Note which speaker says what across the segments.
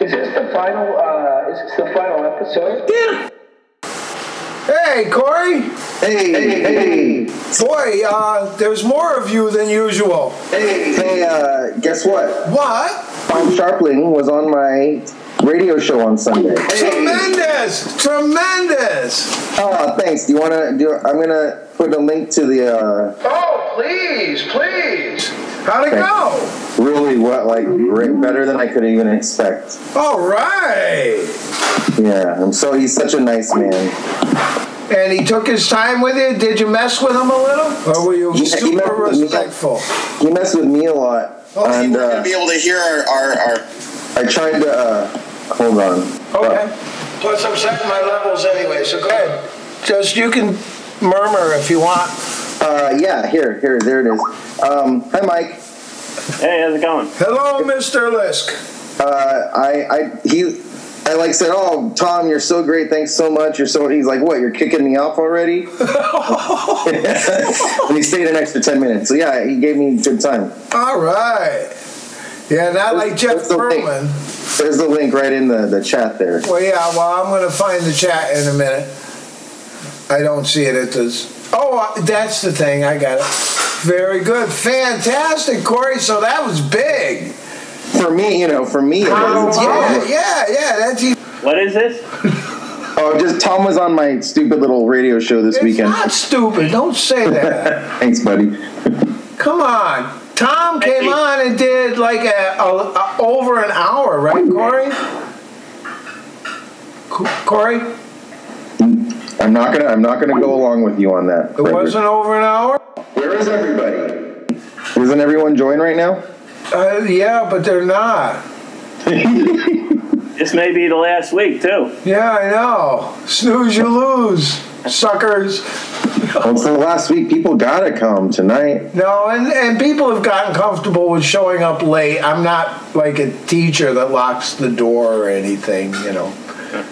Speaker 1: the final? Uh, is this the final episode?
Speaker 2: Hey, Corey.
Speaker 3: Hey, hey, hey,
Speaker 2: Boy, uh, there's more of you than usual.
Speaker 3: hey, uh, guess what?
Speaker 2: What?
Speaker 3: Tom Sharpling was on my radio show on Sunday.
Speaker 2: Tremendous! Tremendous!
Speaker 3: Oh, thanks. Do you wanna do? I'm gonna put a link to the uh,
Speaker 1: Oh, please, please.
Speaker 2: How'd it go?
Speaker 3: really what like great, better than I could even expect.
Speaker 2: All right.
Speaker 3: Yeah, I'm so he's such a nice man.
Speaker 2: And he took his time with you. Did you mess with him a little, or were you
Speaker 3: Yeah, he
Speaker 2: super
Speaker 3: messed with me.
Speaker 2: respectful?
Speaker 3: He messed with me a lot,
Speaker 2: Oh, he
Speaker 3: and
Speaker 4: We're gonna
Speaker 3: uh,
Speaker 4: be able to hear our, our, our
Speaker 3: I tried to. Uh, hold on.
Speaker 2: Okay. uh, Plus, I'm setting my levels anyway, so go ahead. Just you can murmur if you want.
Speaker 3: Uh, yeah, here, here, there it is. Um, hi, Mike.
Speaker 5: Hey, how's it going?
Speaker 2: Hello, Mr. Lisk.
Speaker 3: uh, I, I, he, I like said, oh, Tom, you're so great. Thanks so much. You're so. He's like, what? You're kicking me off already? and he stayed an extra ten minutes. So yeah, he gave me a good time.
Speaker 2: All right. Yeah, not like Jeff
Speaker 3: That's okay.
Speaker 2: Berman.
Speaker 3: There's the link right in the, the chat there.
Speaker 2: Well, yeah. Well, I'm going to find the chat in a minute. I don't see it at this. Oh, that's the thing. I got it. Very good. Fantastic, Corey. So that was big.
Speaker 3: For me, you know, for me, it was,
Speaker 2: Yeah, yeah, yeah. That's e-
Speaker 5: What is this?
Speaker 3: oh, just Tom was on my stupid little radio show this
Speaker 2: it's
Speaker 3: weekend.
Speaker 2: not stupid. Don't say that.
Speaker 3: Thanks, buddy.
Speaker 2: Come on. Tom came
Speaker 5: Hey.
Speaker 2: on and did like a, a, a- over an hour, right, Corey? Co- Corey, it
Speaker 3: I'm not gonna. I'm not gonna go along with you on that. Frederick.
Speaker 2: wasn't over an hour.
Speaker 3: Where is everybody? Isn't everyone joined right now?
Speaker 2: Uh, yeah, but they're not.
Speaker 5: This may be the last week too.
Speaker 2: Yeah, I know. Snooze, you lose, suckers.
Speaker 3: Well, it's the last week. People gotta come tonight.
Speaker 2: No, and, and people have gotten comfortable with showing up late. I'm not like a teacher that locks the door or anything, you know.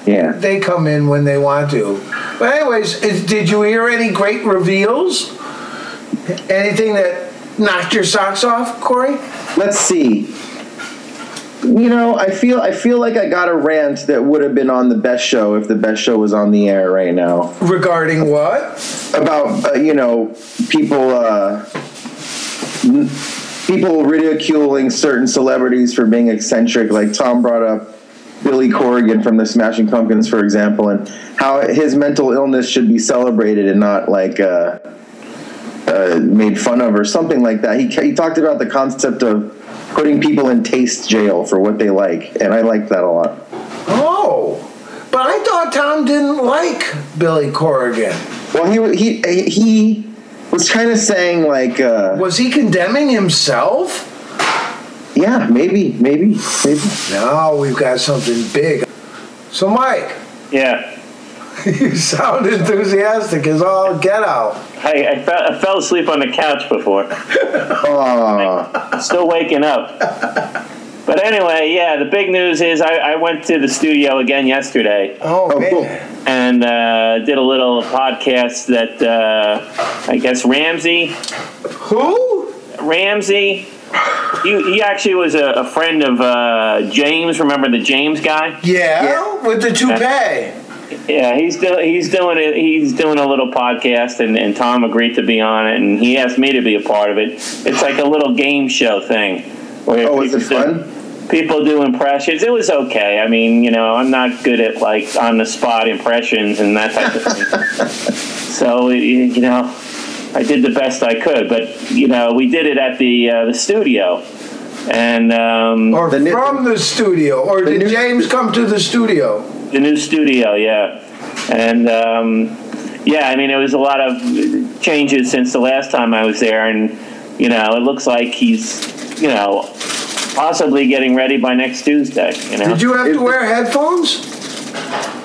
Speaker 3: Yeah.
Speaker 2: They come in when they want to. But anyways, is, did you hear any great reveals? Anything that knocked your socks off, Corey?
Speaker 3: Let's see. You know, I feel I feel like I got a rant that would have been on the best show if the best show was on the air right now
Speaker 2: Regarding what?
Speaker 3: about uh, you know people uh, n- people ridiculing certain celebrities for being eccentric. Like Tom brought up Billy Corrigan from the Smashing Pumpkins, for example, and how his mental illness should be celebrated and not like. Uh, uh, made fun of or something like that. He, he talked about the concept of putting people in taste jail for what they like, and I like that a lot.
Speaker 2: Oh, but I thought Tom didn't like Billy Corrigan.
Speaker 3: Well, he he he was kind of saying like, uh,
Speaker 2: Was he condemning himself?
Speaker 3: yeah, maybe, maybe, maybe.
Speaker 2: Now we've got something big. So, Mike,
Speaker 5: Yeah,
Speaker 2: you sound enthusiastic as all get out.
Speaker 5: I, I, fell, I fell asleep on the couch before.
Speaker 6: Uh,
Speaker 3: Aw,
Speaker 5: Still waking up. But anyway, yeah, the big news is I, I went to the studio again yesterday
Speaker 2: Oh,
Speaker 3: Oh,
Speaker 2: man.
Speaker 3: cool.
Speaker 5: and uh, did a little podcast that uh, I guess Ramsey
Speaker 2: Who?
Speaker 5: Ramsey. He, he actually was a, a friend of uh, James. Remember the James guy?
Speaker 2: Yeah, with the toupee.
Speaker 5: Yeah, he's doing he's doing it. He's doing a little podcast, and, and Tom agreed to be on it, and he asked me to be a part of it. It's like a little game show thing. Where
Speaker 3: Oh, is it
Speaker 5: people do- People do impressions. It was okay. I mean, you know, I'm not good at like on the spot impressions and that type of thing. so you you know, I did the best I could, but you know, we did it at the uh, the studio, and um,
Speaker 2: Or
Speaker 3: The new-
Speaker 2: from the studio. Or did
Speaker 3: new-
Speaker 2: James come to the studio?
Speaker 5: the new studio, yeah, and um, yeah, I mean, it was a lot of changes since the last time I was there, and you know, it looks like he's, you know, possibly getting ready by next Tuesday. You know,
Speaker 2: Did you have
Speaker 3: It-
Speaker 2: to wear headphones?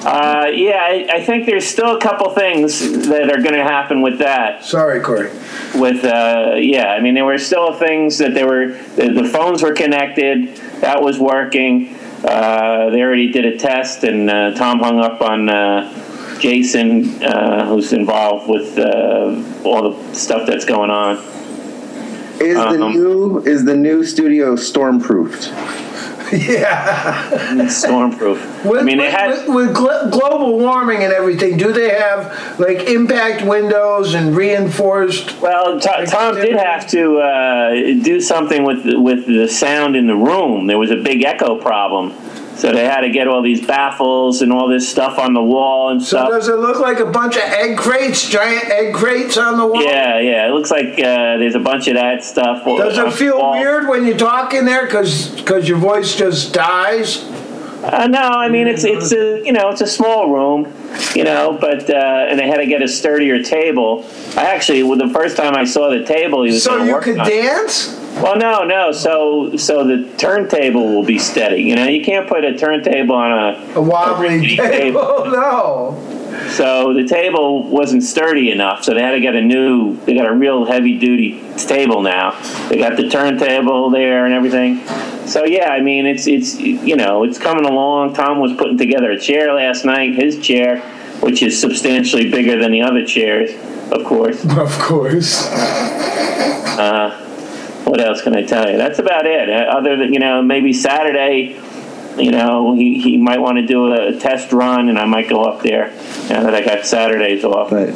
Speaker 5: uh, yeah, I, I think there's still a couple things that are going to happen with that.
Speaker 2: Sorry, Corey.
Speaker 5: with uh, yeah i mean there were still things that they were the, the phones were connected that was working uh, they already did a test and uh, tom hung up on uh, jason uh, who's involved with uh, all the stuff that's going on
Speaker 3: is the
Speaker 5: Um,
Speaker 3: new is the new studio stormproofed?
Speaker 2: Yeah.
Speaker 5: It's stormproof.
Speaker 2: With,
Speaker 5: I mean, they
Speaker 2: with,
Speaker 5: had
Speaker 2: with, with glo- global warming and everything, do they have like impact windows and reinforced?
Speaker 5: well. T- Tom did have to uh, do something with with the sound in the room. There was a big echo problem, so they had to get all these baffles and all this stuff on the wall and
Speaker 2: So
Speaker 5: stuff.
Speaker 2: does it look like a bunch of egg crates, giant egg crates on the wall?
Speaker 5: yeah, yeah. It looks like uh, there's a bunch of that stuff.
Speaker 2: Does
Speaker 5: on
Speaker 2: it
Speaker 5: the
Speaker 2: feel
Speaker 5: wall.
Speaker 2: weird when you talk in there because your voice just dies?
Speaker 5: Uh, no, I mean it's it's a you know it's a small room, you know, but uh, and they had to get a sturdier table. I actually, well, the first time I saw the table, he was
Speaker 2: So
Speaker 5: gonna
Speaker 2: you
Speaker 5: work
Speaker 2: could
Speaker 5: on.
Speaker 2: dance?
Speaker 5: Well, no, no. So so the turntable will be steady. You know, you can't put a turntable on a.
Speaker 2: A wobbly
Speaker 5: rickety
Speaker 2: table?
Speaker 5: table.
Speaker 2: no.
Speaker 5: So the table wasn't sturdy enough, so they had to get a new. They got a real heavy duty table now. They got the turntable there and everything. So yeah, I mean it's it's you know it's coming along. Tom was putting together a chair last night, his chair, which is substantially bigger than the other chairs, of course.
Speaker 2: Of course.
Speaker 5: what else can I tell you? That's about it. Uh, Other than you know, maybe Saturday, you know, he, he might want to do a test run, and I might go up there. Now that I got Saturdays off,
Speaker 6: But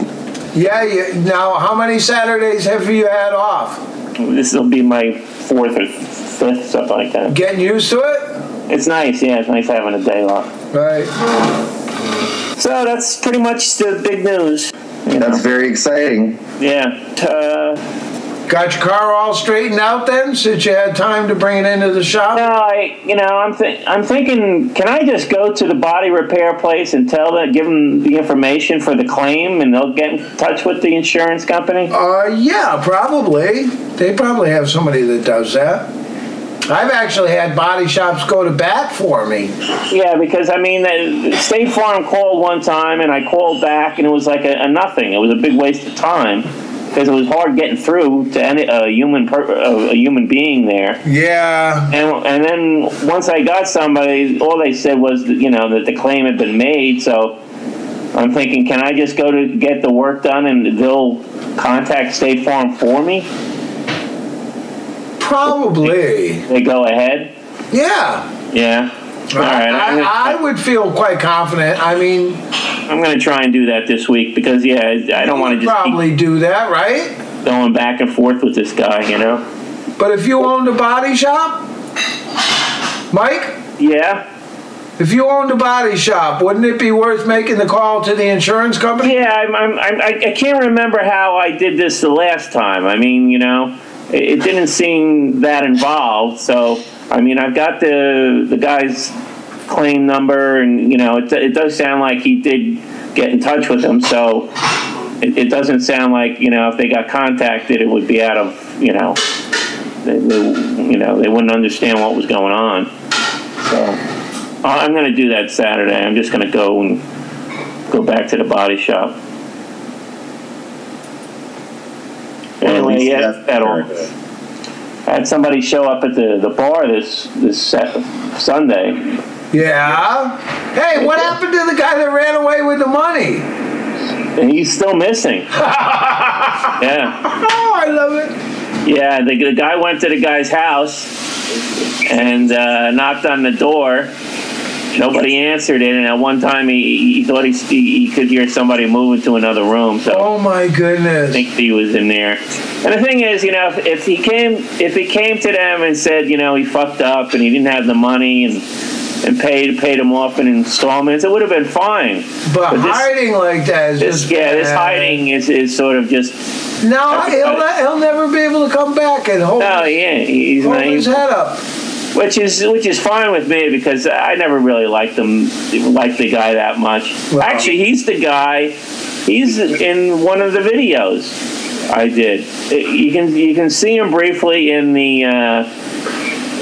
Speaker 2: Yeah, you, now how many Saturdays have you had off?
Speaker 5: this will be my fourth or fifth, something like that.
Speaker 2: Getting used to it?
Speaker 5: It's nice, yeah. It's nice having a day off.
Speaker 2: Right.
Speaker 5: So that's pretty much the big news. You know?
Speaker 6: that's very exciting.
Speaker 5: Yeah. Uh,
Speaker 2: Got your car all straightened out then since you had time to bring it into the shop?
Speaker 5: No, I, you know, I'm th- I'm thinking, can I just go to the body repair place and tell them, give them the information for the claim, and they'll get in touch with the insurance company?
Speaker 2: Uh, yeah, probably. They probably have somebody that does that. I've actually had body shops go to bat for me.
Speaker 5: Yeah, because I mean, uh, State Farm called one time, and I called back, and it was like a, a nothing. It was a big waste of time because it was hard getting through to any, a human per- a, a human being there.
Speaker 2: Yeah.
Speaker 5: And, and then once I got somebody, all they said was, you know, that the claim had been made. So I'm thinking, can I just go to get the work done and they'll contact State Farm for me?
Speaker 2: Probably.
Speaker 5: They go ahead.
Speaker 2: Yeah.
Speaker 5: Yeah. All right. I'm gonna,
Speaker 2: I, I would feel quite confident. I mean,
Speaker 5: I'm gonna try and do that this week because yeah, I I don't want to just
Speaker 2: probably do that, right?
Speaker 5: keep going back and forth with this guy. You know.
Speaker 2: But if you owned a body shop, Mike,
Speaker 5: Yeah.
Speaker 2: if you owned a body shop, wouldn't it be worth making the call to the insurance company?
Speaker 5: Yeah, I'm, I'm, I'm, I I can't remember how I did this the last time. I mean, you know, it, it didn't seem that involved. So, I mean, I've got the the guy's claim number, and you know, it, it does sound like he did get in touch with him. So, it, it doesn't sound like you know if they got contacted, it would be out of you know, they, they, you know, they wouldn't understand what was going on. So. I- I'm going to do that Saturday. I'm just going to go and go back to the body shop.
Speaker 6: Or at
Speaker 5: Anyway,
Speaker 6: least
Speaker 5: yeah,
Speaker 6: that's
Speaker 5: that all.
Speaker 6: part of it.
Speaker 5: I had somebody show up at the, the bar this this Sat- Sunday.
Speaker 2: Yeah. Hey, what happened to the guy that ran away with the money?
Speaker 5: And he's still missing. yeah,
Speaker 2: Oh, I love it.
Speaker 5: yeah. The, the guy went to the guy's house and uh, knocked on the door. Nobody answered it, and at one time he, he thought he, he could hear somebody moving to another room. So
Speaker 2: Oh my goodness.
Speaker 5: think he was in there. And the thing is, you know, if, if he came, if he came to them and said, you know, he fucked up and he didn't have the money and and paid paid him off in installments, it would have been fine.
Speaker 2: But,
Speaker 5: this-
Speaker 2: hiding like that is
Speaker 5: This
Speaker 2: just
Speaker 5: yeah, this
Speaker 2: bad.
Speaker 5: hiding is, is sort of just
Speaker 2: No, he'll ne- he'll never be able to come back and hold,
Speaker 5: oh yeah, he's
Speaker 2: hold
Speaker 5: not,
Speaker 2: his head up.
Speaker 5: which is which is fine with me because I never really liked them liked the guy that much.
Speaker 2: Wow.
Speaker 5: Actually, he's the guy. He's in one of the videos I did. You can you can see him briefly in the uh,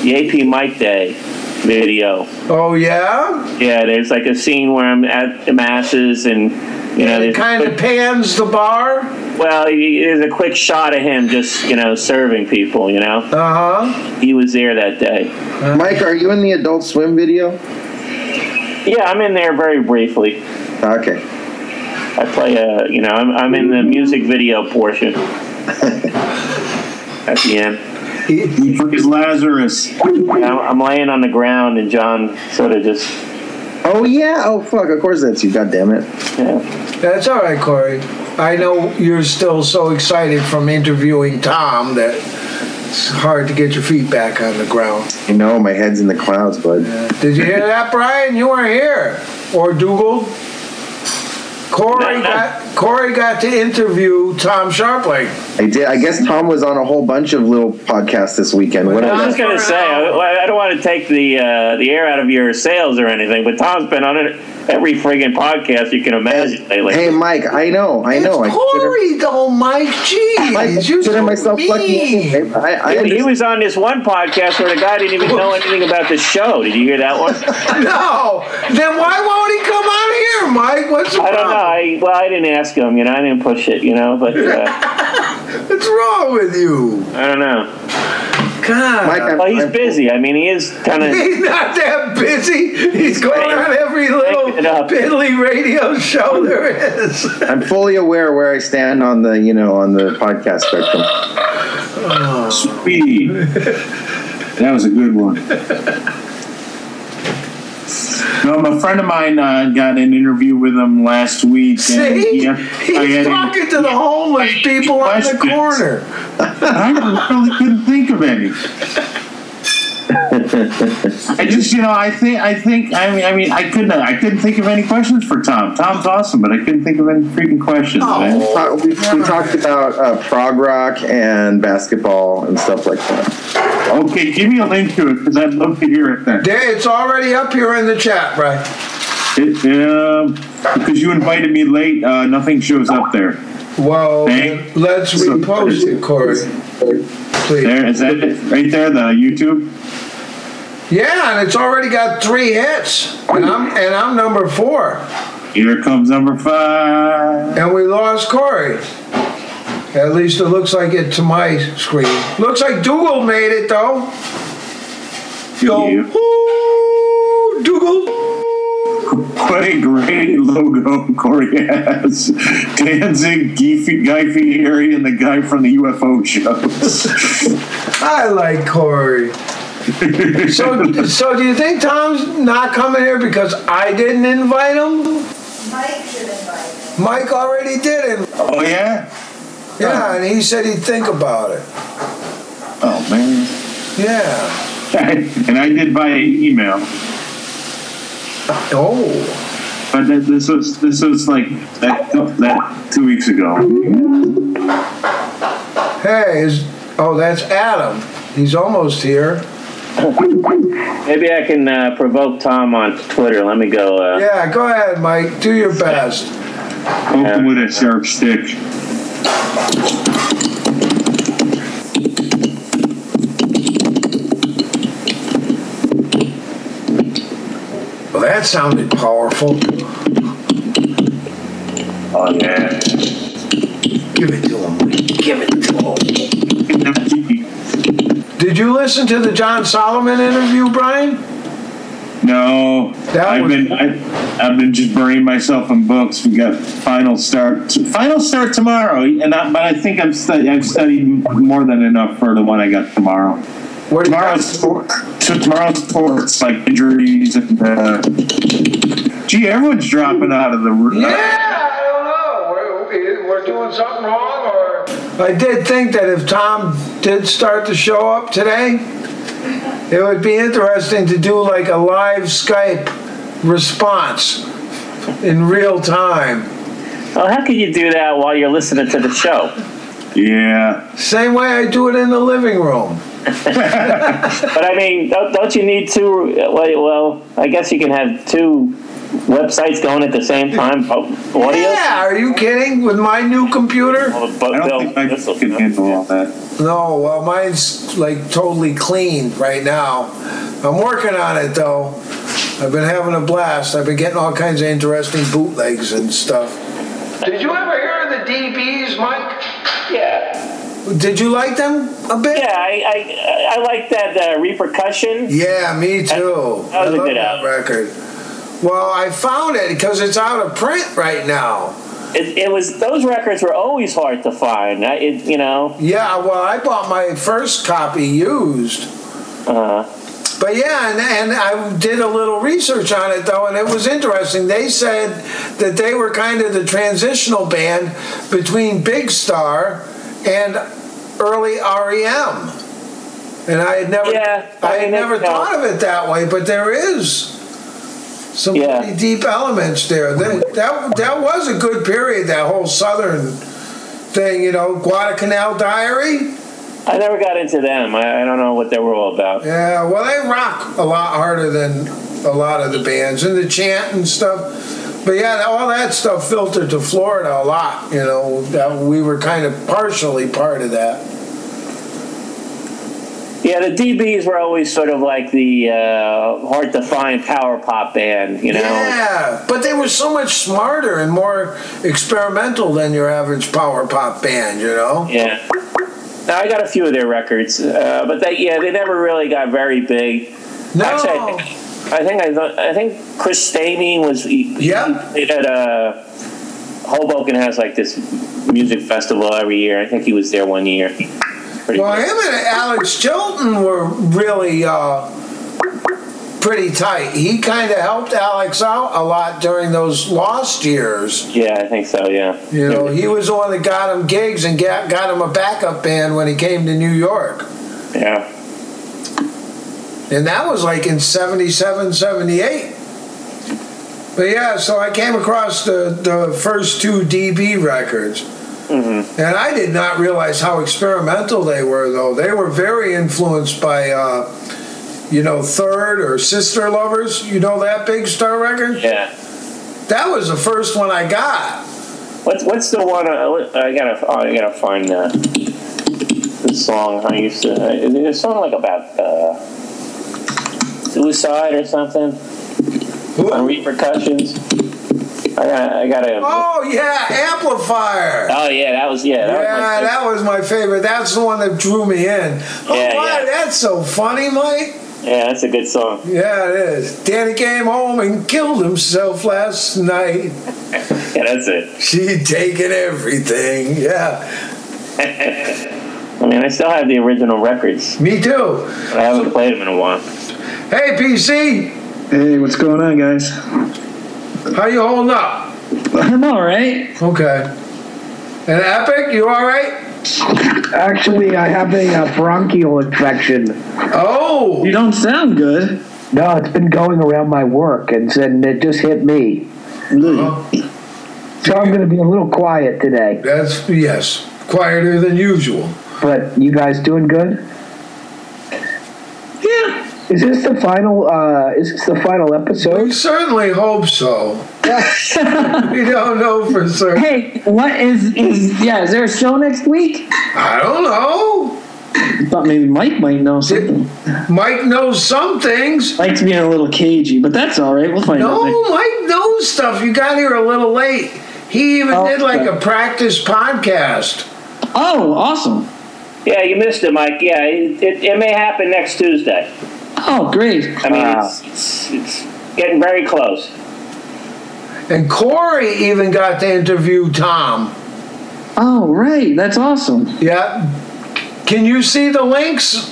Speaker 5: the AP Mike Day video.
Speaker 2: Oh yeah,
Speaker 5: Yeah, there's like a scene where I'm at the masses and you know
Speaker 2: and it
Speaker 5: there's
Speaker 2: kind of pans the bar.
Speaker 5: well he- there's a quick shot of him just you know serving people. You know
Speaker 2: Uh huh.
Speaker 5: he was there that day.
Speaker 6: Mike, are you in the Adult Swim video?
Speaker 5: Yeah, I'm in there very briefly.
Speaker 6: Okay.
Speaker 5: I play a, you know, I'm, I'm in the music video portion at the end.
Speaker 7: He plays Lazarus.
Speaker 5: I'm, I'm laying on the ground, and John sort of just.
Speaker 6: Oh yeah. Oh fuck. Of course that's you. God damn it.
Speaker 5: Yeah.
Speaker 2: That's all right, Corey. I know you're still so excited from interviewing Tom that it's hard to get your feet back on the ground.
Speaker 6: You know my head's in the clouds, bud.
Speaker 2: Did you hear that, Brian? You weren't here. Or Dougal. Corey
Speaker 5: No, no.
Speaker 2: got Corey got to interview Tom Sharpling.
Speaker 6: I did. I guess Tom was on a whole bunch of little podcasts this weekend. What
Speaker 5: I was
Speaker 6: else?
Speaker 5: gonna say I, I don't want to take the uh, the air out of your sails or anything, but Tom's been on it every friggin' podcast you can imagine lately.
Speaker 6: Hey, Mike. I know. I know. I
Speaker 2: It's
Speaker 6: consider,
Speaker 2: Corey though, Mike. Jeez,
Speaker 6: I
Speaker 2: you
Speaker 6: consider
Speaker 2: so
Speaker 6: myself
Speaker 2: mean.
Speaker 6: lucky. I, I, I
Speaker 5: Dude, he
Speaker 6: understand.
Speaker 5: was on this one podcast where the guy didn't even know anything about the show. Did you hear that one?
Speaker 2: No, then why won't he come on here, Mike? What's the
Speaker 5: I don't know.
Speaker 2: problem?
Speaker 5: I, well, I didn't ask him. You know, I didn't push it. You know, but uh,
Speaker 2: What's wrong with you?
Speaker 5: I don't know.
Speaker 2: God,
Speaker 6: Mike, I'm-
Speaker 5: Well, he's
Speaker 6: I'm-
Speaker 5: busy. I mean, he is kind of.
Speaker 2: He's not that busy. He's going
Speaker 5: making-
Speaker 2: on every little
Speaker 5: making it up.
Speaker 2: piddly radio show there is.
Speaker 6: I'm fully aware where I stand on the, you know, on the podcast spectrum.
Speaker 7: Sweet. That was a good one. No, a friend of mine uh, got an interview with him last week. and
Speaker 2: See?
Speaker 7: he- I
Speaker 2: He's
Speaker 7: had-
Speaker 2: talking to the homeless people on the
Speaker 7: Questions.
Speaker 2: corner.
Speaker 7: I really couldn't think of any. I just, you know, I think, I think, I mean, I mean, I couldn't, I couldn't think of any questions for Tom. Tom's awesome, but I couldn't think of any freaking questions.
Speaker 2: Oh.
Speaker 7: man.
Speaker 6: Uh, We, we talked about uh, prog rock and basketball and stuff like that.
Speaker 7: Okay, give me a link to it because I'd love to hear it then.
Speaker 2: There, it's already up here in the chat, right?
Speaker 7: It, um, because you invited me late, uh, nothing shows up there.
Speaker 2: Well,
Speaker 7: Thank-
Speaker 2: let's repost it, Corey. Please.
Speaker 7: There is that it right there, the YouTube.
Speaker 2: Yeah, and it's already got three hits, and I'm and I'm number four,
Speaker 7: Here comes number five.
Speaker 2: and we lost Corey. At least it looks like it to my screen. Looks like Dougal made it though. Yo,
Speaker 7: Yeah.
Speaker 2: whoo, Dougal.
Speaker 7: What a great logo Corey has. Danzig, Geefy, Guy Fieri, and the guy from the UFO shows.
Speaker 2: I like Corey. So, so do you think Tom's not coming here because I didn't invite him?
Speaker 8: Mike should invite him.
Speaker 2: Mike already did it.
Speaker 7: oh yeah.
Speaker 2: Yeah, and he said he'd think about it.
Speaker 7: Oh man.
Speaker 2: Yeah.
Speaker 7: and I did by email,
Speaker 2: Oh.
Speaker 7: but that, this was this was like that, that two weeks ago.
Speaker 2: Hey, is oh that's Adam. He's almost here.
Speaker 5: Maybe I can uh, provoke Tom on Twitter. Let me go. Uh,
Speaker 2: Yeah, go ahead, Mike. Do your best.
Speaker 7: Open with a sharp stick.
Speaker 2: Well, that sounded powerful.
Speaker 7: Oh yeah.
Speaker 2: Give it to him. Give it to him.
Speaker 7: No,
Speaker 2: Did you listen to the John Solomon interview, Brian? That
Speaker 7: I've
Speaker 2: was-
Speaker 7: been I, I've been just burying myself in books. We got final start final start tomorrow, and I, but I think I'm stud- I've studied more than enough for the one I got tomorrow.
Speaker 2: Where did
Speaker 7: Tomorrow's sport, so tomorrow's sports like injuries and. Uh, Gee, everyone's dropping out of the uh, room.
Speaker 2: I don't know. We're, we're doing something wrong, or I did think that if Tom did start to show up today, it would be interesting to do like a live Skype response in real time.
Speaker 5: Well, how could you do that while you're listening to the show?
Speaker 7: Yeah.
Speaker 2: Same way I do it in the living room.
Speaker 5: But I mean, don't, don't you need two? uh, Well, well, I guess you can have two websites going at the same time. Oh, audio.
Speaker 2: Yeah, are you kidding? With my new computer?
Speaker 5: But
Speaker 7: I don't
Speaker 5: they'll-
Speaker 7: think I
Speaker 5: this'll-
Speaker 7: can handle all that.
Speaker 2: No, well, mine's like totally clean right now. I'm working on it though. I've been having a blast. I've been getting all kinds of interesting bootlegs and stuff.
Speaker 9: Did you ever hear of the DBs, Mike?
Speaker 5: Yeah,
Speaker 2: Did you like them a bit?
Speaker 5: yeah. I I, I like that uh, repercussion.
Speaker 2: Yeah, me too.
Speaker 5: That was
Speaker 2: I
Speaker 5: a
Speaker 2: love
Speaker 5: good
Speaker 2: that
Speaker 5: album.
Speaker 2: record. Well, I found it because it's out of print right now.
Speaker 5: it, it was those records were always hard to find. I, it, you know,
Speaker 2: Yeah, well, I bought my first copy used.
Speaker 5: uh,
Speaker 2: But yeah, and, and I did a little research on it though, and it was interesting. They said that they were kind of the transitional band between Big Star and early REM. And I had never,
Speaker 5: Yeah, I
Speaker 2: I, had
Speaker 5: mean,
Speaker 2: never
Speaker 5: that's how-
Speaker 2: thought of it that way, but there is some
Speaker 5: Yeah.
Speaker 2: pretty deep elements there. That, that that was a good period. That whole southern thing, you know, Guadalcanal Diary.
Speaker 5: I never got into them. I, I don't know what they were all about.
Speaker 2: Yeah, well, they rock a lot harder than a lot of the bands and the chant and stuff. But yeah, all that stuff filtered to Florida a lot. You know, that we were kind of partially part of that.
Speaker 5: Yeah, the DBs were always sort of like the uh, hard to find power pop band. You know,
Speaker 2: yeah, but they were so much smarter and more experimental than your average power pop band. You know.
Speaker 5: Yeah. Now I got a few of their records, uh, but they yeah they never really got very big.
Speaker 2: No.
Speaker 5: Actually, I think I think, I thought- I think Chris Stamey was he, he
Speaker 2: Yeah.
Speaker 5: played at uh, Hoboken has like this music festival every year. I think he was there one year. Pretty
Speaker 2: Well,
Speaker 5: good.
Speaker 2: him and Alex Chilton were really uh, pretty tight. He kind of helped Alex out a lot during those lost years.
Speaker 5: Yeah, I think so. Yeah.
Speaker 2: You know, he was the one that got him gigs and got, got him a backup band when he came to New York.
Speaker 5: Yeah.
Speaker 2: And that was like in 77, 78. But yeah, so I came across the, the first two DB records.
Speaker 5: Mm-hmm.
Speaker 2: And I did not realize how experimental they were, though. They were very influenced by, uh, you know, Third or Sister Lovers. You know that Big Star record?
Speaker 5: Yeah.
Speaker 2: That was the first one I got.
Speaker 5: What's what's the one uh, I gotta oh, I gotta find uh, the song I used to. uh, Is it a song like about uh, suicide or something? on repercussions. I got, I got to. Oh,
Speaker 2: Oh, yeah, Amplifier.
Speaker 5: yeah, that was yeah. That
Speaker 2: Yeah,
Speaker 5: was
Speaker 2: that was my favorite. That's the one that drew me in. Oh,
Speaker 5: Yeah,
Speaker 2: my,
Speaker 5: yeah.
Speaker 2: that's so funny, Mike.
Speaker 5: my, yeah, that's a good song.
Speaker 2: Yeah, it is. Danny came home and killed himself last night.
Speaker 5: Yeah, that's it.
Speaker 2: She'd taken everything. Yeah,
Speaker 5: I mean, I still have the original records,
Speaker 2: me too.
Speaker 5: but I haven't played them in a while.
Speaker 2: Hey, PC,
Speaker 7: Hey, what's going on, guys?
Speaker 2: how you holding up?
Speaker 7: I'm all right.
Speaker 2: Okay. And Epic, you all right?
Speaker 10: Actually, I have a uh, bronchial infection.
Speaker 2: Oh,
Speaker 7: You don't sound good.
Speaker 10: No, it's been going around my work, and then it just hit me.
Speaker 2: Uh-huh.
Speaker 10: So I'm going to be a little quiet today.
Speaker 2: that's yes, quieter than usual.
Speaker 10: But you guys doing good?
Speaker 7: Yeah.
Speaker 10: Is this the final? Uh, is this the final episode?
Speaker 2: We certainly hope so. we don't know for certain.
Speaker 1: Hey, what is is yeah? Is there a show next week?
Speaker 2: I don't know.
Speaker 1: I thought maybe Mike might know something.
Speaker 2: Mike knows some things.
Speaker 1: Mike's being a little cagey, but that's all right. We'll find out.
Speaker 2: No,
Speaker 1: next-
Speaker 2: Mike knows stuff. You got here a little late. He even
Speaker 1: Oh,
Speaker 2: did like
Speaker 1: okay.
Speaker 2: a practice podcast.
Speaker 1: Oh, awesome!
Speaker 5: Yeah, you missed it, Mike. Yeah, it, it, it may happen next Tuesday.
Speaker 1: Oh, great!
Speaker 5: I mean,
Speaker 10: Wow.
Speaker 5: it's, it's it's getting very close.
Speaker 2: And Corey even got to interview Tom.
Speaker 1: Oh, right, that's awesome.
Speaker 2: Yeah. Can you see the links?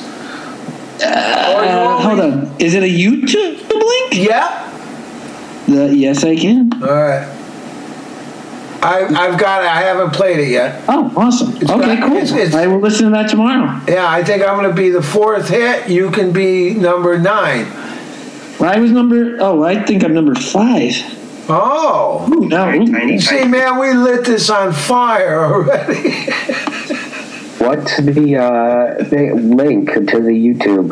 Speaker 2: Or you
Speaker 1: Uh,
Speaker 2: want
Speaker 1: hold
Speaker 2: me-
Speaker 1: on, is it a YouTube link?
Speaker 2: Yeah.
Speaker 1: The, yes, I can.
Speaker 2: All right. I, I've got it. I haven't played it yet.
Speaker 1: Oh, awesome.
Speaker 2: It's
Speaker 1: okay,
Speaker 2: back-
Speaker 1: cool.
Speaker 2: it's- it's-
Speaker 1: I will listen to that tomorrow.
Speaker 2: Yeah, I think I'm going to be the fourth hit. You can be number nine.
Speaker 1: Well, I was number. Oh, I think I'm number five.
Speaker 2: Oh.
Speaker 1: Ooh, no. ooh.
Speaker 2: You see, man, we lit this on fire already.
Speaker 10: What's the, uh, the link to the YouTube?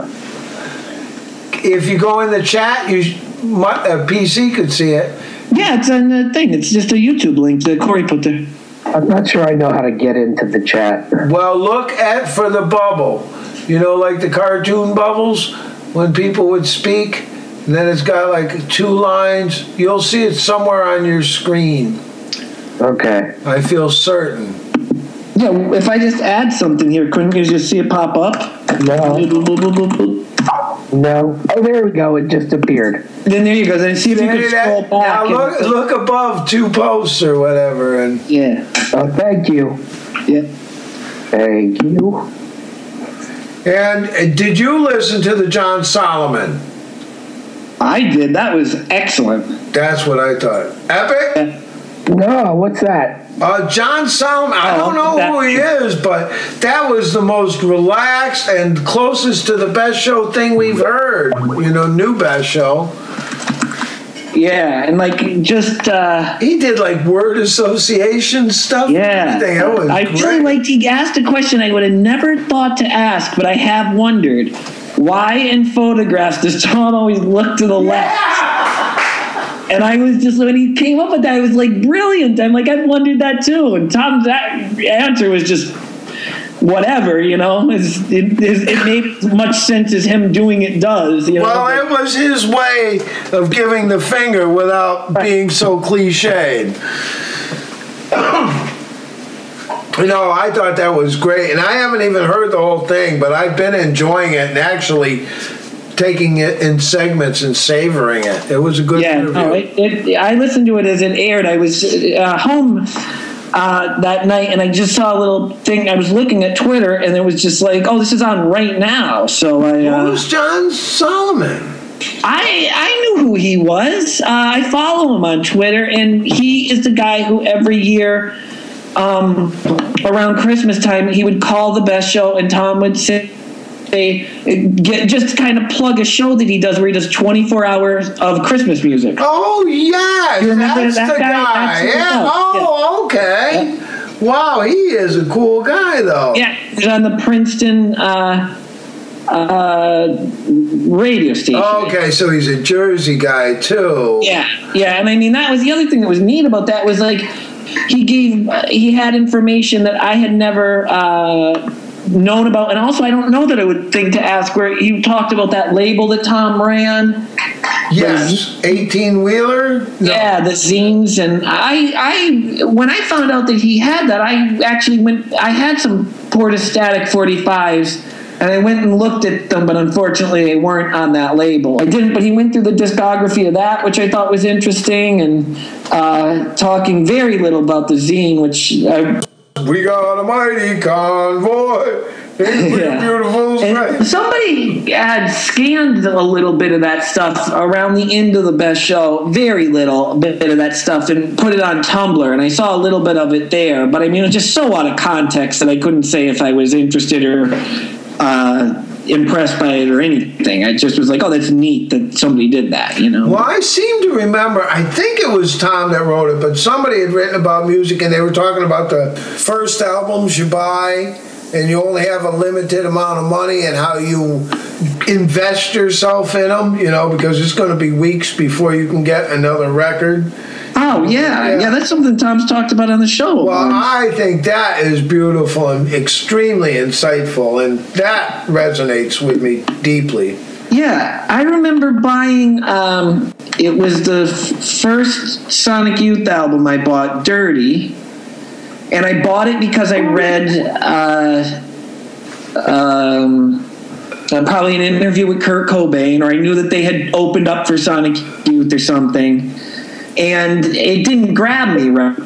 Speaker 2: if you go in the chat, you sh- mu- a PC could see it.
Speaker 1: Yeah, it's on the thing. It's just a YouTube link that Corey put there.
Speaker 10: I'm not sure I know how to get into the chat.
Speaker 2: Well, look at for the bubble. You know, like the cartoon bubbles when people would speak. And then it's got like two lines. You'll see it somewhere on your screen.
Speaker 10: Okay.
Speaker 2: I feel certain.
Speaker 1: Yeah, if I just add something here, couldn't you just see it pop up?
Speaker 10: No.
Speaker 1: Well,
Speaker 11: No. Oh, there we go. It just appeared.
Speaker 12: Then there you go. Then see if you
Speaker 2: Maybe
Speaker 12: can scroll
Speaker 2: that- now
Speaker 12: back. and-
Speaker 2: look, look above two posts or whatever, and
Speaker 12: yeah,
Speaker 11: Oh, thank you.
Speaker 12: yeah.
Speaker 11: Thank you.
Speaker 2: and uh, did you listen to the John Solomon?
Speaker 12: I did. That was excellent.
Speaker 2: That's what I thought. Epic.
Speaker 11: No, what's that?
Speaker 2: Uh, John Solomon. I don't
Speaker 12: Oh,
Speaker 2: know who he is, but that was the most relaxed and closest to the best show thing we've heard. You know, new best show.
Speaker 12: Yeah, and like just uh,
Speaker 2: He did like word association stuff. and
Speaker 12: yeah.
Speaker 2: everything. That was
Speaker 12: I
Speaker 2: great.
Speaker 12: really liked. He asked a question I would have never thought to ask, but I have wondered why in photographs does Tom always look to the left? And I was just when he came up with that, I was like brilliant. I'm like I've wondered that too. And Tom's that answer was just whatever, you know. It's, it, it, it made as much sense as him doing it does. You know?
Speaker 2: Well, it was his way of giving the finger without being so cliched. You know, I thought that was great, and I haven't even heard the whole thing, but I've been enjoying it and actually taking it in segments and savoring it. It was a good
Speaker 12: yeah,
Speaker 2: interview.
Speaker 12: no, it, it, I listened to it as it aired. I was uh, home uh, that night, and I just saw a little thing. I was looking at Twitter, and it was just like, "Oh, this is on right now." So I, uh,
Speaker 2: Who's John Solomon?
Speaker 12: I, I knew who he was. Uh, I follow him on Twitter, and he is the guy who every year. Um, around Christmas time, he would call the best show, and Tom would say, say, get, just kind of plug a show that he does where he does 24 hours of Christmas music.
Speaker 2: Oh yes,
Speaker 12: You remember
Speaker 2: that's
Speaker 12: that
Speaker 2: the
Speaker 12: guy?
Speaker 2: guy.
Speaker 12: That's who it
Speaker 2: Yeah.
Speaker 12: was.
Speaker 2: Oh, okay. Wow, he is a cool guy though.
Speaker 12: Yeah, he's on the Princeton uh, uh, radio station.
Speaker 2: Oh, Okay, so he's a Jersey guy too.
Speaker 12: Yeah, yeah, and I mean that was the other thing that was neat about that was like he gave he had information that I had never uh, known about, and also I don't know that I would think to ask where he talked about that label that Tom ran.
Speaker 2: Yes, eighteen wheeler.
Speaker 12: Yeah, the zines, and I, I, when I found out that he had that, I actually went. I had some Portastatic 45s, and I went and looked at them, but unfortunately, they weren't on that label. I didn't, but he went through the discography of that, which I thought was interesting, and uh, talking very little about the zine, which I
Speaker 2: We got a mighty convoy. It's
Speaker 12: Yeah.
Speaker 2: beautiful
Speaker 12: And
Speaker 2: sight.
Speaker 12: Somebody had scanned a little bit of that stuff around the end of the best show, very little bit of that stuff, and put it on Tumblr. And I saw a little bit of it there, but I mean, it was just so out of context that I couldn't say if I was interested or uh, impressed by it or anything. I just was like, oh, that's neat that somebody did that, you know?
Speaker 2: Well, I seem to remember. I think it was Tom that wrote it, but somebody had written about music, and they were talking about the first albums you buy, and you only have a limited amount of money, and how you invest yourself in them. You know, because it's going to be weeks before you can get another record.
Speaker 12: Oh, yeah. Yeah, that's something Tom's talked about on the show.
Speaker 2: Well, I think that is beautiful and extremely insightful, and that resonates with me deeply.
Speaker 12: Yeah, I remember buying. Um, it was the f- first Sonic Youth album I bought, Dirty, and I bought it because I read uh, um, uh, probably an interview with Kurt Cobain, or I knew that they had opened up for Sonic Youth or something, and it didn't grab me. Right,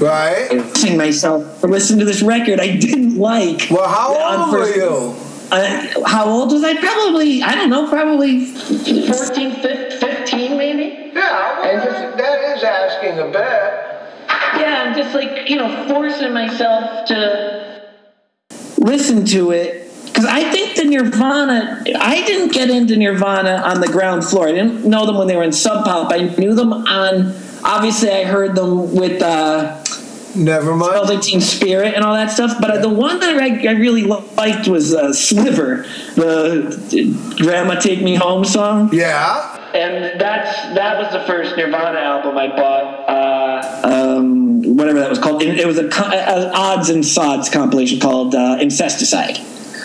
Speaker 2: Right?
Speaker 12: Forcing myself to listen to this record I didn't like.
Speaker 2: Well, how
Speaker 12: on
Speaker 2: old were
Speaker 12: first-
Speaker 2: you?
Speaker 12: Uh, how old was I? Probably I don't know. Probably
Speaker 13: 14, fif- 15 maybe?
Speaker 2: Yeah,
Speaker 13: And just-
Speaker 2: that is asking a bit.
Speaker 13: Yeah, I'm just like, you know, forcing myself to.
Speaker 12: listen to it because I think the Nirvana. I didn't get into Nirvana on the ground floor. I didn't know them when they were in Sub Pop. I knew them on. Obviously, I heard them with uh,
Speaker 2: Never mind.
Speaker 12: Celtic Teen Spirit and all that stuff. But the one that I, I really lo- liked was uh, Sliver, the Grandma Take Me Home song.
Speaker 2: Yeah.
Speaker 13: And that's that was the first Nirvana album I bought. Uh,
Speaker 12: Um, whatever that was called. It, it was a, co- an odds and sods compilation called uh, Incesticide.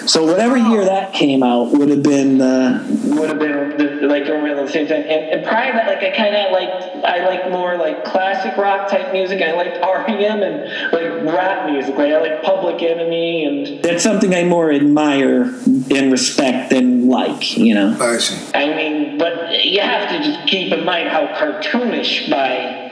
Speaker 12: So whatever year that came out would have been. Uh,
Speaker 13: would have been the, like around the same time. And, and prior to that, like I kind of like I like more like classic rock type music. I liked E REM and like rap music. Like I like Public Enemy and
Speaker 12: that's something I more admire and respect than like, you know.
Speaker 2: I see.
Speaker 12: I mean, but you have to just keep in mind how cartoonish by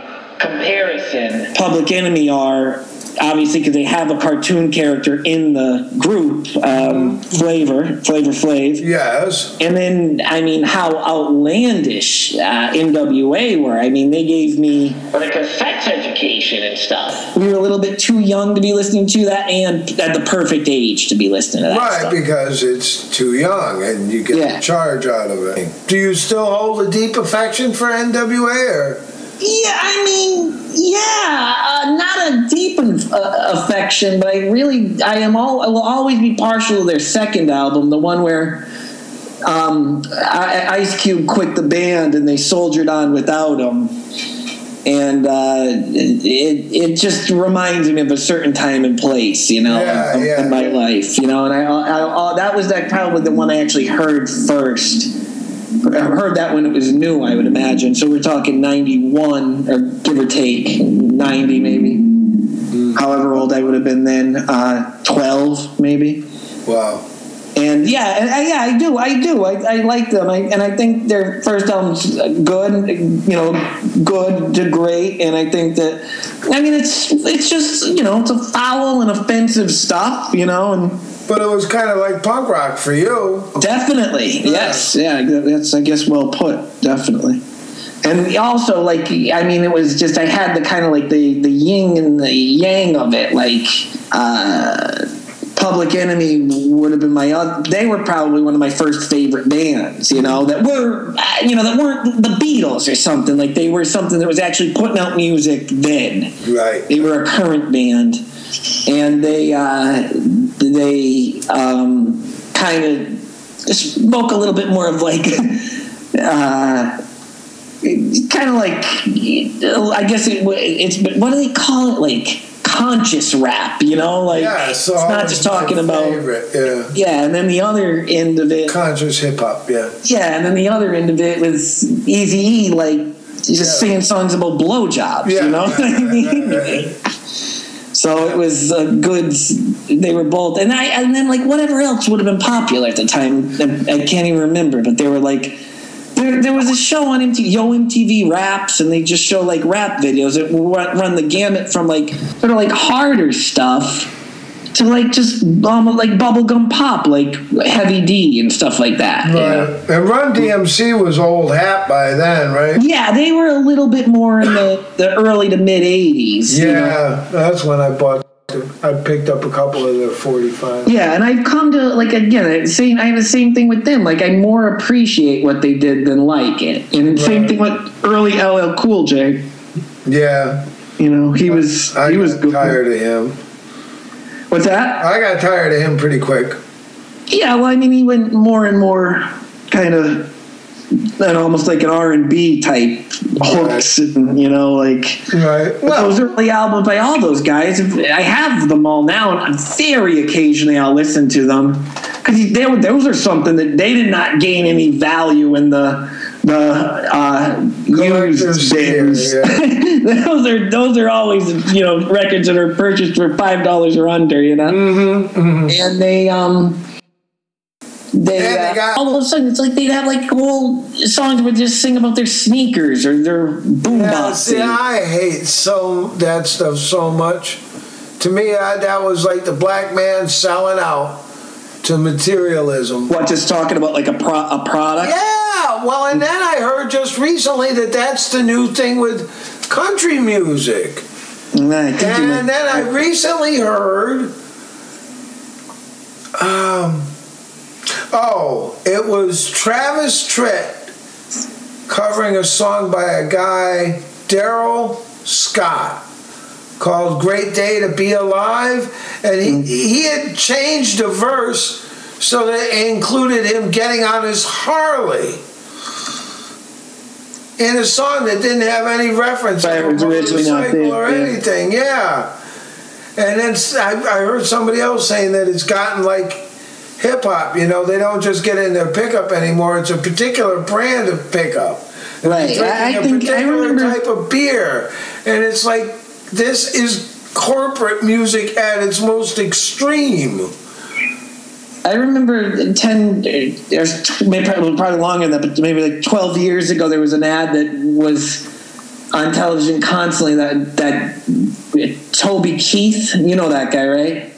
Speaker 12: comparison Public Enemy are. Obviously, because they have a cartoon character in the group, um, Flavor, Flavor Flav.
Speaker 2: Yes.
Speaker 12: And then, I mean, how outlandish uh, NWA were. I mean, they gave me.
Speaker 14: Like a sex education and stuff.
Speaker 12: We were a little bit too young to be listening to that and at the perfect age to be listening to that.
Speaker 2: Right,
Speaker 12: stuff.
Speaker 2: because it's too young and you get
Speaker 12: Yeah.
Speaker 2: a charge out of it. Do you still hold a deep affection for NWA or?
Speaker 12: Yeah, I mean, yeah, uh, not a deep uh, affection, but I really, I am all, I will always be partial to their second album, the one where um, I, I- Ice Cube quit the band and they soldiered on without him. And uh, it it just reminds me of a certain time and place, you know,
Speaker 2: Yeah,
Speaker 12: in,
Speaker 2: yeah.
Speaker 12: in my life, you know. And I, I, I that was that probably the one I actually heard first. I heard that when it was new, I would imagine. So we're talking 91, or give or take, 90 maybe.
Speaker 2: Mm.
Speaker 12: However old I would have been then, uh, 12 maybe.
Speaker 2: Wow.
Speaker 12: And yeah, and, and yeah, I do, I do, I, I like them, I, and I think their first album's good, you know, good to great, and I think that, I mean, it's it's just you know, it's a foul and offensive stuff, you know, and
Speaker 2: But it was kind of like punk rock for you.
Speaker 12: Definitely, yes, yeah. That's I guess well put. Definitely, and also like I mean, it was just I had the kind of like the the yin and the yang of it. Like uh, Public Enemy would have been my oth- they were probably one of my first favorite bands. You know that were uh, you know that weren't the Beatles or something. Like they were something that was actually putting out music then
Speaker 2: Right.
Speaker 12: they were a current band and they uh, they um, kind of spoke a little bit more of like uh, kind of like I guess it, it's what do they call it like conscious rap you know like
Speaker 2: yeah, so
Speaker 12: it's
Speaker 2: I
Speaker 12: not
Speaker 2: was
Speaker 12: just talking
Speaker 2: my
Speaker 12: about
Speaker 2: favorite, yeah.
Speaker 12: yeah and then the other end of it
Speaker 2: conscious hip hop. Yeah,
Speaker 12: yeah and then the other end of it was Easy E like just singing songs about blowjobs
Speaker 2: yeah.
Speaker 12: you know what I mean? So it was a good. They were both, and I and then like whatever else would have been popular at the time. I, I can't even remember, but they were like. There, there was a show on MTV, Yo MTV Raps, and they just show like rap videos that run, run the gamut from like sort of like harder stuff to like just almost like bubblegum pop, like Heavy D and stuff like that. you know?
Speaker 2: Right. And Run DMC was old hat by then, right?
Speaker 12: Yeah, they were a little bit more in the, the early to mid 80s. you know?
Speaker 2: Yeah, that's when I bought. I picked up a couple of their 45.
Speaker 12: Yeah, and I've come to like again, it- same. I have the same thing with them. Like I more appreciate what they did than like it, and same thing with early LL Cool J.
Speaker 2: Yeah,
Speaker 12: You know, he was
Speaker 2: I
Speaker 12: he was
Speaker 2: got
Speaker 12: good.
Speaker 2: tired of him.
Speaker 12: What's that?
Speaker 2: I got tired of him pretty quick.
Speaker 12: Yeah, well, I mean, he went more and more kind of and almost like an R and B type hooks, and, you know, like.
Speaker 2: Right.
Speaker 12: Well, those early albums by all those guys, I have them all now, and very occasionally I'll listen to them because those are something that they did not gain any value in the the uh,
Speaker 2: Collector's
Speaker 12: used bins.
Speaker 2: care,
Speaker 12: those are those are always you know records that are purchased for five dollars or under, you know,
Speaker 2: Mm-hmm,
Speaker 12: and they um. They,
Speaker 2: And they
Speaker 12: uh,
Speaker 2: got-
Speaker 12: all of a sudden, it's like they'd have like whole songs where they just sing about their sneakers or their boomboxes.
Speaker 2: Yeah, see, I hate so that stuff so much. To me, I, that was like the black man selling out to materialism.
Speaker 12: What, just talking about like a pro- a product?
Speaker 2: Yeah, well, and then I heard just recently that that's the new thing with country music.
Speaker 12: Nah, Mm, I think you
Speaker 2: And
Speaker 12: meant-
Speaker 2: then I recently heard, um, oh, it was Travis Tritt covering a song by a guy, Daryl Scott, called "Great Day to Be Alive," and he
Speaker 12: Mm.
Speaker 2: he had changed the verse so that it included him getting on his Harley. In a song that didn't have any reference
Speaker 12: Right, it was originally not
Speaker 2: motorcycle or
Speaker 12: there, yeah.
Speaker 2: anything, yeah. And then s- I, I heard somebody else saying that it's gotten like hip hop. You know, they don't just get in their pickup anymore. It's a particular brand of pickup.
Speaker 12: right.
Speaker 2: Drinking
Speaker 12: I, I
Speaker 2: a
Speaker 12: think I
Speaker 2: particular
Speaker 12: remember.
Speaker 2: type of beer, and it's like this is corporate music at its most extreme.
Speaker 12: I remember 10 or tw- maybe probably, probably longer than that, but maybe like 12 years ago, there was an ad that was on television constantly that, that Toby Keith, you know that guy, right?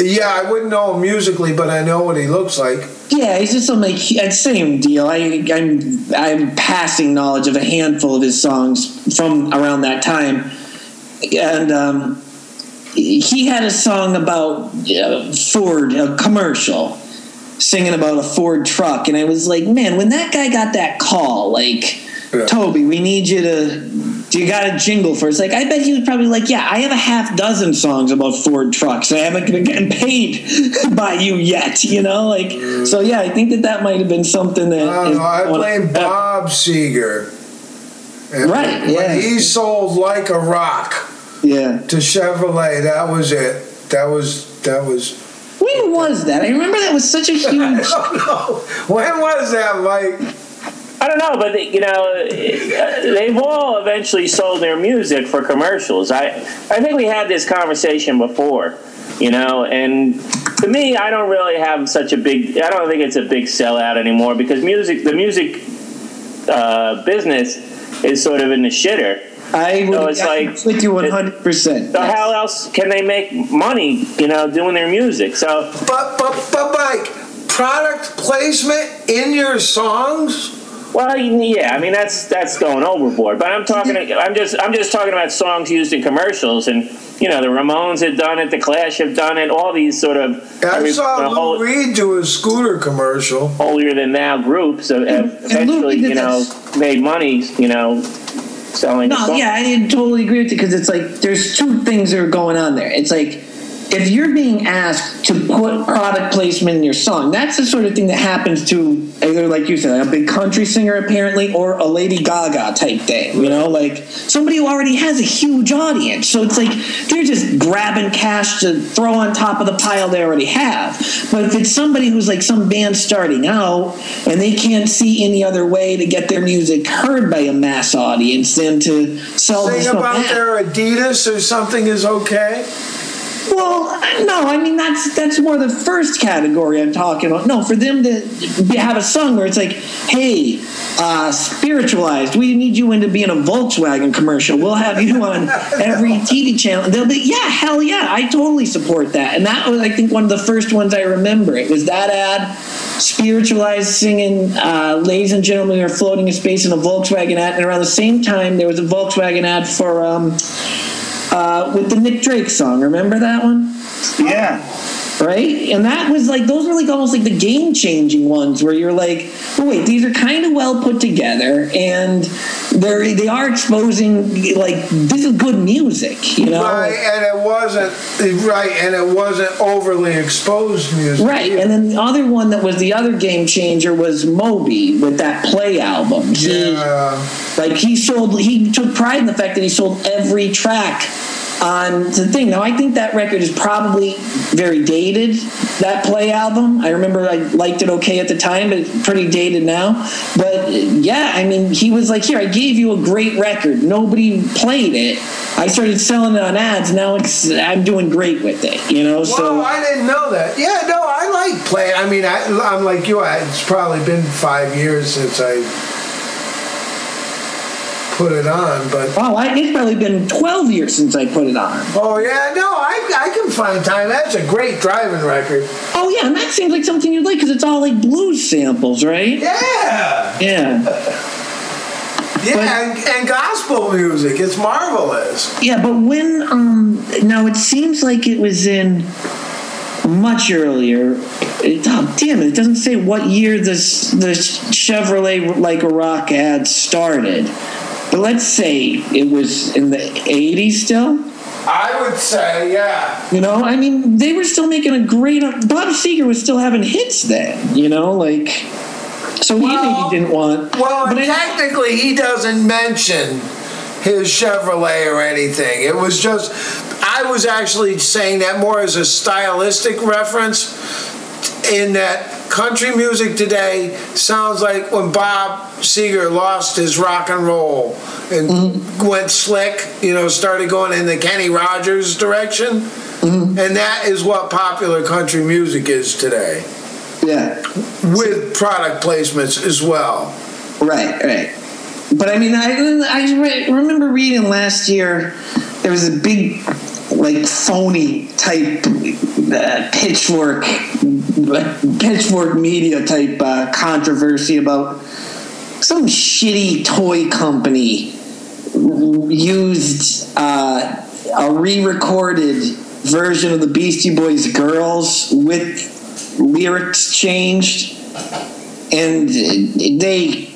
Speaker 2: Yeah, I wouldn't know him musically, but I know what he looks like.
Speaker 12: Yeah, he's just on like uh, same deal. I, I'm I'm passing knowledge of a handful of his songs from around that time, and um, he had a song about uh, Ford, a commercial, singing about a Ford truck, and I was like, man, when that guy got that call, like, Toby, we need you to, you got a jingle for us. Like, I bet he was probably like, yeah, I have a half dozen songs about Ford trucks. I haven't been getting paid by you yet, you know? Like, so yeah, I think that that might have been something that.
Speaker 2: Mm. I don't
Speaker 12: is
Speaker 2: know. I
Speaker 12: going-
Speaker 2: blame Bob Seger. And
Speaker 12: Right,
Speaker 2: When
Speaker 12: yeah.
Speaker 2: he sold like a rock
Speaker 12: yeah.
Speaker 2: to Chevrolet, that was it. That was that was
Speaker 12: When was that? I remember that was such a huge. I don't
Speaker 2: know. When was that, Mike?
Speaker 5: I don't know, but you know, they've all eventually sold their music for commercials. I, I think we had this conversation before, you know, and to me, I don't really have such a big. I don't think it's a big sellout anymore because music, the music uh, business, is sort of in the shitter.
Speaker 12: I
Speaker 5: so it's like
Speaker 12: with you one hundred percent.
Speaker 5: So how else can they make money, you know, doing their music? So
Speaker 2: But but but Mike, product placement in your songs?
Speaker 5: Well, yeah, I mean that's that's going overboard. But I'm talking, I'm just I'm just talking about songs used in commercials, and you know the Ramones have done it, the Clash have done it, all these sort of
Speaker 2: I
Speaker 5: every-
Speaker 2: saw
Speaker 5: the
Speaker 2: Lou
Speaker 5: whole-
Speaker 2: Reed do a scooter commercial.
Speaker 5: holier than thou groups have, have eventually, you know, made money, you know, selling. the
Speaker 12: No,
Speaker 5: song.
Speaker 12: yeah, I totally agree with you because it's like there's two things that are going on there. It's like if you're being asked to put product placement in your song, that's the sort of thing that happens to either, like you said, a big country singer apparently, or a Lady Gaga type thing. You know, like somebody who already has a huge audience. So it's like they're just grabbing cash to throw on top of the pile they already have. But if it's somebody who's like some band starting out and they can't see any other way to get their music heard by a mass audience than to sell
Speaker 2: Thing
Speaker 12: themselves
Speaker 2: about
Speaker 12: out.
Speaker 2: their Adidas or something is okay.
Speaker 12: Well, no, I mean that's that's more the first category I'm talking about. No, for them to be- have a song where it's like, "Hey, uh, spiritualized, we need you into being a Volkswagen commercial. We'll have you on every TV channel." They'll be, "Yeah, hell yeah, I totally support that." And that was, I think, one of the first ones I remember. It was that ad, spiritualized singing, uh, "Ladies and gentlemen, we are floating in space in a Volkswagen ad." And around the same time, there was a Volkswagen ad for. Um, uh, with the Nick Drake song. Remember that one?
Speaker 7: Yeah.
Speaker 12: Right? And that was like, those were like almost like the game changing ones where you're like, oh, wait, these are kind of well put together and they're, they are exposing, like, this is good music, you know?
Speaker 2: Right, and it wasn't right, and it wasn't overly exposed music.
Speaker 12: Right, and then the other one that was the other game changer was Moby with that play album. He, Like he sold, he took pride in the fact that he sold every track on the thing. Now I think that record is probably very dated. That play album, I remember I liked it okay at the time, but it's pretty dated now. But uh, yeah, I mean, he was like, "Here, I gave you a great record. Nobody played it. I started selling it on ads. Now it's I'm doing great with it. You know, so."
Speaker 2: Wow, I didn't know that. Yeah, no, I like play. I mean, I, I'm like you. I, it's probably been five years since I put it on, but
Speaker 12: oh, I, it's probably been twelve years since I put it on.
Speaker 2: oh yeah, no, I, I can find time. That's a great driving record.
Speaker 12: Oh yeah, and that seems like something you'd like because it's all like blues samples, right?
Speaker 2: Yeah,
Speaker 12: Yeah,
Speaker 2: yeah, and, and gospel music. It's marvelous.
Speaker 12: yeah. But when um, now it seems like it was in much earlier. It, oh, damn it! It doesn't say what year this the Chevrolet like a rock ad started, but let's say it was in the '80s still.
Speaker 2: I would say, yeah.
Speaker 12: You know, I mean, they were still making a great. uh, Bob Seger was still having hits then. You know, like so he maybe didn't want.
Speaker 2: Well,
Speaker 12: but
Speaker 2: and
Speaker 12: I-
Speaker 2: technically, he doesn't mention his Chevrolet or anything. It was just, I was actually saying that more as a stylistic reference, in that country music today sounds like when Bob Seger lost his rock and roll and went slick, you know, started going in the Kenny Rogers direction. And that is what popular country music is today.
Speaker 12: Yeah.
Speaker 2: With product placements as well.
Speaker 12: Right, right. But I mean, I, I re- remember reading last year there was a big, like, phony type uh, pitchfork, pitchfork media type uh, controversy about some shitty toy company used uh, a re-recorded version of the Beastie Boys "Girls" with lyrics changed, and they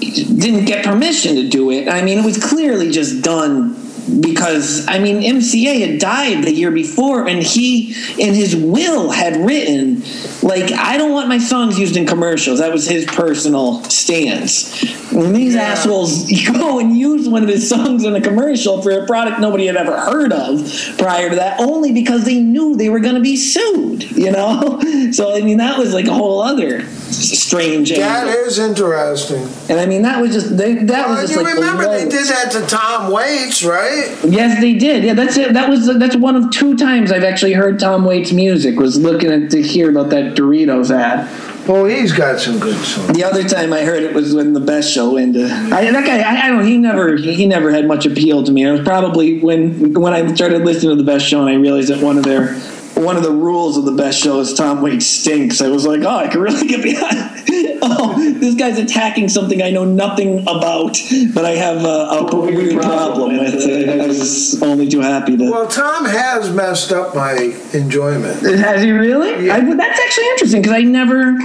Speaker 12: didn't get permission to do it. I mean, it was clearly just done because I mean, MCA had died the year before, and he, in his will, had written like, "I don't want my songs used in commercials." That was his personal stance. And these assholes go and use one of his songs in a commercial for a product nobody had ever heard of prior to that, only because they knew they were going to be sued. You know, so I mean, that was like a whole other strange.
Speaker 2: That
Speaker 12: angle.
Speaker 2: is interesting.
Speaker 12: And I mean, that was just they, that was
Speaker 2: Well,
Speaker 12: just
Speaker 2: you
Speaker 12: like the
Speaker 2: remember they
Speaker 12: lowest.
Speaker 2: did that to Tom Waits, right?
Speaker 12: Yes, they did. Yeah, that's it. That was that's one of two times I've actually heard Tom Waits' music. Was looking at, to hear about that Doritos ad.
Speaker 2: Well, Oh, he's got some good songs.
Speaker 12: The other time I heard it was when the best show ended. I, that guy, I, I don't. He never, he never had much appeal to me. It was probably when when I started listening to the best show and I realized that one of their one of the rules of the best show is Tom Waits stinks. I was like, oh, I can really get behind. oh, this guy's attacking something I know nothing about, but I have a, a weird problem with. I was only too happy to.
Speaker 2: Well, Tom has messed up my enjoyment.
Speaker 12: Has he really? I, but that's actually interesting because I never.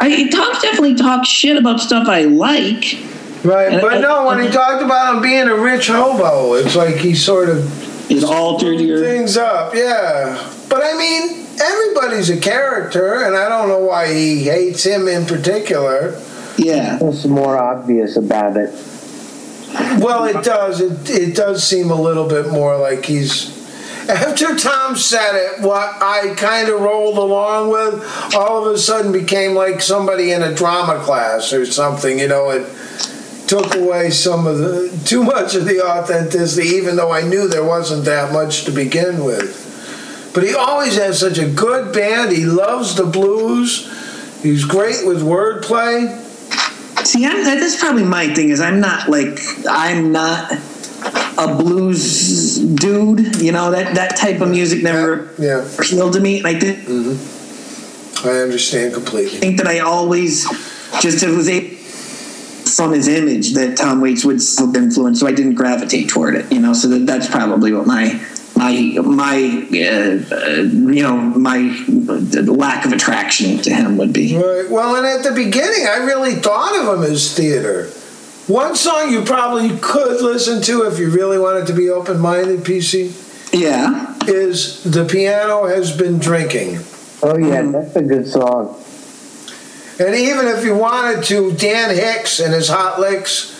Speaker 12: I Tom's definitely talked shit about stuff I like.
Speaker 2: Right, but no, when he talked about him being a rich hobo, it's like he sort of
Speaker 12: it altered your
Speaker 2: things up. Yeah, but I mean, everybody's a character, and I don't know why he hates him in particular.
Speaker 12: Yeah.
Speaker 10: It's more obvious about it.
Speaker 2: Well, it does. It it does seem a little bit more like he's. After Tom said it, what I kind of rolled along with, all of a sudden became like somebody in a drama class or something. You know, it took away some of the too much of the authenticity, even though I knew there wasn't that much to begin with. But he always has such a good band. He loves the blues. He's great with wordplay.
Speaker 12: See, I'm, that's probably my thing. Is I'm not like I'm not a blues dude. You know that that type of music never
Speaker 2: yeah.
Speaker 12: appealed to me. And I did
Speaker 2: I understand completely.
Speaker 12: think that I always just was able from his image that Tom Waits would have influenced, so I didn't gravitate toward it. You know, so that, that's probably what my my my uh, uh, you know my uh, lack of attraction to him would be.
Speaker 2: Right. Well, and at the beginning, I really thought of him as theater. One song you probably could listen to if you really wanted to be open minded, PC.
Speaker 12: Yeah.
Speaker 2: Is The Piano Has Been Drinking.
Speaker 10: Oh, yeah, that's a good song.
Speaker 2: And even if you wanted to, Dan Hicks and his Hot Licks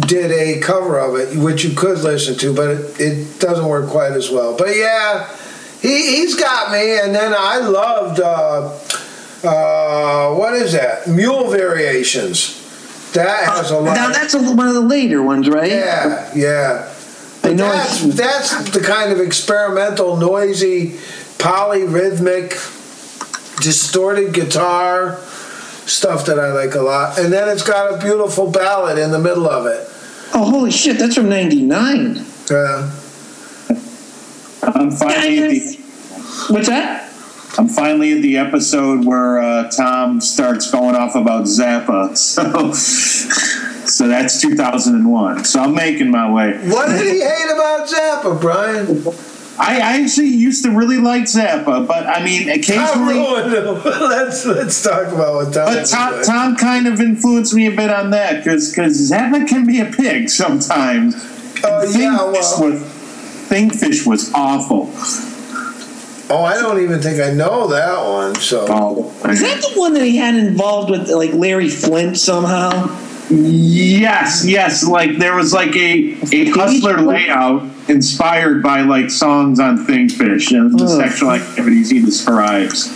Speaker 2: did a cover of it, which you could listen to, but it, it doesn't work quite as well. But yeah, he, he's got me. And then I loved, uh, uh, what is that? Mule Variations. That has a lot.
Speaker 12: Now that's a, one of the later ones, right?
Speaker 2: Yeah, yeah.
Speaker 12: I know
Speaker 2: that's, that's the kind of experimental, noisy, polyrhythmic, distorted guitar stuff that I like a lot. And then it's got a beautiful ballad in the middle of it.
Speaker 12: Oh, holy shit! That's from '99.
Speaker 2: Yeah.
Speaker 7: I'm finally at the,
Speaker 12: What's that?
Speaker 7: I'm finally at the episode where uh, Tom starts going off about Zappa. So, so that's 2001. So I'm making my way.
Speaker 2: What did he hate about Zappa, Brian?
Speaker 7: I, I actually used to really like Zappa, but I mean, occasionally.
Speaker 2: I ruined him. let's let's talk about what Tom.
Speaker 7: But
Speaker 2: was
Speaker 7: Tom,
Speaker 2: doing.
Speaker 7: Tom kind of influenced me a bit on that because Zappa can be a pig sometimes.
Speaker 2: Oh yeah,
Speaker 7: Thingfish
Speaker 2: well,
Speaker 7: was, Thingfish was awful.
Speaker 2: oh, I don't even think I know that one. So.
Speaker 12: Is that the one that he had involved with like Larry Flint somehow?
Speaker 7: Yes, yes. Like there was like a a hustler layout inspired by like songs on Thingfish and the
Speaker 12: Ugh.
Speaker 7: sexual activities he describes.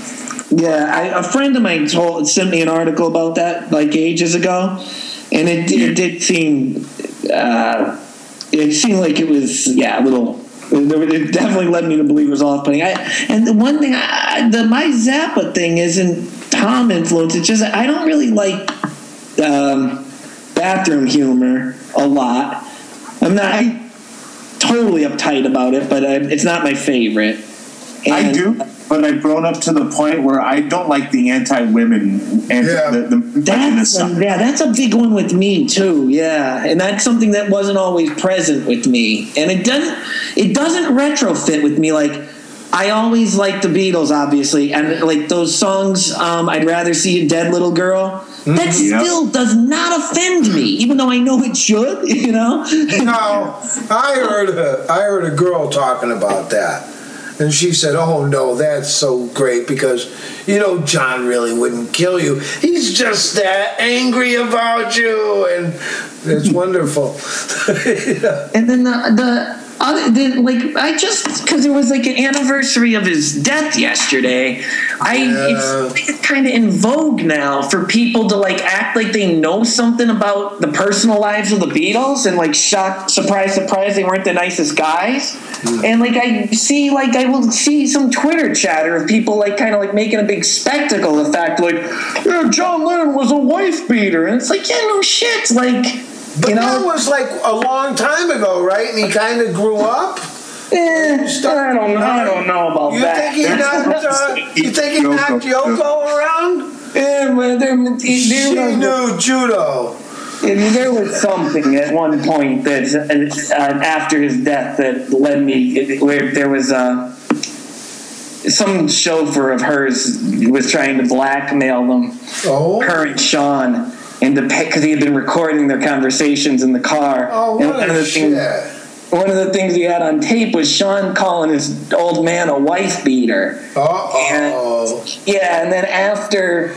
Speaker 12: Yeah, I, a friend of mine told sent me an article about that like ages ago, and it, it did seem uh, it seemed like it was yeah a little It definitely led me to believe it was off putting. I and the one thing I, the my Zappa thing isn't Tom influence. It's just I don't really like um, bathroom humor a lot. I'm not totally uptight about it, but I, it's not my favorite.
Speaker 7: I do, but I've grown up to the point where I don't like the anti-women. Anti, yeah. The, the,
Speaker 12: That's a, yeah, that's a big one with me too. Yeah, and that's something that wasn't always present with me, and it doesn't it doesn't retrofit with me. Like I always liked the Beatles, obviously, and like those songs. Um, I'd rather see a dead little girl. That
Speaker 7: Mhm. Yep.
Speaker 12: still does not offend me, even though I know it should. You know,
Speaker 2: No, I heard a, I heard a girl talking about that, and she said, "Oh no, that's so great because you know John really wouldn't kill you. He's just that angry about you, and it's wonderful." Yeah.
Speaker 12: And then the the other the, like I just because it was like an anniversary of his death yesterday. I it's, it's kind of in vogue now for people to like act like they know something about the personal lives of the Beatles and like shock surprise surprise they weren't the nicest guys. And like I see like I will see some Twitter chatter of people like kind of like making a big spectacle of the fact like yeah, John Lennon was a wife beater and it's like yeah no shit like.
Speaker 2: But
Speaker 12: you know,
Speaker 2: that was like a long time ago, right? And he kind of grew up.
Speaker 12: I don't know. I don't know about
Speaker 2: you Think
Speaker 12: that.
Speaker 2: he knocked, uh, you think he
Speaker 12: Yoko.
Speaker 2: knocked Yoko around?
Speaker 12: Yeah, well, there, there
Speaker 2: she
Speaker 12: was-
Speaker 2: knew judo.
Speaker 12: there was something at one point that uh, after his death that led me where there was uh, some chauffeur of hers was trying to blackmail them,
Speaker 2: oh.
Speaker 12: her and Sean, into because he had been recording their conversations in the car.
Speaker 2: Oh,
Speaker 12: And
Speaker 2: what
Speaker 12: one of
Speaker 2: a
Speaker 12: the things-
Speaker 2: shit.
Speaker 12: one of the things he had on tape was Sean calling his old man a wife beater.
Speaker 2: Oh.
Speaker 12: Yeah, and then after,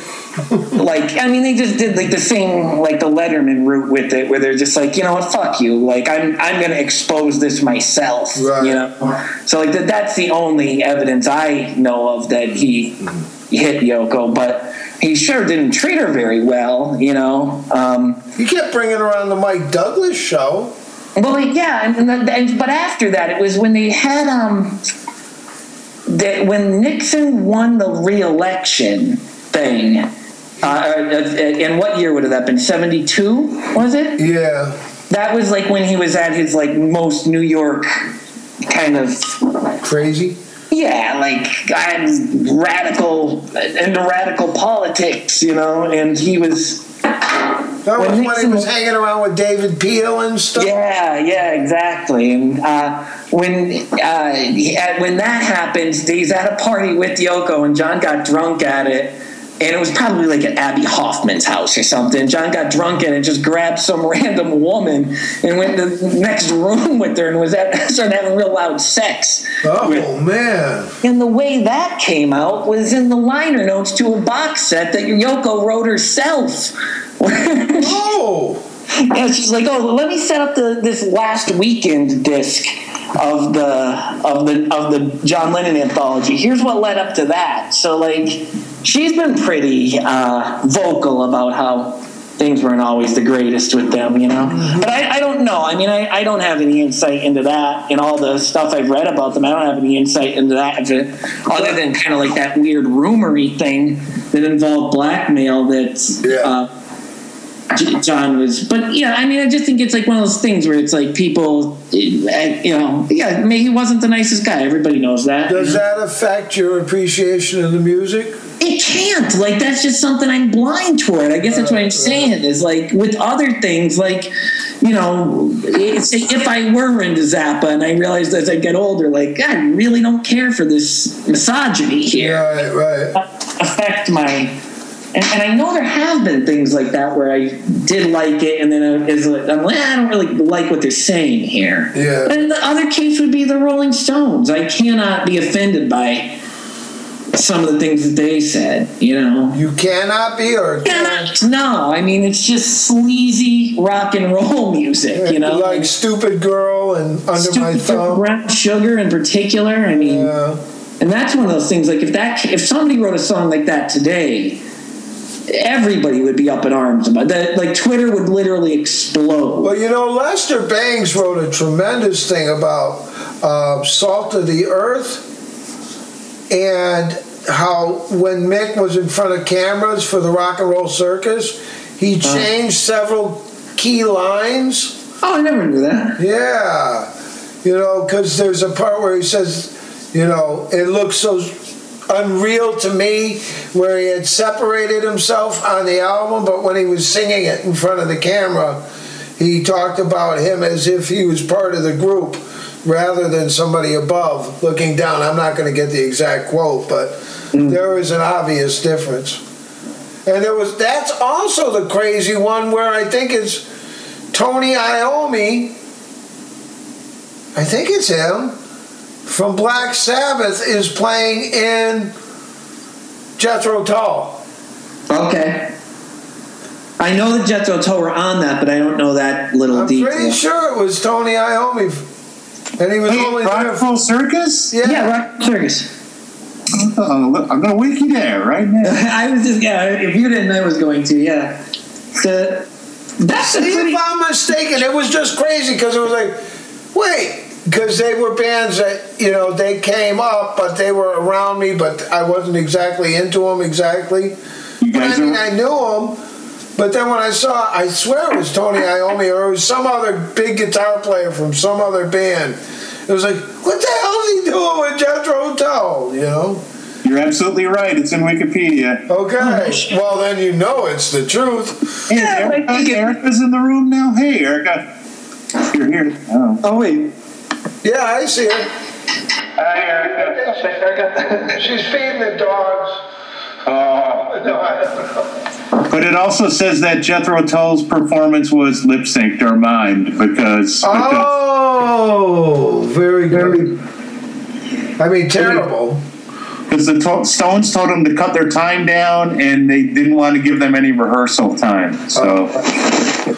Speaker 12: like, I mean, they just did like the same, like the Letterman route with it, where they're just like, you know what, fuck you, like I'm, I'm gonna expose this myself, you know. So like that, that's the only evidence I know of that he hit Yoko, but he sure didn't treat her very well, you know. Um,
Speaker 2: You kept bringing her on the Mike Douglas show.
Speaker 12: Well, like, yeah, and, and, and but after that, it was when they had um, that when Nixon won the re-election thing. Uh, uh, and what year would have that been? Seventy-two was it?
Speaker 2: Yeah.
Speaker 12: That was like when he was at his like most New York kind of
Speaker 2: crazy.
Speaker 12: Yeah, like I'm radical into radical politics, you know. And he was
Speaker 2: That was when he was hanging around with David Peel and stuff.
Speaker 12: Yeah, yeah, exactly. And uh, when uh, he- uh, when that happened, he's at a party with Yoko, and John got drunk at it. And it was probably like at Abby Hoffman's house or something. John got drunk at it and just grabbed some random woman and went to the next room with her and was at, started having real loud sex.
Speaker 2: Oh man!
Speaker 12: And the way that came out was in the liner notes to a box set that Yoko wrote herself.
Speaker 2: oh.
Speaker 12: Yeah, she's like, oh, let me set up the this last weekend disc of the of the of the John Lennon anthology. Here's what led up to that. So like, she's been pretty uh, vocal about how things weren't always the greatest with them, you know. But I, I don't know. I mean, I, I don't have any insight into that and all the stuff I've read about them. I don't have any insight into that of it, other than kind of like that weird rumory thing that involved blackmail that uh, J- John was. But yeah, I mean, I just think it's like one of those things where it's like people, eh, eh, you know, yeah, I mean, he wasn't the nicest guy. Everybody knows that.
Speaker 2: Does that affect your appreciation of the music?
Speaker 12: It can't. Like that's just something I'm blind toward. I guess that's what I'm saying is like with other things, like you know, it's, if I were into Zappa and I realized as I get older, like I really don't care for this misogyny here.
Speaker 2: Right, right.
Speaker 12: Affect my. And, and I know there have been things like that where I did like it, and then I, is like, I'm like, "Ah, I don't really like what they're saying here.
Speaker 2: Yeah.
Speaker 12: And the other case would be the Rolling Stones. I cannot be offended by some of the things that they said, you know.
Speaker 2: You cannot be or
Speaker 12: cannot. No, I mean it's just sleazy rock and roll music, you know.
Speaker 2: Like Stupid Girl and Under My Thumb.
Speaker 12: Brown Sugar in particular, I mean And that's one of those things like if that if somebody wrote a song like that today, everybody would be up in arms about that. Like Twitter would literally explode.
Speaker 2: Well, you know, Lester Bangs wrote a tremendous thing about uh, Salt of the Earth and how when Mick was in front of cameras for the Rock and Roll Circus, he changed several key lines.
Speaker 12: Oh, I never knew that.
Speaker 2: Yeah. You know, because there's a part where he says, you know, it looks so unreal to me where he had separated himself on the album, but when he was singing it in front of the camera, he talked about him as if he was part of the group rather than somebody above looking down. I'm not going to get the exact quote, but there is an obvious difference. And there was that's also the crazy one where I think it's Tony Iommi. I think it's him from Black Sabbath is playing in Jethro Tull.
Speaker 12: Okay. I know that Jethro Tull were on that, but I don't know that little
Speaker 2: I'm
Speaker 12: detail.
Speaker 2: pretty sure it was Tony Iommi, and he was only there.
Speaker 7: Rockful Circus?
Speaker 2: Yeah.
Speaker 12: Yeah, Rock Circus.
Speaker 7: Oh, look, I'm gonna wiki there right now.
Speaker 12: I was just yeah. If you didn't, I was going to. Yeah. So that's a
Speaker 2: See
Speaker 12: pretty.
Speaker 2: if I'm mistaken. It was just crazy because it was like, wait, because they were bands that you know they came up, but they were around me, but I wasn't exactly into them exactly.
Speaker 7: You
Speaker 2: But I
Speaker 7: guys
Speaker 2: mean,
Speaker 7: are
Speaker 2: I knew them. But then when I saw, I swear it was Tony Iommi or it was some other big guitar player from some other band. It was like, what the hell is he doing with Jethro Tull? You know?
Speaker 7: you're absolutely right. It's in Wikipedia.
Speaker 2: Okay. well, then you know it's the truth.
Speaker 7: Hey, Erica, Erica's in the room now. Hey, Erica, you're here. Oh,
Speaker 12: Oh wait.
Speaker 2: Yeah, I see it.
Speaker 9: Hi, Erica. She's feeding the dogs. Oh. No, I don't know.
Speaker 7: but it also says that Jethro Tull's performance was lip synced or mimed because. because-
Speaker 2: Oh, very good. I mean, terrible.
Speaker 7: because the to- Stones told them to cut their time down, and they didn't want to give them any rehearsal time. So
Speaker 9: That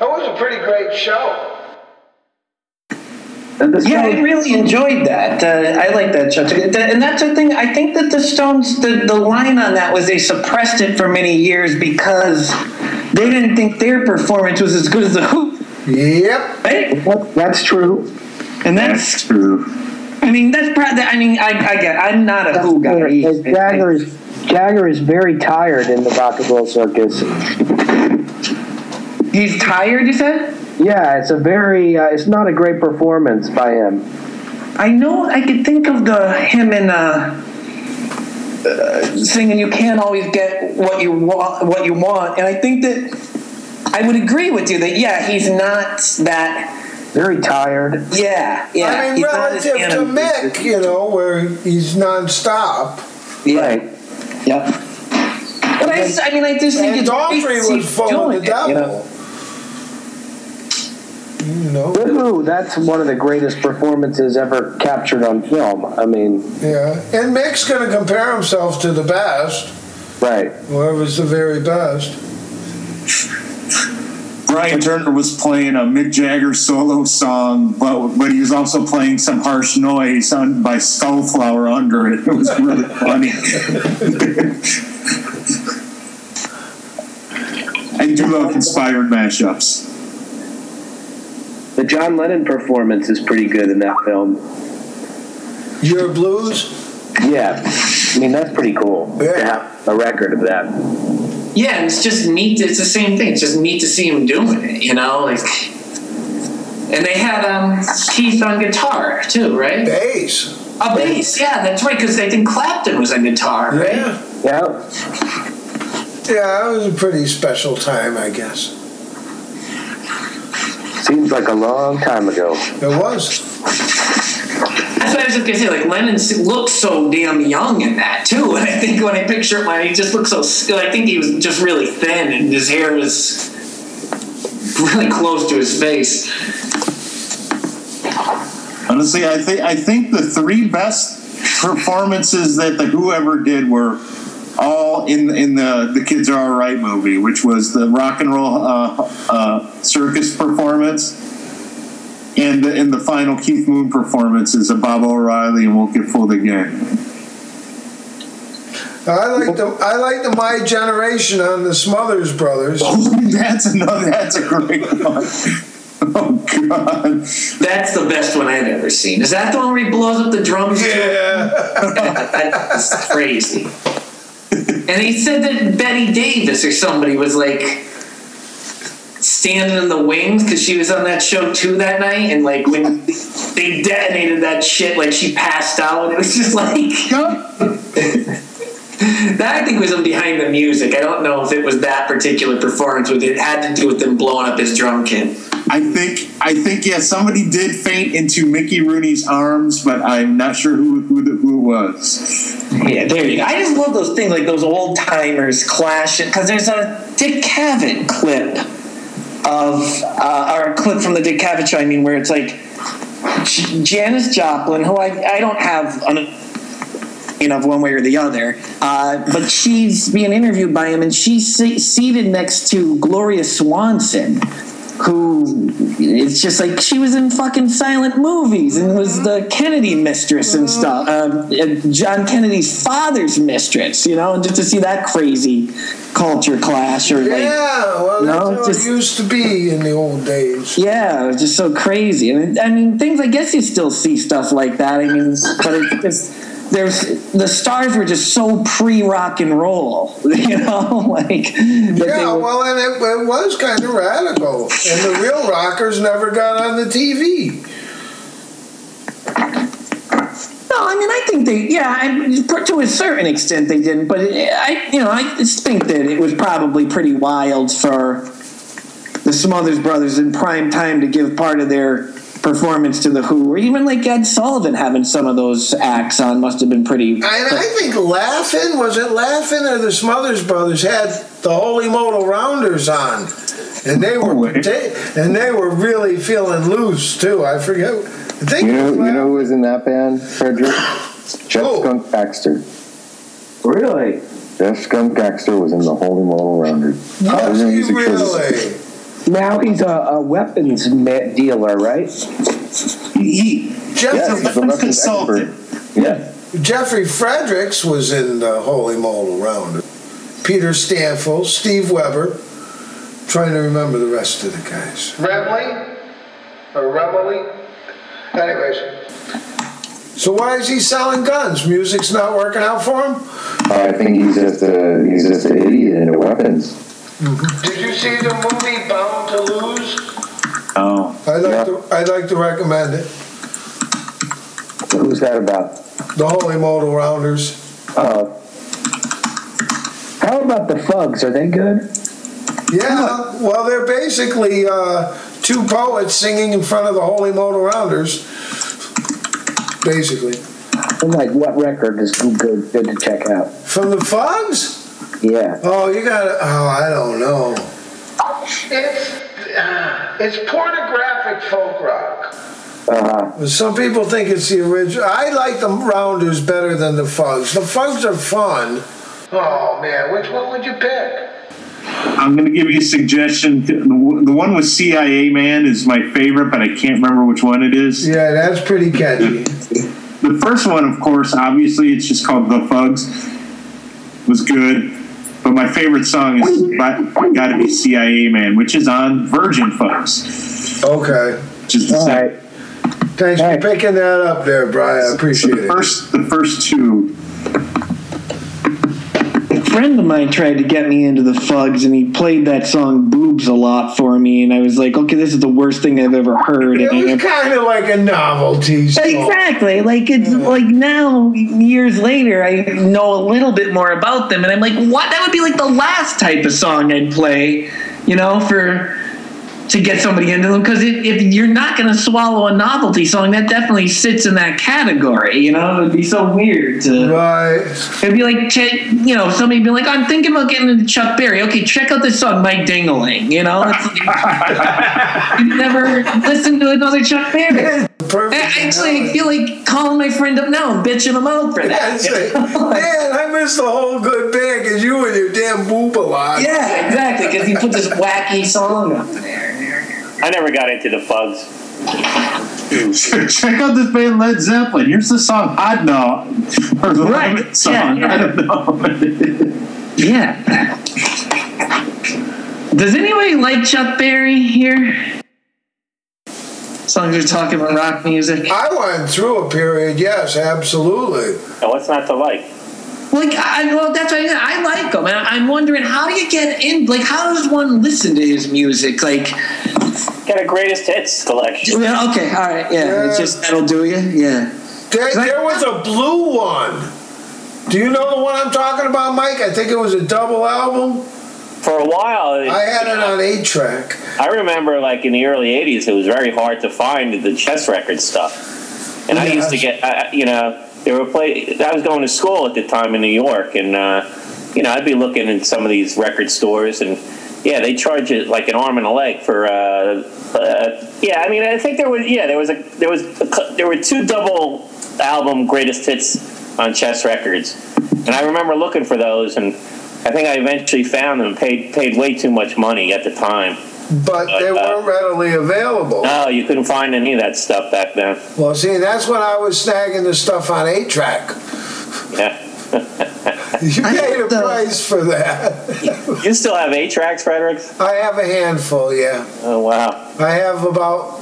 Speaker 9: was a pretty great show.
Speaker 1: yeah,
Speaker 12: Yeah, I really enjoyed that. Uh, I like that show, too. That- and that's the thing. I think that the Stones, the, the line on that was they suppressed it for many years because they didn't think their performance was as good as the Who,
Speaker 2: Yep.
Speaker 12: right?
Speaker 10: That's true.
Speaker 12: And that's,
Speaker 7: that's true.
Speaker 12: I mean, that's probably. I mean, I, I get. I'm not a Who guy.
Speaker 10: Because Jagger is Jagger is very tired in the rock and roll circus.
Speaker 12: He's tired. You said.
Speaker 10: Yeah, it's a very uh, it's not a great performance by him.
Speaker 12: I know I could think of the him in uh, uh, singing "You Can't Always Get What You Want," what you want, and I think that I would agree with you that yeah, he's not that.
Speaker 10: Very tired.
Speaker 12: Yeah, yeah.
Speaker 2: I mean,
Speaker 12: he's not as
Speaker 2: relative to
Speaker 12: animated.
Speaker 2: Mick, you know, where he's nonstop.
Speaker 12: Yeah.
Speaker 10: Right.
Speaker 12: Yep. But I, just- I mean, I just think
Speaker 2: And
Speaker 12: it's
Speaker 2: Daughtry
Speaker 12: great
Speaker 2: was
Speaker 12: he's
Speaker 2: full
Speaker 12: doing
Speaker 2: of the
Speaker 12: it, you
Speaker 2: devil. You
Speaker 12: know?
Speaker 2: know,
Speaker 10: The Who, that's one of the greatest performances ever captured on film. I mean,
Speaker 2: yeah. And Mick's going to compare himself to the best,
Speaker 10: right.
Speaker 2: whoever's the very best.
Speaker 7: Brian Turner was playing a Mick Jagger solo song, but but he was also playing some harsh noise on, by Skullflower under it. It was really funny. I do love inspired mashups.
Speaker 15: The John Lennon performance is pretty good in that film.
Speaker 2: Your blues?
Speaker 15: Yeah, I mean that's pretty cool.
Speaker 2: Yeah.
Speaker 15: To have a record of that.
Speaker 1: Yeah, and it's just neat. It's the same thing. It's just neat to see him doing it, you know. Like, and they had um, Keith on guitar too, right?
Speaker 2: Bass.
Speaker 1: A bass, yeah, that's right. Because I think Clapton was on guitar, right?
Speaker 2: Yeah.
Speaker 10: Yeah.
Speaker 2: Yeah, it was a pretty special time, I guess.
Speaker 15: Seems like a long time ago.
Speaker 2: It was.
Speaker 1: That's what I was just gonna say. Like Lennon s- looks so damn young in that too, and I think when I picture him, like, he just looks so. s- I think he was just really thin, and his hair was really close to his face.
Speaker 7: Honestly, I think I think the three best performances that the whoever did were all in in the the Kids Are All Right movie, which was the rock and roll uh, uh, circus performance, and the, and the final Keith Moon performance is a Bob O'Reilly and Won't Get Fooled Again.
Speaker 2: I like the I like the My Generation on the Smothers Brothers.
Speaker 12: Oh,
Speaker 7: that's another. That's a great one. Oh God!
Speaker 12: That's the best one I've ever seen. Is that the one where he blows up the drums? Yeah, that's crazy. And he said that Betty Davis or somebody was like standing in the wings because she was on that show too that night, and like when they detonated that shit, like she passed out. It was just like. That I think was in behind the music. I don't know if it was that particular performance, but it had to do with them blowing up his drum kit.
Speaker 7: I think I think yeah, somebody did faint into Mickey Rooney's arms, but I'm not sure who who, the, who it was.
Speaker 12: Yeah, there you go. I just love those things like those old timers clashing because there's a Dick Cavett clip of uh, or a clip from the Dick Cavett show. I mean, where it's like J- Janis Joplin, who I I don't have an opinion of one way or the other, uh, but she's being interviewed by him, and she's se- seated next to Gloria Swanson. Who it's just like she was in fucking silent movies and was the Kennedy mistress and stuff, uh, and John Kennedy's father's mistress, you know, and just to see that crazy culture clash or like,
Speaker 2: yeah, well,
Speaker 12: you know,
Speaker 2: that's how
Speaker 12: just-
Speaker 2: it used to be in the old days.
Speaker 12: yeah, it was just so crazy. I mean, I mean, things. I guess you still see stuff like that. I mean, but it's just there's the stars were just so pre rock and roll, you know, like that they
Speaker 2: Yeah,
Speaker 12: were-
Speaker 2: well, and it, it was kind of radical, and the real rockers never got on the TV.
Speaker 12: No, I mean, I think they, yeah, I, to a certain extent they didn't, but I, you know, I just think that it was probably pretty wild for the Smothers Brothers in prime time to give part of their performance to the Who, or even like Ed Sullivan having some of those acts on must have been pretty.
Speaker 2: And I think Laughing was it Laughing or the Smothers Brothers had the Holy Modal Rounders on, and they
Speaker 16: Oh,
Speaker 2: were they, and they were really feeling loose too. I forget. I think
Speaker 16: You know, you know who was in that band, Frederick? Jeff Skunk Baxter. Really? Jeff Skunk Baxter was in the Holy Model Rounder. Was in music for the-
Speaker 10: Now he's a, a weapons ma- dealer, right?
Speaker 7: He,
Speaker 2: Jeff
Speaker 10: Yes, he's a weapons
Speaker 7: consultant.
Speaker 16: Yeah.
Speaker 2: Jeffrey Fredericks was in the Holy Modal Rounder. Peter Stanfill, Steve Weber. Trying to remember the rest of the guys.
Speaker 9: Remley? Or Remley? Anyways,
Speaker 2: So why is he selling guns? Music's not working out for him.
Speaker 16: I think he's just a he's just an idiot into weapons.
Speaker 9: did you see the movie Bound to Lose?
Speaker 16: Oh.
Speaker 2: I'd like to. I'd like to recommend it.
Speaker 16: Who's that about?
Speaker 2: The Holy Modal Rounders.
Speaker 10: Uh, how about the Fugs? Are they good?
Speaker 2: Yeah, well, they're basically uh, two poets singing in front of the Holy Modal Rounders, basically.
Speaker 10: And like, what record is good good to check out?
Speaker 2: From the Fugs?
Speaker 10: Yeah.
Speaker 2: Oh, you got to, oh, I don't know.
Speaker 9: It's, uh, it's pornographic folk rock.
Speaker 2: Uh-huh. Some people think it's the original. I like the Rounders better than the Fugs. The Fugs are fun.
Speaker 9: Oh man, which one would you pick?
Speaker 7: I'm going to give you a suggestion. The one with CIA Man is my favorite, but I can't remember which one it is.
Speaker 2: Yeah, that's pretty catchy.
Speaker 7: The first one, of course, obviously, it's just called The Fugs. Was good, but my favorite song is "Got to Be CIA Man," which is on Virgin Fugs.
Speaker 2: Okay.
Speaker 7: Which is the
Speaker 1: Oh,
Speaker 2: All
Speaker 7: second.
Speaker 2: right. Thanks for picking that up there, Brian. I appreciate it.
Speaker 7: First, the first two.
Speaker 12: A friend of mine tried to get me into the Fugs, and he played that song "Boobs" a lot for me, and I was like, okay, this is the worst thing I've ever heard.
Speaker 2: It
Speaker 12: and I
Speaker 2: was
Speaker 12: never-
Speaker 2: kind of like a novelty song.
Speaker 12: Exactly. Like it's like now years later I know a little bit more about them and I'm like, what that would be like the last type of song I'd play, you know, for to get somebody into them because if, if you're not going to swallow a novelty song, that definitely sits in that category. You know, it would be so weird to.
Speaker 2: Right.
Speaker 12: It'd be like, check, you know, somebody would be like, I'm thinking about getting into Chuck Berry. Okay, check out this song, My Dingling. You know, it's like, you've never listened to another Chuck Berry.
Speaker 2: Perfect.
Speaker 12: Actually, I feel like calling my friend up now and bitching him out for
Speaker 2: Yeah,
Speaker 12: that.
Speaker 2: it's like, man, I miss the whole good band because you and your damn boob a lot.
Speaker 12: Yeah, exactly. Because he put this wacky song on there.
Speaker 5: I never got into the Fugs.
Speaker 7: Check out this band Led Zeppelin. Here's the song Hot Dog. Or the
Speaker 1: Right.
Speaker 7: Lemon song.
Speaker 1: Yeah, yeah.
Speaker 7: I don't know.
Speaker 1: yeah. Does anybody like Chuck Berry here? As long as you're talking about rock music.
Speaker 2: I went through a period, yes, absolutely.
Speaker 5: And what's not to like?
Speaker 1: Like, I, well, that's what I, I like him, and I'm wondering how do you get in? Like, how does one listen to his music? Like,
Speaker 5: Got a greatest hits collection.
Speaker 1: yeah, okay, all right, yeah, it's just that'll do you, yeah.
Speaker 2: There, there was a blue one. Do you know the one I'm talking about, Mike? I think it was a double album.
Speaker 5: For a while, it-
Speaker 2: I had it on eight track.
Speaker 5: I remember, like in the early '80s, it was very hard to find the chess record stuff, and I used to get, I, I- you know, they were play. I was going to school at the time in New York, and uh, you know, I'd be looking in some of these record stores, and yeah, they charge it like an arm and a leg for. Uh, uh, yeah, I mean, I think there was, yeah, there was a, there was, a, cou- there were two double album greatest hits on Chess Records, and I remember looking for those, and I think I eventually found them. Paid paid way too much money at the time.
Speaker 2: But they weren't readily available.
Speaker 5: No, Oh, you couldn't find any of that stuff back then.
Speaker 2: Well, see, that's when I was snagging the stuff on eight track.
Speaker 5: Yeah.
Speaker 2: You paid a price for that.
Speaker 5: you still have eight tracks, Frederick?
Speaker 2: I have a handful, yeah.
Speaker 5: Oh wow,
Speaker 2: I have about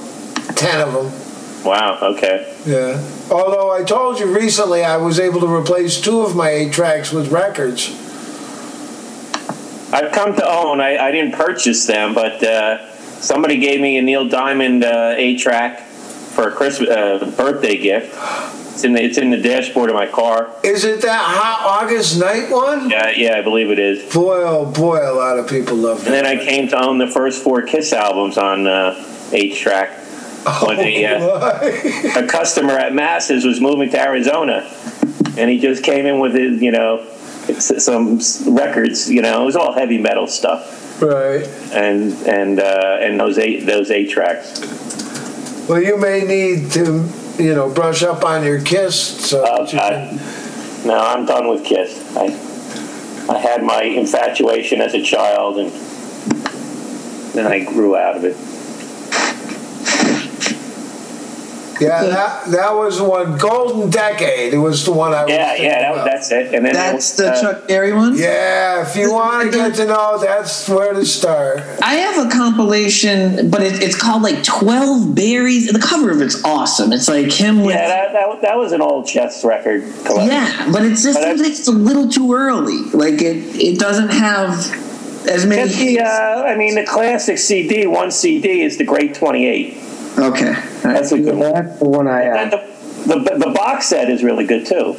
Speaker 2: ten of them.
Speaker 5: wow, okay.
Speaker 2: Yeah. Although I told you recently, I was able to replace two of my eight tracks with records.
Speaker 5: I've come to own. I, I didn't purchase them, but uh, somebody gave me a Neil Diamond uh, eight track for a Christmas uh, birthday gift. It's in the it's in the dashboard of my car.
Speaker 2: Is it that hot August night one?
Speaker 5: Yeah, yeah, I believe it is.
Speaker 2: Boy, oh boy, a lot of people love
Speaker 5: And
Speaker 2: that.
Speaker 5: then I came to own the first four Kiss albums on uh, eight track. When the, uh, a customer at Masses was moving to Arizona, and he just came in with his, you know, s- some s- records. You know, it was all heavy metal stuff,
Speaker 2: Right.
Speaker 5: and and uh, and those eight those eight tracks.
Speaker 2: Well, you may need to, you know, brush up on your kiss. So
Speaker 5: Oh,
Speaker 2: that you can-
Speaker 5: Uh, No, I'm done with Kiss. I I had my infatuation as a child, and then I grew out of it.
Speaker 2: yeah, that, that was the one. Golden Decade was the one I was
Speaker 5: Yeah,
Speaker 2: thinking
Speaker 5: yeah, that,
Speaker 2: about.
Speaker 5: that's it. And then there was, uh,
Speaker 1: Berry one?
Speaker 2: Yeah, if you want to get to know, that's where to start.
Speaker 1: I have a compilation, but it, it's called like 12 Berries. The cover of it's awesome. It's like him with.
Speaker 5: Yeah, that, that, that was an old Chess record collection.
Speaker 1: Yeah, but it's just seems like it's a little too early. Like it, it doesn't have as many.
Speaker 5: Just the, uh, I mean, the classic CD, one CD is the Great 28.
Speaker 1: Okay.
Speaker 5: That's a good one.
Speaker 10: That's the one I
Speaker 5: And
Speaker 10: have.
Speaker 5: the, the, the box set is really good, too.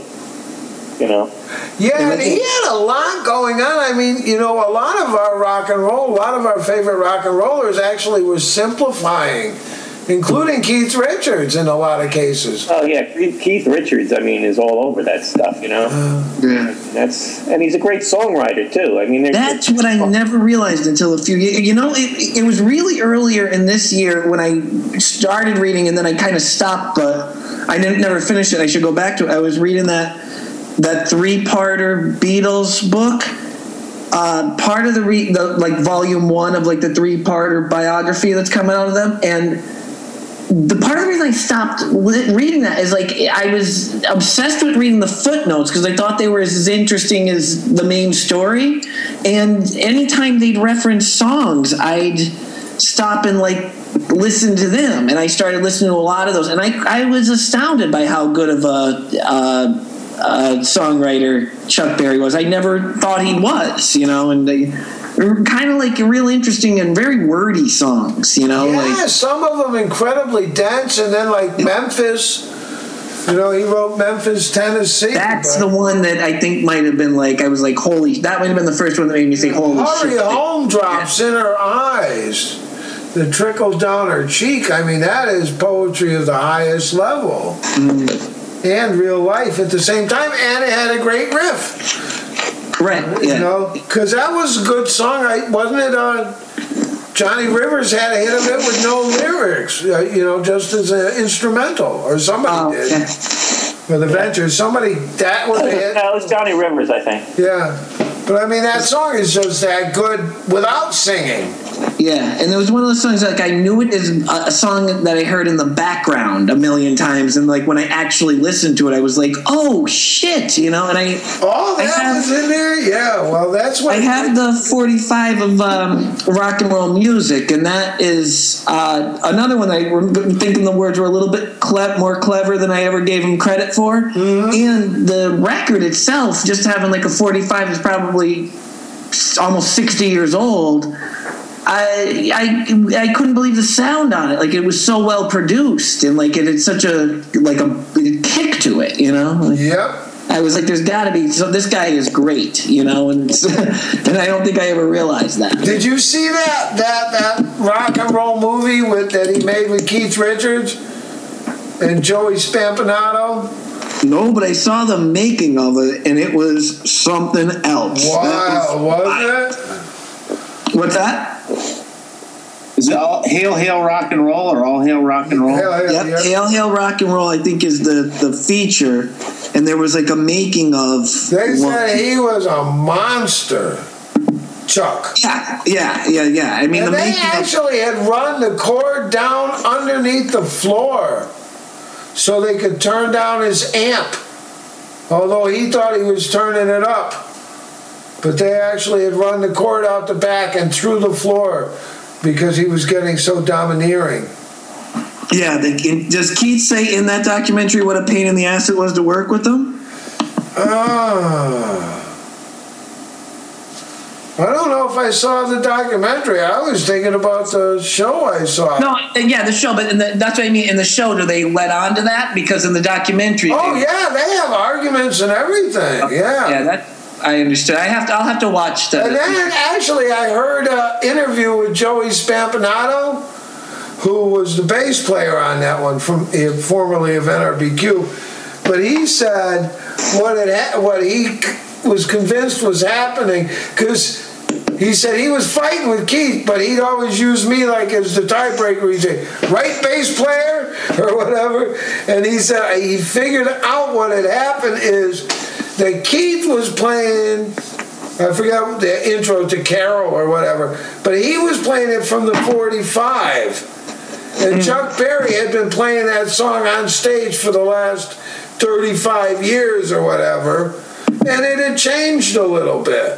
Speaker 5: You know?
Speaker 2: Yeah, and he had a lot going on. I mean, you know, a lot of our rock and roll, a lot of our favorite rock and rollers actually was simplifying, including Keith Richards in a lot of cases.
Speaker 5: Oh, yeah. Keith- Keith Richards, I mean, is all over that stuff, you know?
Speaker 1: Yeah.
Speaker 5: That's And he's a great songwriter, too. I mean, there's.
Speaker 1: That's what I never realized until a few years. You know, it, it was really earlier in this year when I started reading, and then I kind of stopped, but I didn't never finish it. I should go back to it. I was reading that that three parter Beatles book. Uh, part of the, re- the like volume one of like the three parter biography that's coming out of them, and the part of the reason I stopped li- reading that is like I was obsessed with reading the footnotes because I thought they were as, as interesting as the main story. And anytime they'd reference songs, I'd stop and like listen to them. And I started listening to a lot of those, and I I was astounded by how good of a. Uh, uh, songwriter Chuck Berry was. I never thought he was, you know, and they were kind of like real interesting and very wordy songs, you know, like
Speaker 2: Yeah, some of them incredibly dense, and then like Memphis. You know, he wrote Memphis, Tennessee.
Speaker 1: That's
Speaker 2: but-
Speaker 1: the one that I think might have been like I was like, holy. That might have been the first one that made me say, holy
Speaker 2: Hurry
Speaker 1: shit.
Speaker 2: home drops in her eyes. The trickle down her cheek. I mean, that is poetry of the highest level. And real life at the same time. And it had a great riff.
Speaker 1: Correct.
Speaker 2: You know, because that was a good song, I- wasn't it? Uh, Johnny Rivers had a hit of it with no lyrics, uh, you know, just as an instrumental, or somebody
Speaker 1: Um, Oh,
Speaker 2: did. Or the Ventures, somebody, that was a hit.
Speaker 5: No, it was Oh, Johnny Rivers, I think.
Speaker 2: Yeah, but I mean that song is just that good without singing.
Speaker 1: Yeah, and it was one of those songs like I knew it is a a song that I heard in the background a million times, and like when I actually listened to it, I was like, "Oh shit," you know. And I
Speaker 2: oh, that was in there. Yeah, well, that's what
Speaker 1: I have the forty-five of um, rock and roll music, and that is uh, another one I remember thinking the words were a little bit cle- more clever than I ever gave them credit for, and the record itself, just having like a forty-five, is probably s- almost sixty years old. I, I I couldn't believe the sound on it. Like it was so well produced, and like it had such a like a kick to it. You know. Like,
Speaker 2: yep.
Speaker 1: I was like, "There's got to be." So this guy is great, you know, and and I don't think I ever realized that.
Speaker 2: Did you see that that that rock and roll movie with that he made with Keith Richards and Joey Spampinato?
Speaker 1: No, but I saw the making of it, and it was something else.
Speaker 2: Wow, was
Speaker 1: it? What's that?
Speaker 7: Is it all hail, hail, rock and roll, or all hail, rock and roll?
Speaker 1: yep. Hail Hail Rock and Roll, I think, is the, the feature. And there was like a making of.
Speaker 2: They said he was a monster, Chuck.
Speaker 1: Yeah, yeah, yeah, yeah. I mean,
Speaker 2: and
Speaker 1: the
Speaker 2: they
Speaker 1: making of.
Speaker 2: actually had run the cord down underneath the floor so they could turn down his amp. Although he thought he was turning it up, but they actually had run the cord out the back and through the floor because he was getting so domineering.
Speaker 1: Yeah, the, in, does Keith say in that documentary what a pain in the ass it was to work with them?
Speaker 2: Ah. I don't know if I saw the documentary. I was thinking about the show I saw.
Speaker 1: No, yeah, the show, but in the, that's what I mean. In the show, do they let on to that? Because in the documentary.
Speaker 2: Oh
Speaker 1: they-
Speaker 2: yeah, they have arguments and everything. Yeah.
Speaker 1: Yeah, that I understood. I have to. I'll have to watch that.
Speaker 2: And then actually, I heard an interview with Joey Spampinato, who was the bass player on that one from eh, formerly of NRBQ. But he said what it ha- what he c- was convinced was happening because. He said he was fighting with Keith, but he'd always use me like as the tiebreaker. He'd say, right bass player or whatever. And he said he figured out what had happened is that Keith was playing I forgot the intro to Carol or whatever, but he was playing it from the 45. And Chuck Berry had been playing that song on stage for the last 35 years or whatever, and it had changed a little bit.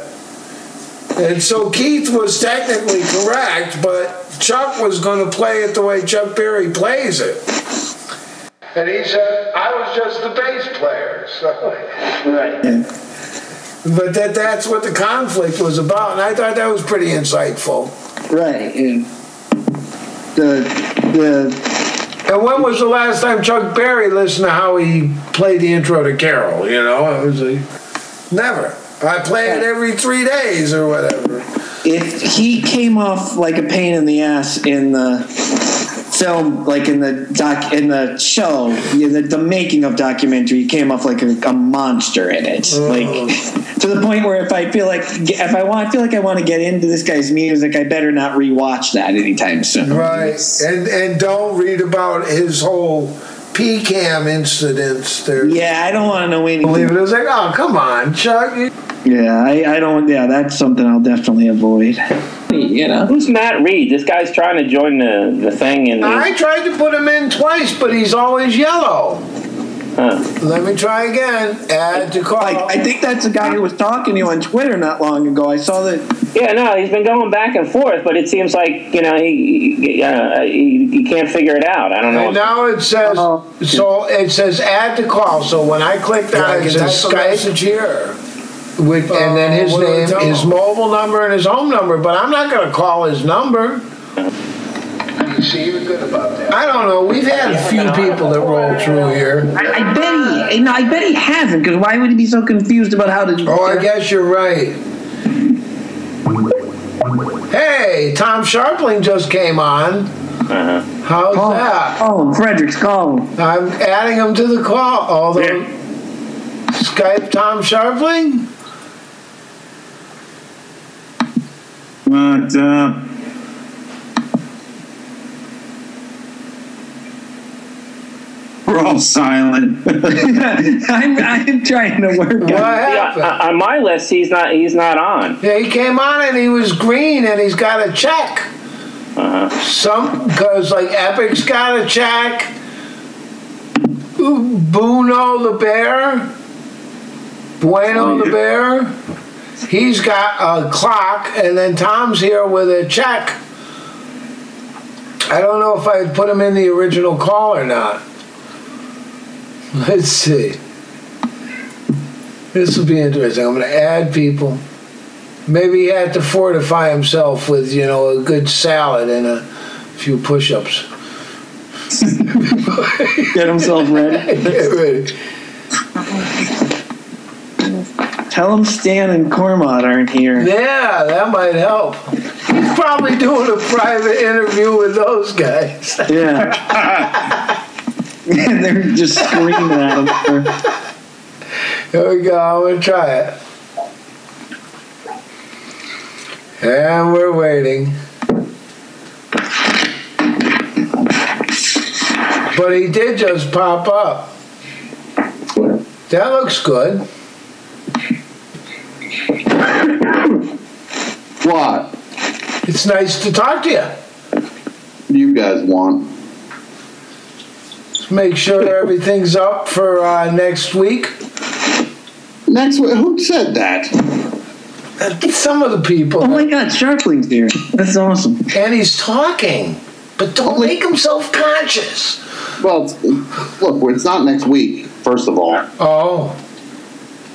Speaker 2: And so Keith was technically correct, but Chuck was going to play it the way Chuck Berry plays it. And he said, I was just the bass player. So.
Speaker 14: Right.
Speaker 2: But that, that's what the conflict was about, and I thought that was pretty insightful.
Speaker 1: Right. And the
Speaker 2: the And when was the last time Chuck Berry listened to how he played the intro to Carol? You know, it was a, never. I play it every three days or whatever.
Speaker 1: if he came off like a pain in the ass in the film, like in the doc, in the show, in the, the making of documentary, he came off like a, a monster in it, like to the point where if I feel like if I want, I feel like I want to get into this guy's music, I better not rewatch that anytime soon.
Speaker 2: Right, and and don't read about his whole PCAM incidents. There.
Speaker 1: Yeah, I don't want to know anything.
Speaker 2: Believe it. It was like, oh come on, Chuck. you-
Speaker 1: Yeah, I, I don't. Yeah, that's something I'll definitely avoid. You know,
Speaker 5: who's Matt Reed? This guy's trying to join the, the thing, and
Speaker 2: I
Speaker 5: he's-
Speaker 2: tried to put him in twice, but he's always yellow. Let me try again. Add to call.
Speaker 1: I think that's the guy who was talking to you on Twitter not long ago. I saw that.
Speaker 5: yeah, no, he's been going back and forth, but it seems like you know he he, uh, he, he can't figure it out. I don't know.
Speaker 2: And now it says so. It says add to call. So when I clicked
Speaker 9: Yeah, I
Speaker 2: on it,
Speaker 9: can
Speaker 2: it says
Speaker 9: type a
Speaker 2: Skype
Speaker 9: message
Speaker 2: here. With, and then his
Speaker 9: Uh, what do I
Speaker 2: name,
Speaker 9: tell
Speaker 2: his
Speaker 9: him?
Speaker 2: mobile number, and his home number. But I'm not going to call his number.
Speaker 9: See, you're good about that.
Speaker 2: I don't know. We've had a few people that roll through here.
Speaker 1: I, I bet he. No, I bet he hasn't. Because why would he be so confused about how to?
Speaker 2: Oh, I guess you're right. Hey, Tom Sharpling just came on. How's that?
Speaker 1: Oh, Call him, Fredericks. Call him.
Speaker 2: I'm adding him to the call. Although Skype Tom Sharpling.
Speaker 7: But, uh, we're all silent.
Speaker 1: I'm, I'm trying to work.
Speaker 2: What happened?
Speaker 5: Yeah, on my list, he's not he's not on.
Speaker 2: Yeah, he came on and he was green and he's got a check. Some because like Epic's got a check. Buno the bear, Bueno the bear. He's got a clock, and then Tom's here with a check. I don't know if I put him in the original call or not. Let's see. This will be interesting. I'm going to add people. Maybe he had to fortify himself with, you know, a good salad and a few push ups.
Speaker 12: Get himself ready.
Speaker 2: Get ready.
Speaker 12: Tell him Stan and Cormod aren't here.
Speaker 2: Yeah, that might help. He's probably doing a private interview with those guys.
Speaker 12: Yeah. and they're just screaming at him.
Speaker 2: Here we go. I'm going to try it. And we're waiting. But he did just pop up. That looks good.
Speaker 3: What?
Speaker 2: It's nice to talk to you.
Speaker 3: You guys want?
Speaker 2: Let's make sure everything's up for uh, next week.
Speaker 3: Next week? Who said that?
Speaker 2: Uh, Some of the people. Oh
Speaker 12: my God, Sharpling's here. That's awesome.
Speaker 2: And he's talking, but
Speaker 3: Oh,
Speaker 2: don't make him self conscious.
Speaker 3: Well, it's- look, it's not next week. First of all.
Speaker 2: Oh.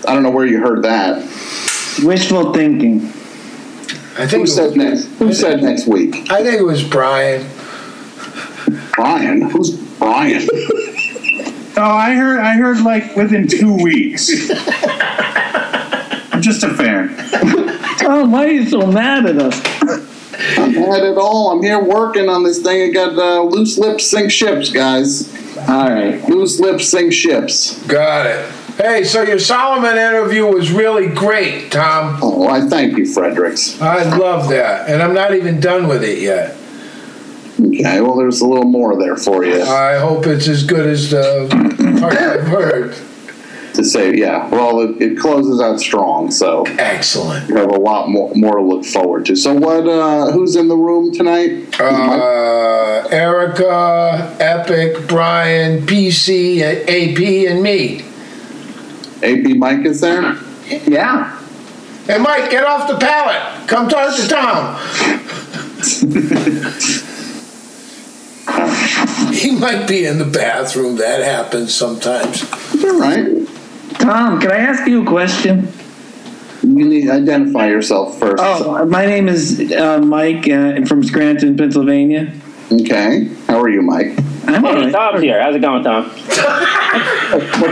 Speaker 3: I don't know where you heard that.
Speaker 12: Wishful thinking.
Speaker 2: I think
Speaker 3: Who said next? Who said next week?
Speaker 2: I think it was Brian.
Speaker 3: Brian? Who's Brian?
Speaker 7: Oh, I heard. I heard like within two weeks. I'm just a fan.
Speaker 1: Oh,
Speaker 12: Tom, why are you so mad at us?
Speaker 3: I'm mad at all. I'm here working on this thing. I got uh, loose lips sink ships, guys.
Speaker 12: All right.
Speaker 3: Loose lips sink ships.
Speaker 2: Got it. Hey, so your Solomon interview was really great, Tom.
Speaker 3: Oh, I thank you, Fredericks.
Speaker 2: I love that. And I'm not even done with it yet.
Speaker 3: Okay, well, there's a little more there for you
Speaker 2: I hope it's as good as the part I've heard.
Speaker 3: to say. Yeah, well, it, it closes out strong, so
Speaker 2: excellent.
Speaker 3: You have a lot more, more to look forward to. So, what? Uh, who's in the room tonight?
Speaker 2: Uh, Erica, Epic, Brian, PC, and AP, and me.
Speaker 3: AP Mike is there?
Speaker 2: Yeah. Hey, Mike, get off the pallet. Come talk to Tom. he might be in the bathroom. That happens sometimes.
Speaker 3: right.
Speaker 12: Tom, can I ask you a question?
Speaker 3: You need to identify yourself first.
Speaker 12: Oh, my name is uh, Mike. Uh, I'm from Scranton, Pennsylvania.
Speaker 3: Okay. How are you, Mike?
Speaker 12: I'm all
Speaker 5: Hey,
Speaker 12: right.
Speaker 5: Tom's here. How's it going, Tom?
Speaker 3: What's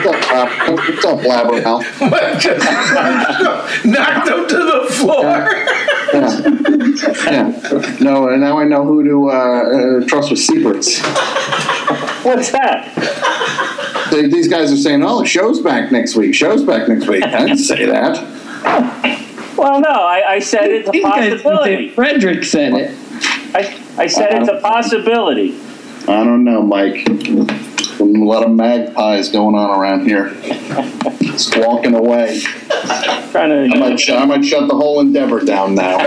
Speaker 3: up, Bob? What's up, Blabbermouth?
Speaker 2: Knocked him to the floor.
Speaker 3: Yeah. No, and now I know who to uh, uh, trust with secrets.
Speaker 5: What's that?
Speaker 3: They, these guys are saying, "Oh, show's back next week. Show's back next week." I didn't say that.
Speaker 5: Well, no, I, I said it's a
Speaker 12: These guys didn't say
Speaker 5: possibility.
Speaker 12: Frederick said it.
Speaker 5: I, I said it's a possibility.
Speaker 3: I don't know, Mike. A lot of magpies going on around here, squawking away.
Speaker 5: Trying to.
Speaker 3: I might, sh- I might shut the whole endeavor down now.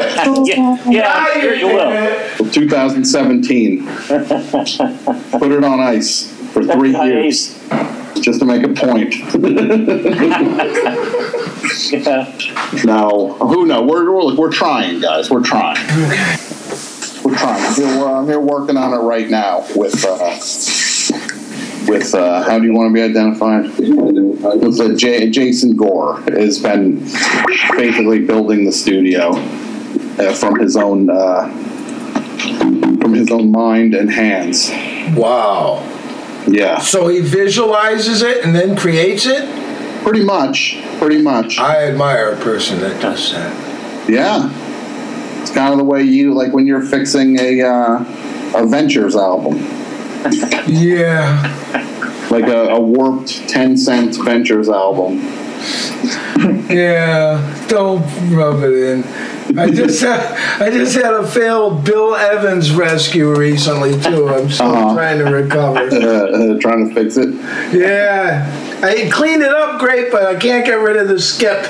Speaker 5: yeah, yeah, I'm sure you will.
Speaker 3: 2017. Put it on ice for three years, just to make a point.
Speaker 5: Yeah.
Speaker 3: No, who knows? We're, we're we're trying, guys. We're trying. We're trying. I'm here, I'm here working on it right now with uh, with uh, how do you want to be identified? With uh, J- Jason Gore has been basically building the studio uh, from his own uh, from his own mind and hands.
Speaker 2: Wow.
Speaker 3: Yeah,
Speaker 2: So he visualizes it and then creates it?
Speaker 3: Pretty much. Pretty much.
Speaker 2: I admire a person that does that.
Speaker 3: yeah. It's kind of the way you like when you're fixing a uh, a Ventures album.
Speaker 2: Yeah.
Speaker 3: like a, a warped 10 cent ventures album
Speaker 2: Yeah. Don't rub it in. I just had, I just had a failed Bill Evans rescue recently too. I'm still
Speaker 3: Uh-huh.
Speaker 2: trying to recover.
Speaker 3: uh, uh, trying to fix it
Speaker 2: Yeah. I cleaned it up great, but I can't get rid of the skip.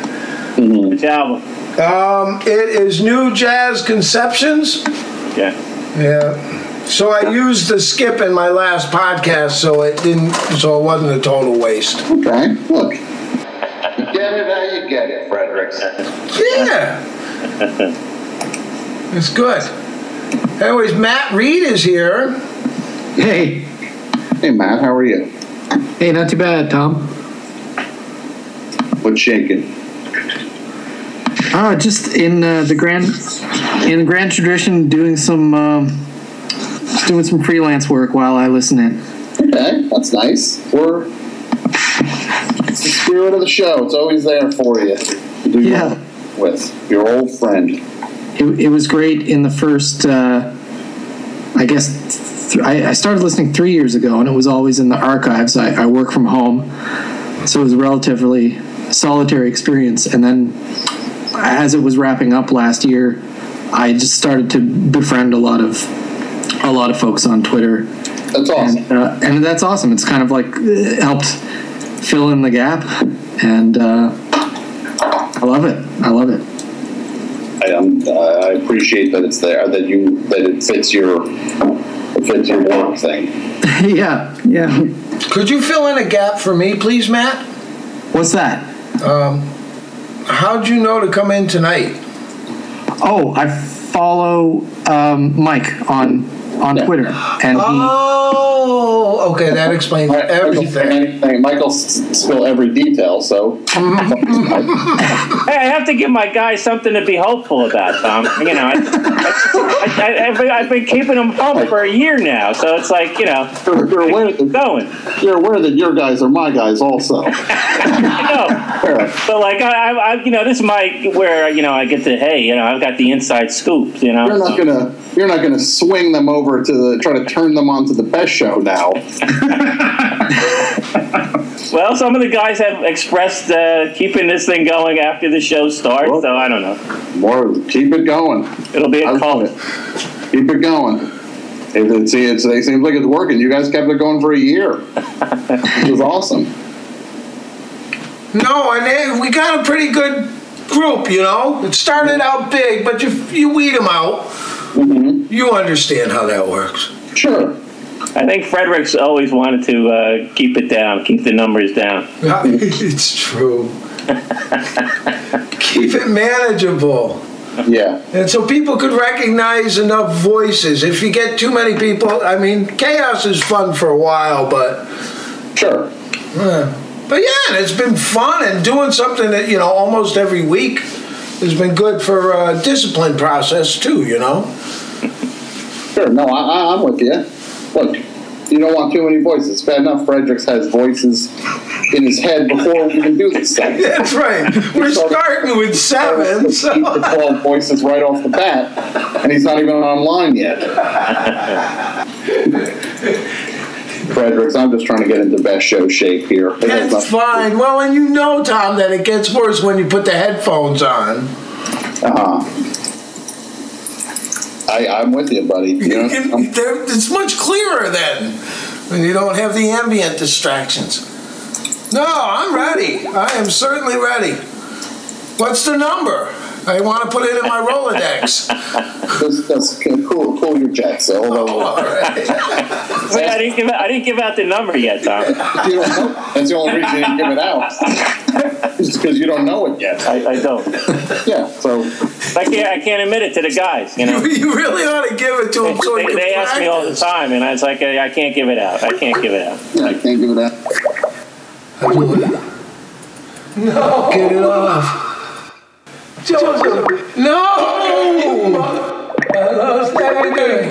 Speaker 5: Which album?
Speaker 2: Um, it is New Jazz Conceptions.
Speaker 5: Yeah.
Speaker 2: Yeah. So I used the skip in my last podcast, so it didn't. So it wasn't a total waste.
Speaker 3: Okay. Look.
Speaker 17: Get it how you get it, Fredericks.
Speaker 2: Yeah, it's good. Anyways, Matt Reed is here.
Speaker 3: Hey. Hey, Matt, how are you?
Speaker 1: Hey, not too bad, Tom.
Speaker 3: What's shaking?
Speaker 1: Uh, just in uh, the grand, in the grand tradition, doing some, um, just doing some freelance work while I listen in.
Speaker 3: Okay, that's nice. We're it's the spirit of the show. It's always there for you. To do
Speaker 1: Yeah.
Speaker 3: well With your old friend.
Speaker 1: It, it was great in the first, uh, I guess, th- I, I started listening three years ago, and it was always in the archives. I, I work from home, so it was a relatively solitary experience. And then, as it was wrapping up last year, I just started to befriend a lot of a lot of folks on Twitter.
Speaker 3: That's awesome,
Speaker 1: and, uh, and that's awesome. It's kind of like uh, helped fill in the gap, and uh, I love it. I love it.
Speaker 3: I, um, I appreciate that it's there, that you that it fits your it fits your work thing.
Speaker 1: yeah, yeah.
Speaker 2: Could you fill in a gap for me, please, Matt?
Speaker 1: What's that?
Speaker 2: Um, how'd you know to come in tonight?
Speaker 1: Oh, I follow um, Mike on on Twitter, and
Speaker 2: oh, okay, that explains
Speaker 3: everything. Michael s- spill every detail, so
Speaker 5: Hey, I have to give my guy something to be hopeful about, Tom. You know, I, I, I, I've, been, I've been keeping him pumped for a year now, so it's like, you know,
Speaker 3: you're aware that,
Speaker 5: going.
Speaker 3: You're aware that your guys are my guys also.
Speaker 5: no. But like, I, I, I, you know, this is my where you know I get to. Hey, you know, I've got the inside scoop. You know,
Speaker 3: You're not gonna you're not gonna swing them over to the try to turn them on to the best show now.
Speaker 5: Well, some of the guys have expressed uh, keeping this thing going after the show starts, so I don't know.
Speaker 3: More, keep it going.
Speaker 5: It'll be a call.
Speaker 3: Keep it going. It, it, see, it's, it seems like it's working. You guys kept it going for a year, which is awesome.
Speaker 2: No, and they, we got a pretty good group, you know? It started out big, but you, you weed them out. You understand how that works.
Speaker 3: Sure.
Speaker 5: I think Fredericks always wanted to uh, keep it down, keep the numbers down.
Speaker 2: it's true. Keep it manageable.
Speaker 3: Yeah.
Speaker 2: And so people could recognize enough voices. If you get too many people, I mean, chaos is fun for a while, but.
Speaker 3: Sure.
Speaker 2: but yeah, and it's been fun and doing something that, you know, almost every week has been good for uh, discipline process too, you know?
Speaker 3: Sure. No, I, I, I'm with you. Look, you don't want too many voices. It's Bad enough, Fredericks has voices in his head before we even do this thing.
Speaker 2: That's right. We're starting with seven. So.
Speaker 3: The twelve voices right off the bat, and he's not even online yet. Fredericks, I'm just trying to get into best show shape here. Uh-huh. It has
Speaker 2: That's fine. Well, and you know, Tom, that it gets worse when you put the headphones on.
Speaker 3: Uh huh. I, I'm with you, buddy. You know, I'm-
Speaker 2: They're- It's much clearer then when you don't have the ambient distractions. No, I'm ready. I am certainly ready. What's the number? I want to put it in my Rolodex.
Speaker 3: that's, that's cool. Cool your jets. So hold on.
Speaker 5: Wait, I didn't give out, I didn't give out the number yet, Tom.
Speaker 3: You don't know. That's the only reason you didn't give it out. It's because you don't know it yet.
Speaker 5: I, I don't.
Speaker 3: Yeah. So
Speaker 5: I can't I can't admit it to the guys. You know.
Speaker 2: You really ought to give it to
Speaker 5: They, they, they ask me all the time, and I was like, I, I can't give it out. I can't give it out.
Speaker 3: I can't give it out.
Speaker 2: No. Get it off. Joseph. No! I lost everything.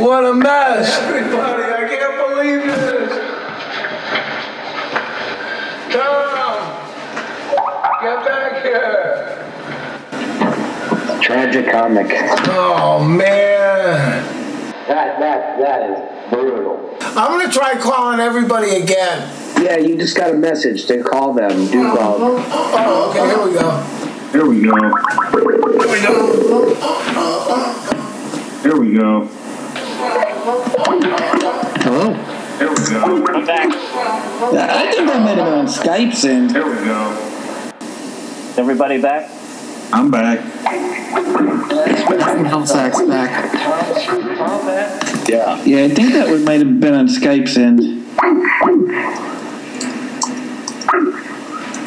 Speaker 2: What a mess. Everybody, I can't believe this. Tom, get back here.
Speaker 18: Tragic comic.
Speaker 2: Oh, man.
Speaker 18: That, that, that is brutal.
Speaker 2: I'm going to try calling everybody again.
Speaker 18: Yeah, you just got a message to call them. Do call.
Speaker 2: Oh, okay, here we go.
Speaker 7: There we go. There we go.
Speaker 19: Hello.
Speaker 7: There we go. I'm back.
Speaker 19: I think I met him on Skype soon.
Speaker 7: There we go.
Speaker 5: Everybody back?
Speaker 7: I'm back.
Speaker 20: Sacks back.
Speaker 1: Yeah. Yeah, I think that one might have been on Skype's end.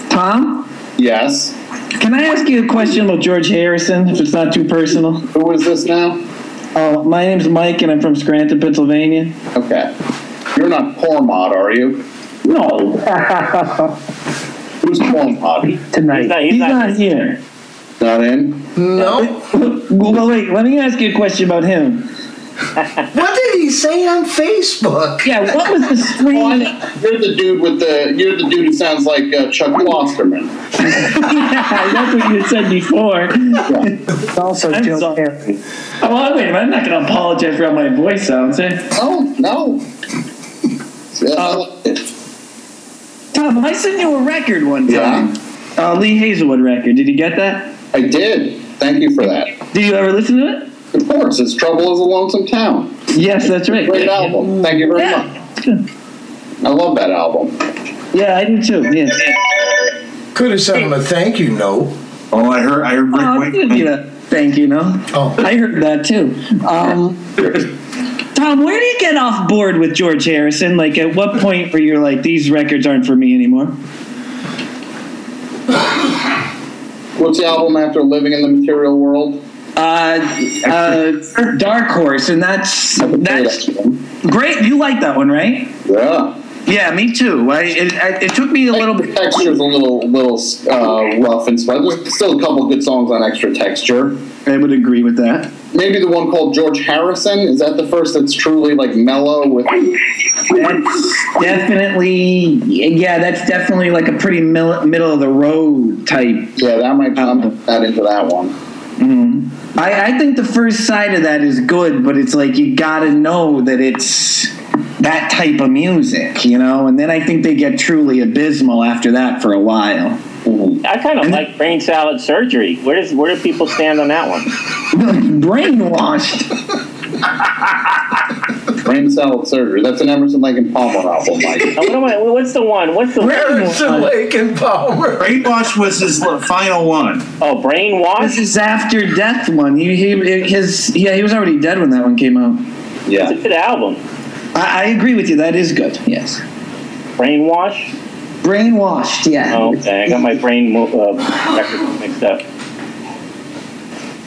Speaker 1: Tom,
Speaker 3: Yes.
Speaker 1: can I ask you a question about George Harrison, if it's not too personal?
Speaker 3: Who is this now?
Speaker 1: Oh, my name's Mike, and I'm from Scranton, Pennsylvania.
Speaker 3: Okay. You're not Cormod, are you?
Speaker 1: No.
Speaker 3: Who's Cormod?
Speaker 13: Tonight.
Speaker 1: He's not, here.
Speaker 3: Not in?
Speaker 1: No. Well, wait, let me ask you a question about him.
Speaker 21: What did he say on Facebook?
Speaker 1: Yeah, what was the screen?
Speaker 3: Oh, You're the dude with the. You're the dude who sounds like uh, Chuck Klosterman.
Speaker 1: yeah, that's what you said before.
Speaker 13: It's also Joe Perry.
Speaker 1: Oh, well, wait a minute. I'm not going to apologize for how my voice sounds. Eh?
Speaker 3: Oh, no.
Speaker 1: Tom, I sent you a record one time. Uh, Lee Hazelwood record. Did you get that?
Speaker 3: I did. Thank you for that.
Speaker 1: Do you ever listen to it?
Speaker 3: Of course, it's Trouble is a Lonesome Town.
Speaker 1: Yes, that's right.
Speaker 3: Great album. Thank you very much. I love that album.
Speaker 1: Yeah, I do too. Yeah.
Speaker 2: Could have sent him a thank you note.
Speaker 7: Oh, I heard. I heard Rick
Speaker 1: Oh, I didn't need a thank you, no. Oh. I heard that too. Um, Tom, where do you get off board with George Harrison? Like, at what point where you're like, these records aren't for me anymore?
Speaker 3: What's the album after Living in the Material World?
Speaker 1: Uh, uh, Dark Horse, and that's that's great. You like that one, right?
Speaker 3: Yeah.
Speaker 1: Yeah, me too. I, it, I, it took me a little
Speaker 3: bit. Texture's a little little uh, rough and spun. There's still a couple good songs on Extra Texture.
Speaker 1: I would agree with that.
Speaker 3: Maybe the one called George Harrison is that the first that's truly like mellow with.
Speaker 1: That's definitely, yeah, that's definitely like a pretty middle, middle of the road type.
Speaker 3: Yeah, that might. I'm not into that one.
Speaker 1: Mm. I, I think the first side of that is good, but it's like you gotta know that it's that type of music, you know? And then I think they get truly abysmal after that for a while.
Speaker 5: I kind of like brain salad surgery. Where does where do people stand on that one?
Speaker 1: Brainwashed.
Speaker 3: Brain Salad Surgery. That's an Emerson Lake and Palmer album, Mike.
Speaker 5: Uh, what am I, what's the one? What's the
Speaker 3: Where
Speaker 5: one?
Speaker 3: is the
Speaker 2: Lake and Palmer?
Speaker 7: Brainwash was his final one.
Speaker 5: Oh,
Speaker 1: This
Speaker 5: Brainwash?
Speaker 1: is after death one. He, he his yeah he was already dead when that one came out.
Speaker 3: Yeah,
Speaker 5: It's a good album.
Speaker 1: I, I agree with you. That is good. Yes.
Speaker 5: Brainwash?
Speaker 1: Brainwashed. Yeah.
Speaker 5: Oh, okay. I got my brain mo- uh, records mixed up.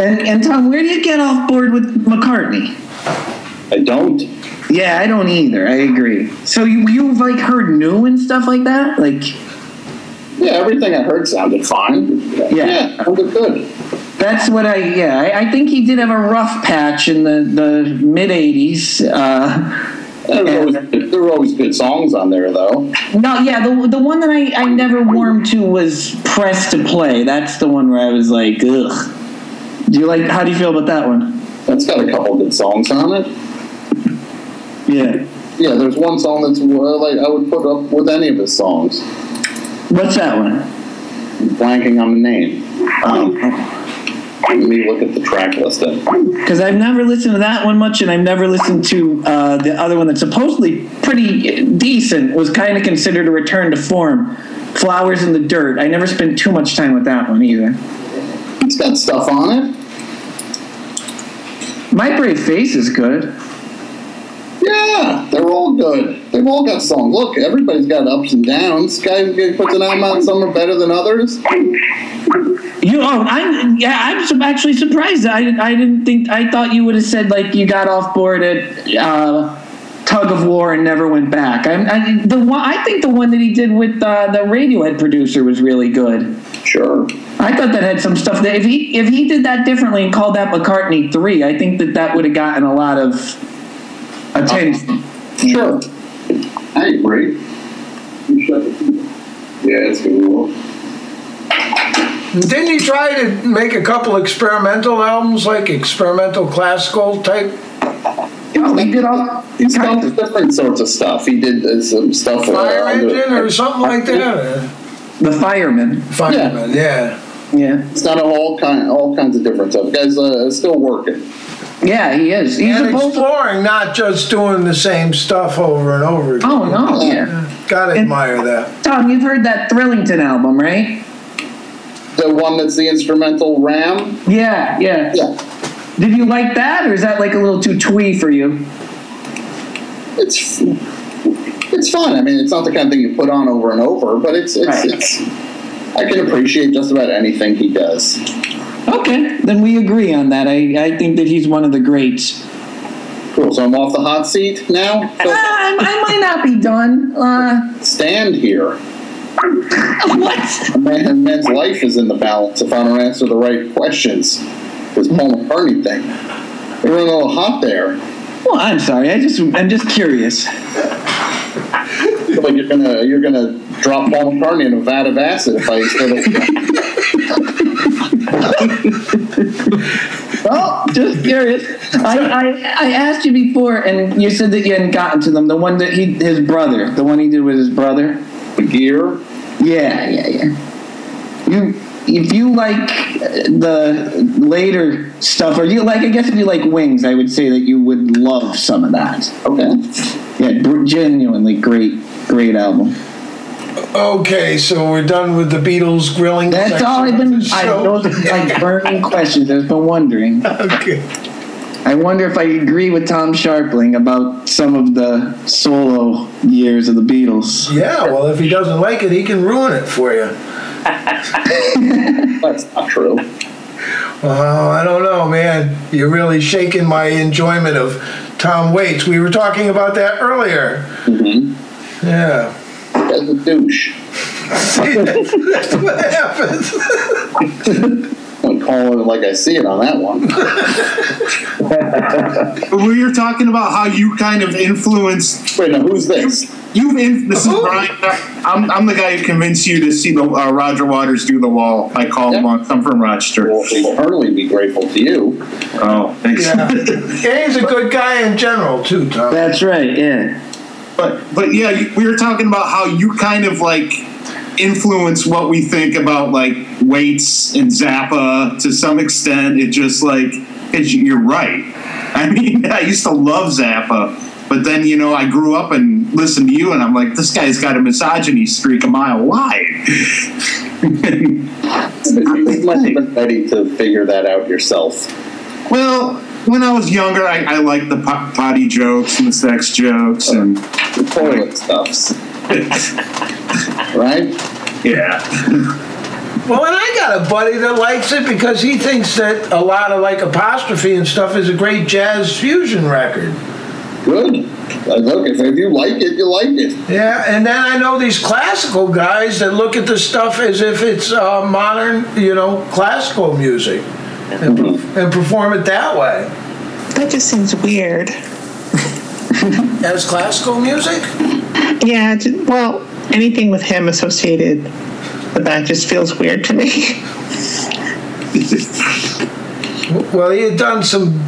Speaker 1: And and Tom, where do you get off board with McCartney?
Speaker 3: I don't.
Speaker 1: Yeah, I don't either. I agree. So you you've like heard new and stuff like that, like
Speaker 3: Yeah, everything I heard sounded fine. Yeah, sounded good.
Speaker 1: That's what I yeah. I, I think he did have a rough patch in the the mid '80s. Uh,
Speaker 3: There were, always, there were always good songs on there, though.
Speaker 1: no, yeah, the the one that I I never warmed to was "Press to Play." That's the one where I was like, ugh. Do you like? How do you feel about that one?
Speaker 3: That's got a couple good songs on it.
Speaker 1: Yeah.
Speaker 3: Yeah, there's one song that's uh, like I would put up with any of his songs.
Speaker 1: What's that one?
Speaker 3: Blanking on the name. Um, let me look at the track list. Then.
Speaker 1: Because I've never listened to that one much, and I've never listened to uh, the other one that's supposedly pretty decent. Was kind of considered a return to form. Flowers in the dirt. I never spent too much time with that one either.
Speaker 3: It's got stuff on it.
Speaker 1: My brave face is good.
Speaker 3: Yeah, they're all good. They've all got songs. Look, everybody's got ups and downs. Guys get- puts an album out. Some are better than others.
Speaker 1: You oh I'm yeah I'm su- actually surprised. I I didn't think I thought you would have said like you got off board at uh, tug of war and never went back. I, I the one I think the one that he did with uh, the Radiohead producer was really good.
Speaker 3: Sure.
Speaker 1: I thought that had some stuff that if he if he did that differently and called that McCartney three, I think that that would have gotten a lot of attention.
Speaker 3: Sure. I agree. You shut the- Yeah, it's gonna be cool.
Speaker 2: Didn't he try to make a couple experimental albums, like experimental classical type?
Speaker 1: Oh, he did all.
Speaker 3: He's done different sorts of stuff. He did uh, some stuff. with, uh,
Speaker 2: Fire engine or something like that?
Speaker 1: The fireman.
Speaker 2: Fireman, yeah.
Speaker 1: Yeah.
Speaker 3: It's not all kind, all kinds of different stuff. Guys, uh, still working.
Speaker 1: Yeah, he is. He's
Speaker 2: and exploring, not just doing the same stuff over and over again.
Speaker 1: Oh, no, yeah.
Speaker 2: Gotta admire that.
Speaker 1: Tom, you've heard that Thrillington album, right?
Speaker 3: The the one that's the instrumental Ram?
Speaker 22: Yeah, yeah. Did you like that, or is that like a little too twee for you?
Speaker 3: It's it's fun. I mean, it's not the kind of thing you put on over and over, but it's it's, it's I can appreciate just about anything he does.
Speaker 1: Okay, then we agree on that. I, I think that he's one of the greats.
Speaker 3: Cool. So I'm off the hot seat now.
Speaker 1: I, Uh, I might not be done. Uh,
Speaker 3: Stand here.
Speaker 1: what?
Speaker 3: A, man, a man's life is in the balance if I don't answer the right questions. This Paul McCartney thing. You're running a little hot there.
Speaker 1: Well, I'm sorry. I just I'm just curious.
Speaker 3: feel like you're gonna you're gonna drop Paul McCartney in a vat of acid if I
Speaker 1: Well, Oh, just curious. I, I, I asked you before, and you said that you hadn't gotten to them. The one that he his brother, the one he did with his brother.
Speaker 3: Gear.
Speaker 1: Yeah, yeah, yeah. You if you like uh, the later stuff, or you like, I guess if you like Wings, I would say that you would love some of that.
Speaker 3: Okay.
Speaker 1: Yeah, br- genuinely great, great album.
Speaker 2: Okay, so we're done with the Beatles grilling.
Speaker 1: That's all I've been. I know
Speaker 2: the
Speaker 1: there's like burning questions. I've been wondering.
Speaker 2: Okay.
Speaker 1: I wonder if I agree with Tom Sharpling about some of the solo years of the Beatles.
Speaker 2: Yeah, well, if he doesn't like it, he can ruin it for you.
Speaker 3: That's not true.
Speaker 2: Oh, I don't know, man. You're really shaking my enjoyment of Tom Waits. We were talking about that earlier. Mm-hmm. Yeah.
Speaker 3: That's a douche.
Speaker 2: See, that's, that's what happens.
Speaker 3: I'm calling it like I see it on that one.
Speaker 7: We were talking about how you kind of influenced.
Speaker 3: Wait, now who's this?
Speaker 7: You, have in, this is Brian. I'm, I'm the guy who convinced you to see the uh, Roger Waters do the wall. I call him on. I'm from Rochester.
Speaker 3: Well, we'll eternally be grateful to you.
Speaker 7: Oh, thanks.
Speaker 2: Yeah. And he's a good guy in general, too, Tom.
Speaker 1: That's right. Yeah.
Speaker 7: But but yeah, you- we were talking about how you kind of like influence what we think about like weights and Zappa to some extent. It just like it's, you're right. I mean, I used to love Zappa, but then you know I grew up and listened to you, and I'm like, this guy's got a misogyny streak a mile wide.
Speaker 3: You must have been ready to figure that out yourself.
Speaker 7: Well, when I was younger, I, I liked the po- potty jokes and the sex jokes and the
Speaker 3: toilet stuffs. right?
Speaker 7: Yeah.
Speaker 2: Well, and I got a buddy that likes it because he thinks that a lot of like apostrophe and stuff is a great jazz fusion record.
Speaker 3: Good. Uh, Look, if, if you like it, you like it.
Speaker 2: Yeah, and then I know these classical guys that look at the stuff as if it's uh, modern, you know, classical music, and, per- and perform it that way.
Speaker 13: That just seems weird.
Speaker 2: As classical music?
Speaker 13: Yeah, it- well, anything with him associated with that just feels weird to me.
Speaker 2: Well, he had done some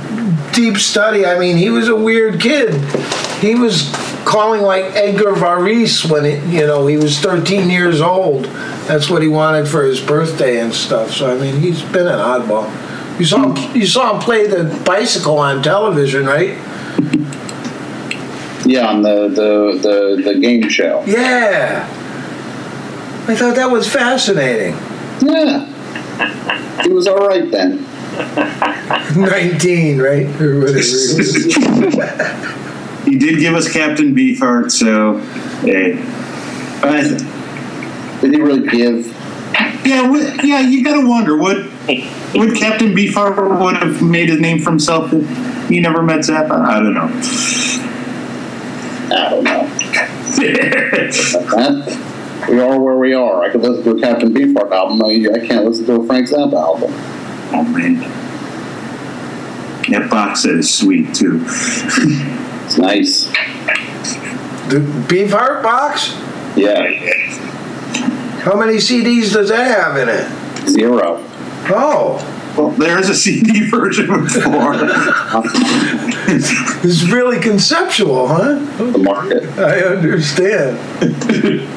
Speaker 2: deep study. I mean, he was a weird kid. He was calling like Edgar Varese when it, you know he was 13 years old. That's what he wanted for his birthday and stuff. So I mean, he's been an oddball. You saw him, you saw him play the bicycle on television, right?
Speaker 3: Yeah, on the, the, the, the game show.
Speaker 2: Yeah. I thought that was fascinating.
Speaker 3: Yeah. He was all right then.
Speaker 2: 19, right? Or whatever. it was.
Speaker 7: He did give us Captain Beefheart, so hey. But
Speaker 3: did he really give?
Speaker 7: Yeah, would- yeah. You gotta wonder would would Captain Beefheart would have made a name for himself if he never met Zappa? I don't
Speaker 3: I don't know.
Speaker 7: know.
Speaker 3: Huh? we are where we are. I could listen to a Captain Beefheart album. I, I can't listen to a Frank Zappa album.
Speaker 7: oh man, that box set is sweet too.
Speaker 3: It's nice.
Speaker 2: the Beefheart box?
Speaker 3: Yeah.
Speaker 2: How many CDs does that have in it?
Speaker 3: Zero.
Speaker 2: Oh,
Speaker 7: Well, there's a CD version of four.
Speaker 2: it's really conceptual, huh?
Speaker 3: The market.
Speaker 2: I understand.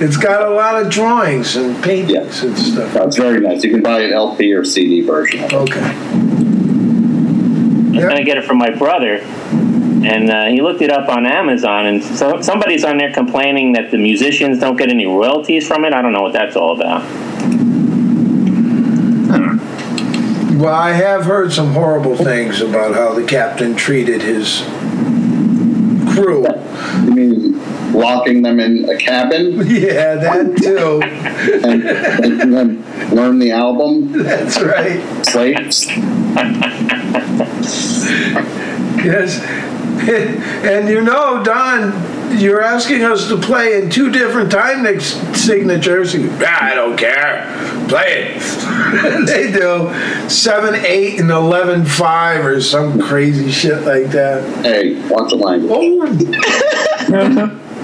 Speaker 2: it's got a lot of drawings and paintings and stuff.
Speaker 3: That's very nice. You can buy an LP or CD version. of it.
Speaker 2: Okay.
Speaker 5: I was gonna get it from my brother, and uh, he looked it up on Amazon, and so somebody's on there complaining that the musicians don't get any royalties from it. I don't know what that's all about.
Speaker 2: Well, I have heard some horrible things about how the captain treated his crew.
Speaker 3: You mean locking them in a cabin?
Speaker 2: Yeah, that too.
Speaker 3: and making them learn the album?
Speaker 2: That's right.
Speaker 3: Slaves?
Speaker 2: Yes. And you know, Don, you're asking us to play in two different time ex- signatures. You- "Ah, I don't care. Play it. they do. 7, 8, and 11, 5 or some crazy shit like that. Oh.
Speaker 3: Hey, watch the language.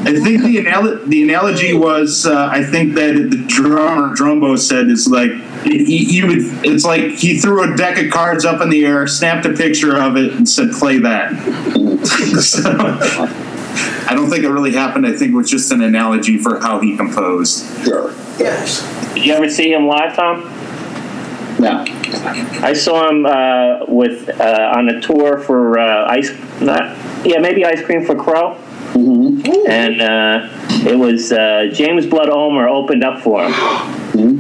Speaker 7: I think the, anal- the analogy was, uh, I think that the drummer Drumbo said is like he, he would. It's like he threw a deck of cards up in the air, snapped a picture of it, and said, "Play that." so, I don't think it really happened. I think it was just an analogy for how he composed.
Speaker 3: Sure.
Speaker 2: Yes.
Speaker 5: Did you ever see him live, Tom?
Speaker 3: No.
Speaker 5: I saw him uh, with uh, on a tour for uh, ice, not yeah, maybe ice cream for Crow, and uh, it was uh, James Blood Ulmer opened up for him.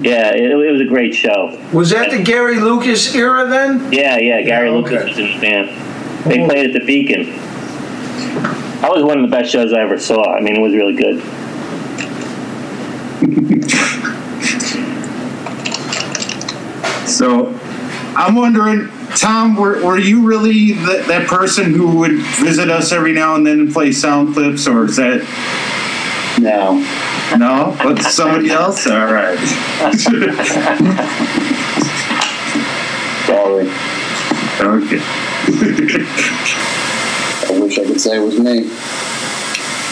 Speaker 5: Yeah, it, it was a great show.
Speaker 2: Was that the Gary Lucas era then?
Speaker 5: Yeah, yeah, Gary Lucas was in the band. They played at the Beacon. That was one of the best shows I ever saw. I mean, it was really good.
Speaker 7: So I'm wondering, Tom, were, were you really the, that person who would visit us every now and then and play sound clips, or is that?
Speaker 3: No.
Speaker 7: No? But somebody else? All right.
Speaker 3: Sorry.
Speaker 7: Okay.
Speaker 3: I wish I could say it was me.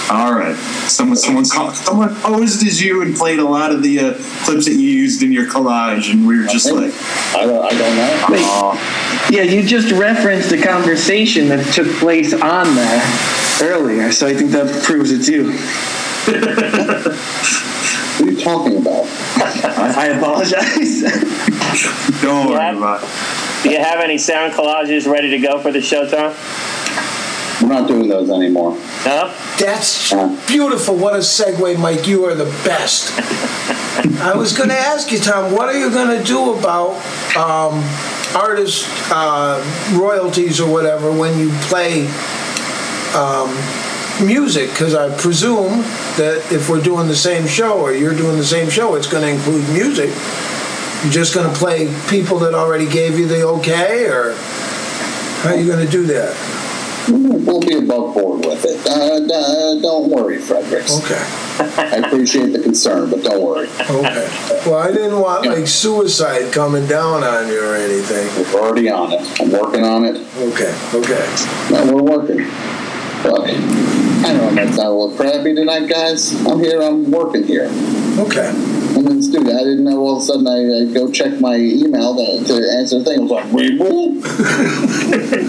Speaker 7: All right. Someone, someone, called, someone posed as you and played a lot of the uh, clips that you used in your collage, and we were just like,
Speaker 3: I don't, I don't know.
Speaker 1: Wait. Yeah, you just referenced the conversation that took place on that earlier, so I think that proves it too.
Speaker 3: What are you talking about?
Speaker 1: I apologize.
Speaker 7: Don't
Speaker 5: worry about it. Do you have any sound collages ready to go for the show, Tom?
Speaker 3: We're not doing those anymore.
Speaker 5: No?
Speaker 23: That's beautiful. What a segue, Mike. You are the best. I was going to ask you, Tom, what are you going to do about um, artist uh, royalties or whatever when you play um, music? Because I presume that if we're doing the same show or you're doing the same show, it's going to include music. You're just going to play people that already gave you the okay, or how are you going to do that?
Speaker 3: We'll be above board with it. Uh, d- uh, don't worry, Fredericks.
Speaker 2: Okay.
Speaker 3: I appreciate the concern, but don't worry.
Speaker 2: Okay. Well, I didn't want like suicide coming down on you or anything.
Speaker 3: We're already on it. I'm working on it.
Speaker 2: Okay. Okay.
Speaker 3: No, we're working. But I know I might sound a little crabby tonight, guys. I'm here. I'm working here.
Speaker 2: Okay.
Speaker 3: I'm in the studio. I didn't know all of a sudden I, I go check my email to, to answer the thing. I was like, wait, what?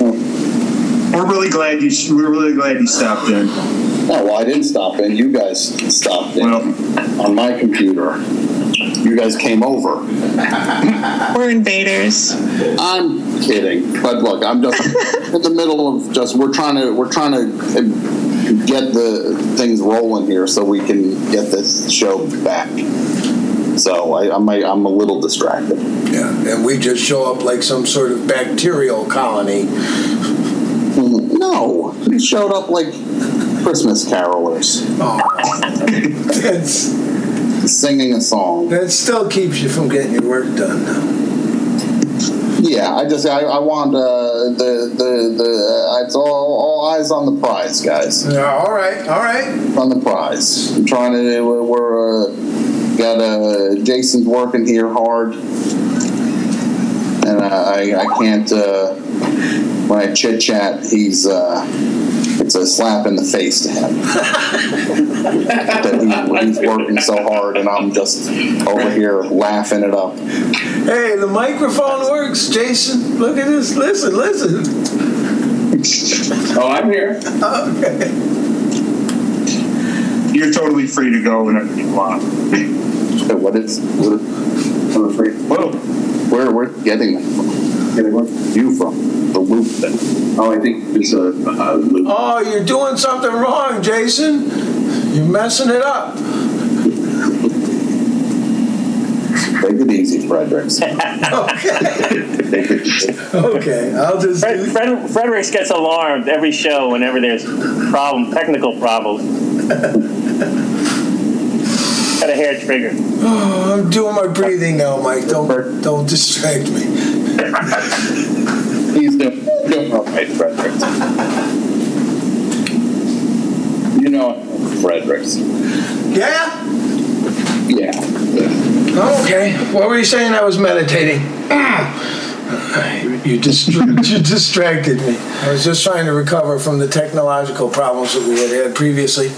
Speaker 7: "We're really glad you. sh- We're really glad you stopped in."
Speaker 3: No, well, I didn't stop in. You guys stopped in on my computer. You guys came over.
Speaker 13: We're invaders.
Speaker 3: I'm kidding, but look, I'm just in the middle of just we're trying to we're trying to get the things rolling here so we can get this show back. So I, I'm a, I'm a little distracted.
Speaker 2: Yeah, and we just show up like some sort of bacterial colony.
Speaker 3: No, we showed up like Christmas carolers.
Speaker 2: Oh. That's
Speaker 3: singing a song.
Speaker 2: That still keeps you from getting your work done. Though.
Speaker 3: Yeah, I just I, I want uh, the the the uh, it's all all eyes on the prize, guys.
Speaker 2: Yeah, all right, all right.
Speaker 3: On the prize, I'm trying to we're, we're uh, got uh, Jason's working here hard, and I I, I can't uh, when I chit chat he's uh, it's a slap in the face to him that he, he's working so hard and I'm just over here laughing it up.
Speaker 2: Hey, the microphone works, Jason. Look at this. Listen, listen.
Speaker 3: Oh, I'm here.
Speaker 2: Okay.
Speaker 7: You're totally free to go whenever you want.
Speaker 3: What is? What is what free? Whoa. Where we're getting that from? Getting what? You from the loop thing? Oh, I think it's a, a loop.
Speaker 2: Oh, you're doing something wrong, Jason. You're messing it up.
Speaker 3: Take it easy, Fredericks.
Speaker 5: Okay,
Speaker 2: I'll just.
Speaker 5: Fred, Fred, Fredericks gets alarmed every show whenever there's problem, technical problems. Got a hair trigger.
Speaker 2: Oh, I'm doing my breathing now, Mike. Don't don't distract me.
Speaker 3: He's doing, doing all right, Fredericks. You know Fredericks.
Speaker 2: Yeah.
Speaker 3: Yeah.
Speaker 2: Oh, okay. What were you saying? I was meditating. you, distra- you distracted me. I was just trying to recover from the technological problems that we had had previously.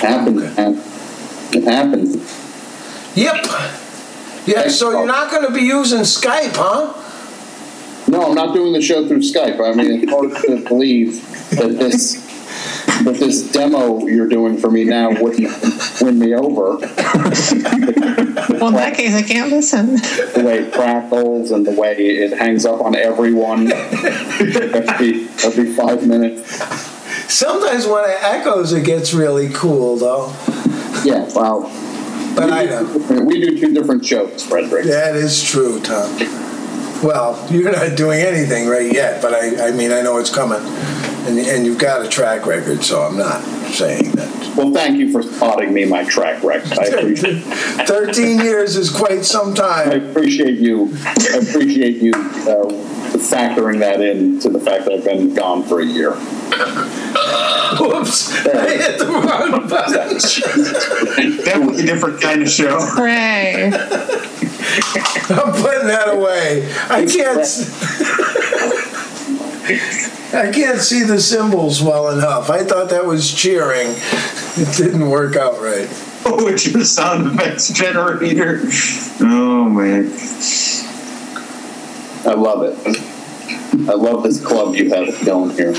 Speaker 3: Happens. It happens.
Speaker 2: Yep. Yeah. So you're not going to be using Skype, huh?
Speaker 3: No, I'm not doing the show through Skype. I mean, it's hard to believe that this that this demo you're doing for me now wouldn't win me over.
Speaker 13: Well, in that case, I can't listen.
Speaker 3: the way it crackles and the way it hangs up on everyone every, every five minutes.
Speaker 2: Sometimes when it echoes, it gets really cool, though.
Speaker 3: Yeah, wow.
Speaker 2: But
Speaker 3: we
Speaker 2: I
Speaker 3: do,
Speaker 2: know.
Speaker 3: We do two different shows, Frederick.
Speaker 2: That is true, Tom. Well, you're not doing anything right yet, but I, I mean, I know it's coming. And, and you've got a track record, so I'm not saying that.
Speaker 3: Well, thank you for spotting me my track record. I appreciate,
Speaker 2: 13 years is quite some time.
Speaker 3: I appreciate you. I appreciate you uh, factoring that in to the fact that I've been gone for a year.
Speaker 2: Whoops! I hit the wrong button.
Speaker 7: Definitely a different kind of show.
Speaker 13: Hooray.
Speaker 2: I'm putting that away. I can't. s- I can't see the symbols well enough. I thought that was cheering. It didn't work out right.
Speaker 7: Oh, it's your sound effects generator. Oh man.
Speaker 3: I love it. I love this club you have going here.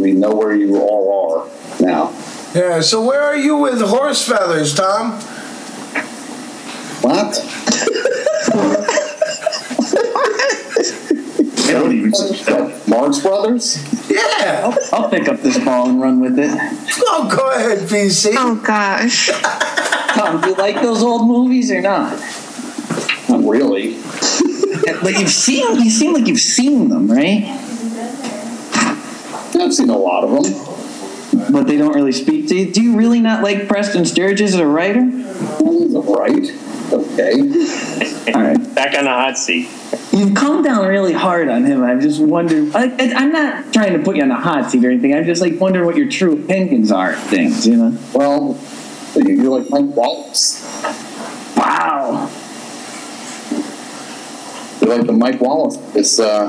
Speaker 3: we know where you all are now.
Speaker 2: Yeah. So where are you with horse feathers, Tom?
Speaker 3: What?
Speaker 7: I don't even
Speaker 3: Marx Brothers?
Speaker 2: Yeah.
Speaker 12: I'll, I'll pick up this ball and run with it.
Speaker 2: Oh, go ahead, VC.
Speaker 13: Oh gosh.
Speaker 12: Tom, do you like those old movies or not?
Speaker 3: Not really.
Speaker 1: Oh,
Speaker 12: like you've seen, you seem like you've seen them, right?
Speaker 3: I've seen a lot of them.
Speaker 12: But they don't really speak to you. Do you really not like Preston Sturges as a writer?
Speaker 3: Right. Okay.
Speaker 12: All right.
Speaker 5: Back on the hot seat.
Speaker 12: You've come down really hard on him. I'm just wondering. I, I, I'm not trying to put you on a hot seat or anything. I'm just like wondering what your true opinions are of things, you know?
Speaker 3: Well, you're like Mike Wallace.
Speaker 12: Wow.
Speaker 3: You're like the Mike Wallace of this uh,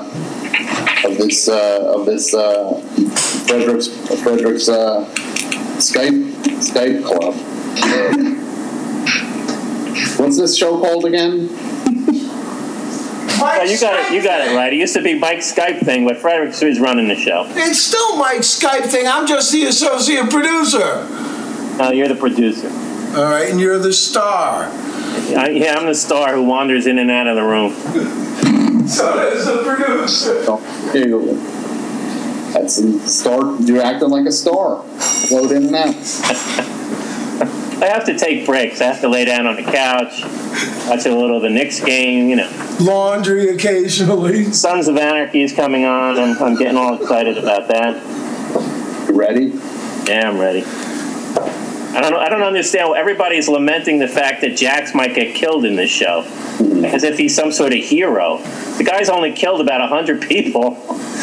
Speaker 3: of this uh, of this uh, Frederick's Frederick's uh, Skype Skype club. What's this show called again?
Speaker 5: Oh, you got it. You got it right. It used to be Mike's Skype thing, but Fredericks was running the show.
Speaker 2: It's still Mike's Skype thing. I'm just the associate producer.
Speaker 5: Uh, you're the producer.
Speaker 2: All right, and you're the star.
Speaker 5: I, yeah, I'm the star who wanders in and out of the room.
Speaker 2: So does the producer.
Speaker 3: Ew. That's a star. You're acting like a star. Float in and out.
Speaker 5: I have to take breaks. I have to lay down on the couch, watch a little of the Knicks game. You know,
Speaker 2: Laundry occasionally.
Speaker 5: Sons of Anarchy is coming on. I'm, I'm getting all excited about that.
Speaker 3: You ready?
Speaker 5: Yeah, I'm ready. I don't. know- I don't understand. why Everybody's lamenting the fact that Jax might get killed in this show, as if he's some sort of hero. The guy's only killed about hundred people,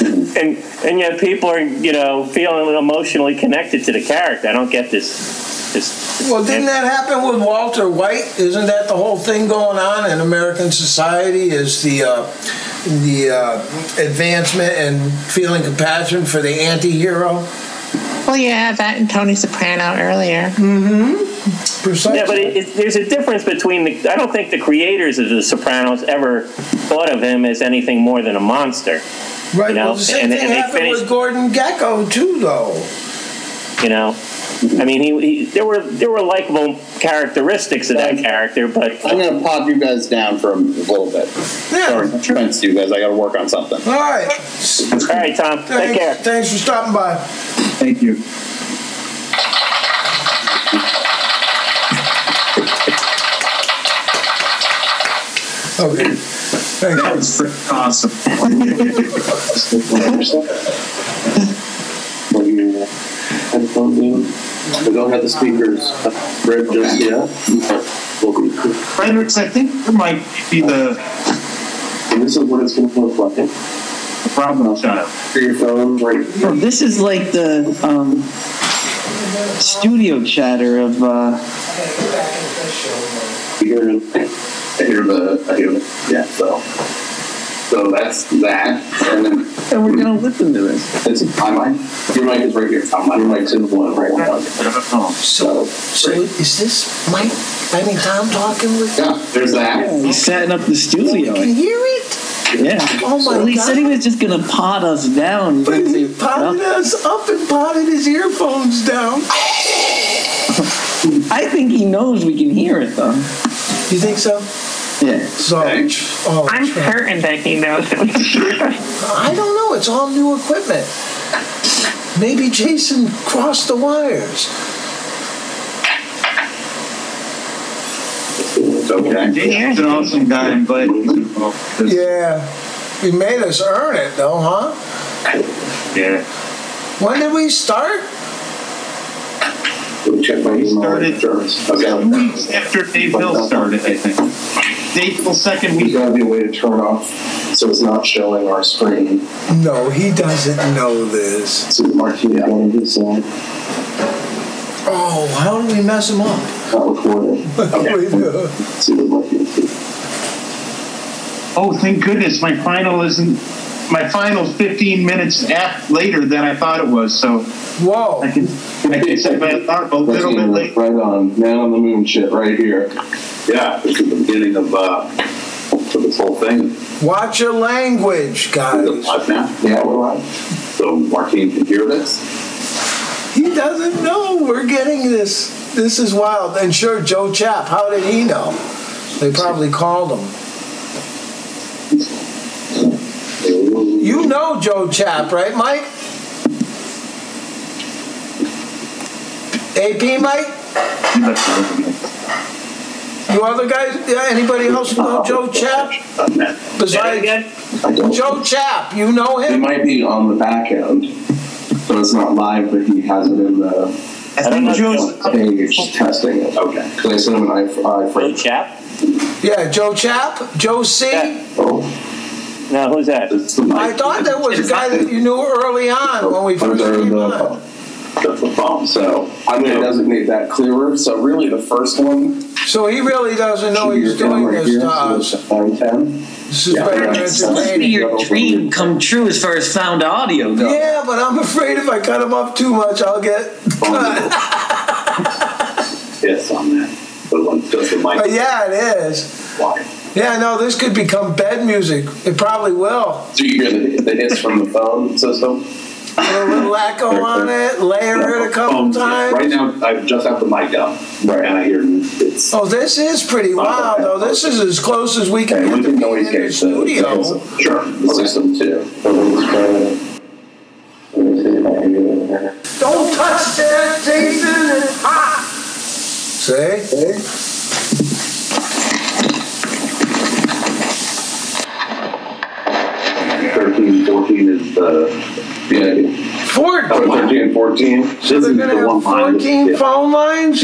Speaker 5: and and yet people are you know feeling emotionally connected to the character. I don't get this. This.
Speaker 2: Well, didn't that happen with Walter White? Isn't that the whole thing going on in American society? Is the uh, the uh, advancement and feeling compassion for the anti-hero?
Speaker 13: Well, yeah, that and Tony Soprano earlier.
Speaker 2: Mm-hmm. Precisely.
Speaker 5: Yeah, but it, it, there's a difference between the. I don't think the creators of The Sopranos ever thought of him as anything more than a monster.
Speaker 2: Right.
Speaker 5: You know,
Speaker 2: well, the same
Speaker 5: and-
Speaker 2: thing
Speaker 5: and they
Speaker 2: happened
Speaker 5: finished-
Speaker 2: with Gordon Gecko too, though.
Speaker 5: You know, I mean, he, he there were there were likable characteristics of that character, but
Speaker 3: I'm gonna pop you guys down for a little bit. Sorry, no offense to you guys. I gotta work on something.
Speaker 2: All right.
Speaker 5: All right, Tom.
Speaker 2: Thanks, Thanks for stopping by.
Speaker 3: Thank you.
Speaker 24: Okay.
Speaker 7: That was freaking awesome.
Speaker 3: Headphones in. We don't have the speakers. Fred just yeah.
Speaker 7: Fredericks, I think there might be the.
Speaker 3: this is what it's going to look like.
Speaker 7: Problem child.
Speaker 3: Your phone, right?
Speaker 1: Oh, this is like the um, studio chatter of. Uh,
Speaker 3: You hear it? I hear the. I hear it. Yeah. So. So that's that, and then.
Speaker 1: And we're gonna listen to this.
Speaker 3: It's my mic. Your mic is right here. Tom. My mic's in the one right now. So.
Speaker 2: So is this Mike? I mean, Tom talking with?
Speaker 3: Yeah. There's that.
Speaker 1: Yeah, he's setting up the studio.
Speaker 2: Can you hear it?
Speaker 1: Yeah.
Speaker 2: Oh my
Speaker 1: Well, he
Speaker 2: God.
Speaker 1: said he was just gonna pot us down. But he
Speaker 2: potted us up and potted his earphones down.
Speaker 1: I think he knows we can hear it though.
Speaker 2: You think so?
Speaker 1: Yeah.
Speaker 2: So, oh, I'm certain that he knows. I don't know. It's all new equipment. Maybe Jason crossed the wires.
Speaker 7: Okay. Jason's an awesome guy. I'm glad he was involved.
Speaker 2: Yeah, he made us earn it though, huh?
Speaker 7: Yeah.
Speaker 2: When did we start?
Speaker 3: Check my email. Okay.
Speaker 7: Two weeks after Dave Hill started, I think. Dave Hill second week.
Speaker 3: There's got to be a way to turn off so it's not showing our screen.
Speaker 2: No, he doesn't know this.
Speaker 3: So Martin, yeah. going to song.
Speaker 2: Oh, how do we mess him up?
Speaker 3: Not recorded.
Speaker 2: Okay.
Speaker 3: See what Martin
Speaker 7: Oh, thank goodness, my final isn't. My final 15 minutes af- later than I thought it was, so.
Speaker 2: Whoa.
Speaker 7: I can, I can set my alarm a little bit late.
Speaker 3: Right on. Man on the moon shit right here. Yeah, this is the beginning of uh, for this whole thing.
Speaker 2: Watch your language, guys.
Speaker 3: Live now? Yeah, we're live. So Martin can hear this.
Speaker 2: He doesn't know we're getting this. This is wild. And sure, Joe Chap, how did he know? They probably called him. You know Joe Chap, right, Mike? AP, Mike? You other guys? Yeah, anybody else
Speaker 3: Oh.
Speaker 2: know Joe Chap? Besides Joe Chap, you know him?
Speaker 3: It might be on the back end, so it's not live, but he has it in the. I think Joe's page testing it. Okay. Because I sent him an iPhone. Joe
Speaker 5: Chap?
Speaker 2: Yeah, Joe Chap, Joe C.
Speaker 5: No, who's that?
Speaker 2: I thought that was a guy that you knew early on when we first came on.
Speaker 3: That's the phone. So I'm going to designate that clearer. So really, the first one.
Speaker 2: So he really doesn't know Oh, he's doing this to us. This is very
Speaker 1: That's supposed to be your dream come true as far as sound audio goes.
Speaker 2: Yeah, but I'm afraid if I cut him up too much, I'll get.
Speaker 3: Yes, on that. The one does the mic.
Speaker 2: But yeah, it is.
Speaker 3: Why?
Speaker 2: Yeah, no, this could become bed music. It probably will.
Speaker 3: Do you hear the, the hiss from the phone system?
Speaker 2: Put a little echo on it, layer it a couple times.
Speaker 3: Right now, I just have the mic down. Right. And I hear it's.
Speaker 2: Oh, this is pretty loud, though. This is as close as we can get to being in the studio.
Speaker 3: Sure. The system too.
Speaker 2: Don't touch that, Jason. It's hot. See?
Speaker 3: Thirteen, fourteen is the. Yeah.
Speaker 2: Four.
Speaker 3: Oh, thirteen and fourteen. This
Speaker 2: So they're
Speaker 3: is
Speaker 2: gonna
Speaker 3: the
Speaker 2: have
Speaker 3: one line.
Speaker 2: fourteen
Speaker 3: Yeah.
Speaker 2: phone lines?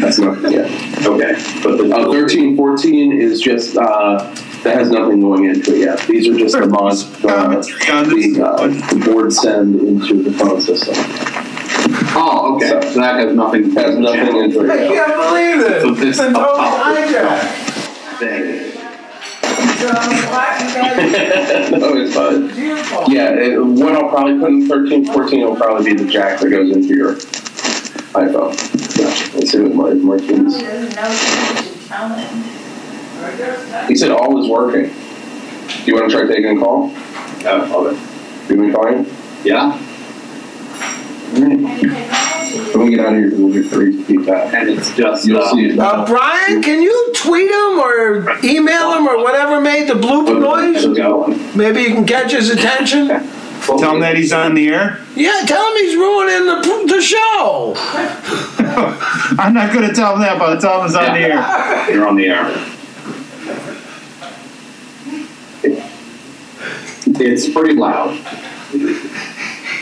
Speaker 3: That's not, yeah, okay. But the uh, 13, 14 is just, uh, that has nothing going into it yet. These are just the mods, uh, the, uh, the board send into the phone system. Oh, okay, so that has nothing. Has nothing into it.
Speaker 2: I
Speaker 3: yet.
Speaker 2: can't believe it.
Speaker 3: So this.
Speaker 2: It's been total hijack.
Speaker 3: No, it's fine. Yeah, it, what I'll probably put in 13, 14 will probably be the jack that goes into your iPhone. Yeah, let's see what Mar- Martin's. He said all is working. Do you want to try taking a call? Yeah, I'll do. You want me to call him? Yeah. Let me get out of here because we'll get three feet back. And it's just. You'll see it.
Speaker 2: Uh, Brian, can you tweet him or email him or whatever made the blooper noise? Maybe you can catch his attention?
Speaker 7: Tell him that he's on the air.
Speaker 2: Yeah, tell him he's ruining the, the show.
Speaker 7: I'm not going to tell him that by the time it's on the air.
Speaker 3: You're on the air. it's pretty loud.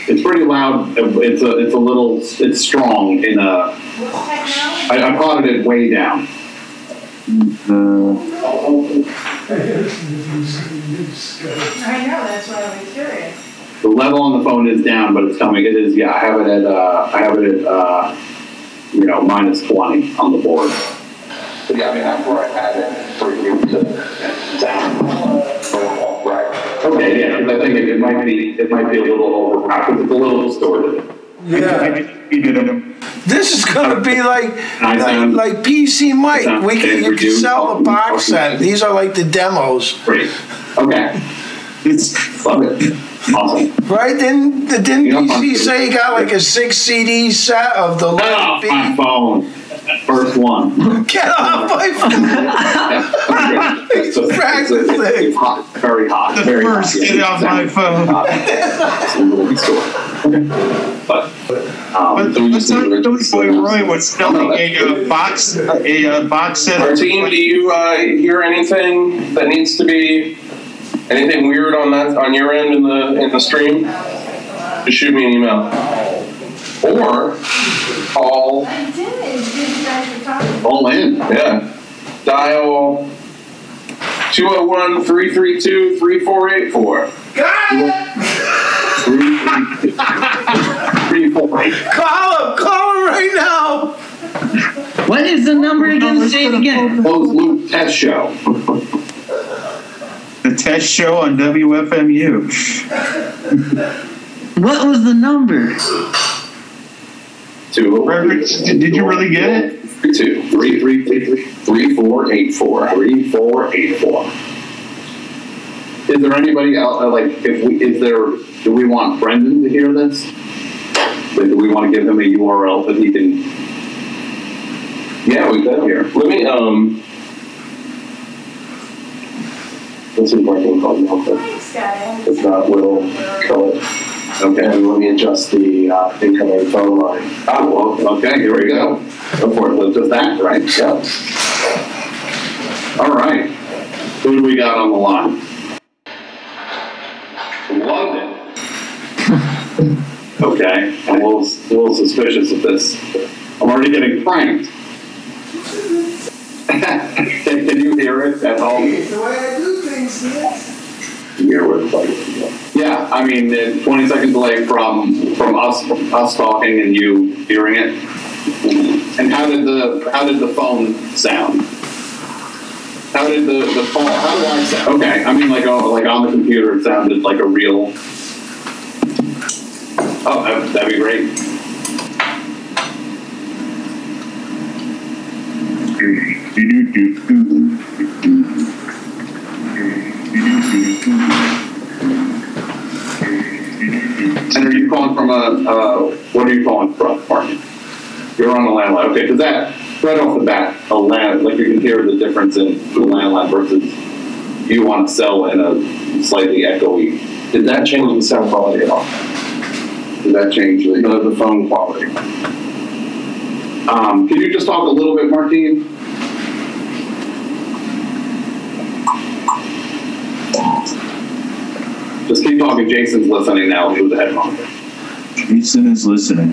Speaker 3: It's pretty loud. It's a it's a little it's strong in a. I, I plotted it way down. Uh,
Speaker 8: I know, that's why I was curious.
Speaker 3: the level on the phone is down, but it's coming. It is yeah. I have it at uh, I have it at uh, you know minus twenty on the board. But yeah, I mean that's where I had it for you to down. Okay, yeah, 'cause I think it, it might be it might be a little overpowered. It's a little distorted.
Speaker 7: Yeah.
Speaker 2: This is gonna be like
Speaker 3: I
Speaker 2: like,
Speaker 3: sound-
Speaker 2: like PC Mike.
Speaker 3: sound
Speaker 2: We can, you can
Speaker 3: overdue.
Speaker 2: sell a box set.
Speaker 3: Overdue.
Speaker 2: These are like the demos.
Speaker 3: Great. Okay. It's love it. Awesome.
Speaker 2: Right? Didn't the didn't
Speaker 3: You know,
Speaker 2: PC
Speaker 3: I'm-
Speaker 2: say he got like a six CD set of the
Speaker 3: Get
Speaker 13: Ah,
Speaker 2: live
Speaker 3: off my phone. First one.
Speaker 2: Get off my phone.
Speaker 3: It's a- it's a- it's hot, Very hot.
Speaker 7: The
Speaker 3: very
Speaker 7: first
Speaker 3: hot,
Speaker 7: get
Speaker 3: yeah,
Speaker 7: off my
Speaker 3: exactly.
Speaker 7: phone.
Speaker 3: Hot. It's a little distorted. But, um,
Speaker 7: But let's talk to Billy Boy Roy was selling a uh, box, a uh, box set. of-
Speaker 3: Martine, do you uh, hear anything that needs to be anything weird on that on your end in the in the stream? Just shoot me an email or call
Speaker 8: I did, you guys were talking.
Speaker 3: all in. Yeah, dial 201-332-3484.
Speaker 2: Call him, call him right now.
Speaker 25: What is the number again? Say it again.
Speaker 3: Closed loop test show.
Speaker 7: The test show on WFMU.
Speaker 25: What was the number?
Speaker 3: Two.
Speaker 7: did did you really get it?
Speaker 3: Two, three, three, three, three, three, four, eight, four, three, four, eight, four. Is there anybody else? uh, Like, if we is there, do we want Brendan to hear this? Like, do we want to give him a URL that he can? Yeah, we could here. Let me um. Let's see if I can call him real quick. If not, Uh, we'll kill it. Okay, and let me adjust the uh, incoming phone line. Oh, well, okay, here we go. Go for it, Liz, just that, right? Yep. All right. Who do we got on the line? London. Okay, I'm a little, a little suspicious of this. I'm already getting pranked. Can can you hear it at all?
Speaker 2: The way I do things,
Speaker 3: year with like yeah i mean the 20 second delay from from us us talking and you hearing it and how did the how did the phone sound how did the, the phone how did i sound okay i mean like oh like on the computer it sounded like a real oh that, that'd be great Hmm. And are you calling from a, uh, what are you calling from, Martin? You're on a landline, okay, because that, right off the bat, a land, like you can hear the difference in the landline versus you want to sell in a slightly echoey. Did that change the sound quality at all? Did that change the, the phone quality? Um, can you just talk a little bit, Martine? Just keep talking, Jason's listening now, through the headphones.
Speaker 7: Jason is listening.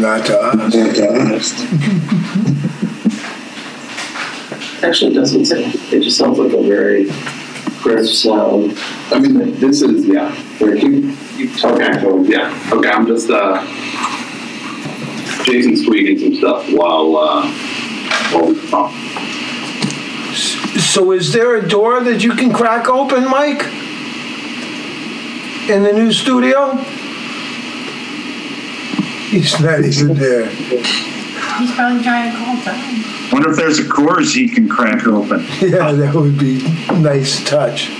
Speaker 2: Not to us.
Speaker 3: Actually, it doesn't sound. It just sounds like a very crisp sound. I mean, this is yeah. Wait, keep, keep talking. Okay. Yeah. Okay. I'm just uh. Jason's tweaking some stuff while uh. While we talk.
Speaker 2: So is there a door that you can crack open, Mike? In the new studio? He's not even there.
Speaker 8: He's probably trying to call time.
Speaker 7: Wonder if there's a Coors he can crack open.
Speaker 2: Yeah, that would be nice touch.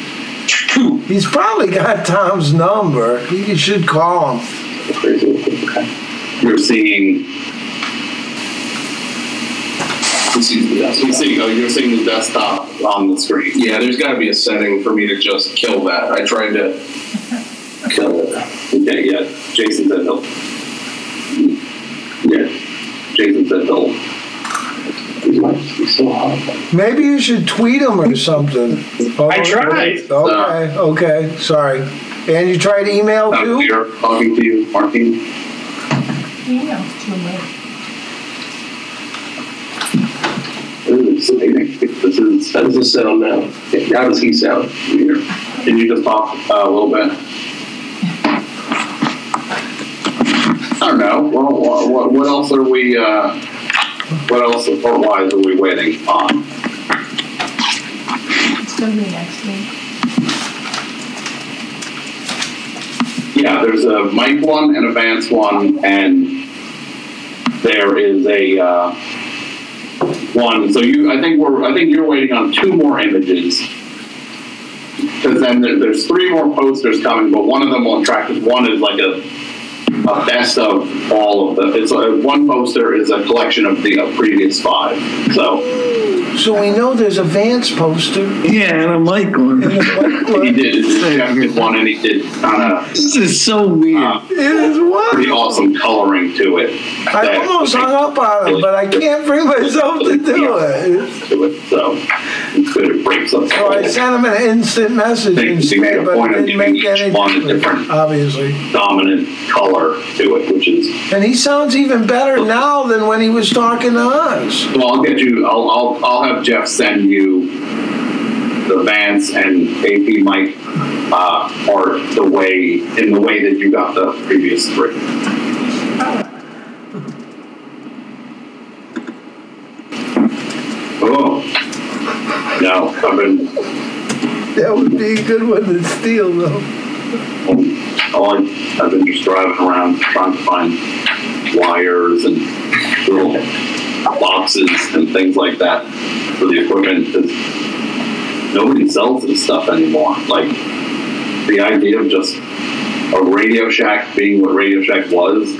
Speaker 2: He's probably got Tom's number. He should call him.
Speaker 3: You're singing. I'm seeing, oh, you're seeing the desktop on the screen. Yeah, there's got to be a setting for me to just kill that. I tried to kill it. Okay, yeah, Jason said he'll. Yeah, Jason said he'll. He's so hot.
Speaker 2: Maybe you should tweet him or something. I tried. Okay, okay, sorry. And you tried email
Speaker 13: Uh,
Speaker 2: too?
Speaker 13: we are talking to you, Martin. This is, how does this sound now? How does he sound? Here. Can you just talk uh, a little bit? I don't know. What, what- what, what else are we, uh, what else, what wise are we waiting on?
Speaker 8: It's gonna be next week.
Speaker 13: Yeah, there's a Mike one and a Vance one, and there is a uh, one. So you, I think we're, I think you're waiting on two more images. Because then there, there's three more posters coming, but one of them will track. One is like a, a best of all of them. It's a, one poster is a collection of the uh, previous five. So
Speaker 2: So we know there's a Vance poster.
Speaker 12: Yeah, and a Mike one.
Speaker 13: he did Jeff did one, and he did kind of.
Speaker 12: This is so weird.
Speaker 2: It is
Speaker 13: Pretty
Speaker 2: wild.
Speaker 13: awesome coloring to it.
Speaker 2: I
Speaker 13: That-
Speaker 2: almost hung up on it, but I can't bring myself to do it.
Speaker 13: to it, so it could break something.
Speaker 2: So I sent him an instant message and
Speaker 13: They made
Speaker 2: said,
Speaker 13: a
Speaker 2: but
Speaker 13: point
Speaker 2: it
Speaker 13: of
Speaker 2: didn't
Speaker 13: giving
Speaker 2: make
Speaker 13: each
Speaker 2: any,
Speaker 13: one a different
Speaker 2: obviously.
Speaker 13: dominant color to it, which is
Speaker 2: And he sounds even better now than when he was talking to us.
Speaker 13: Well, I'll get you. I'll, I'll, I'll have Jeff send you the Vance and AP Mike uh, art the way in the way that you got the previous three. Oh no! I've been
Speaker 2: That would be a good one to steal, though.
Speaker 13: all I, I've been just driving around trying to find wires and little boxes and things like that for the equipment 'cause nobody sells this stuff anymore. Like the idea of just a Radio Shack being what Radio Shack was,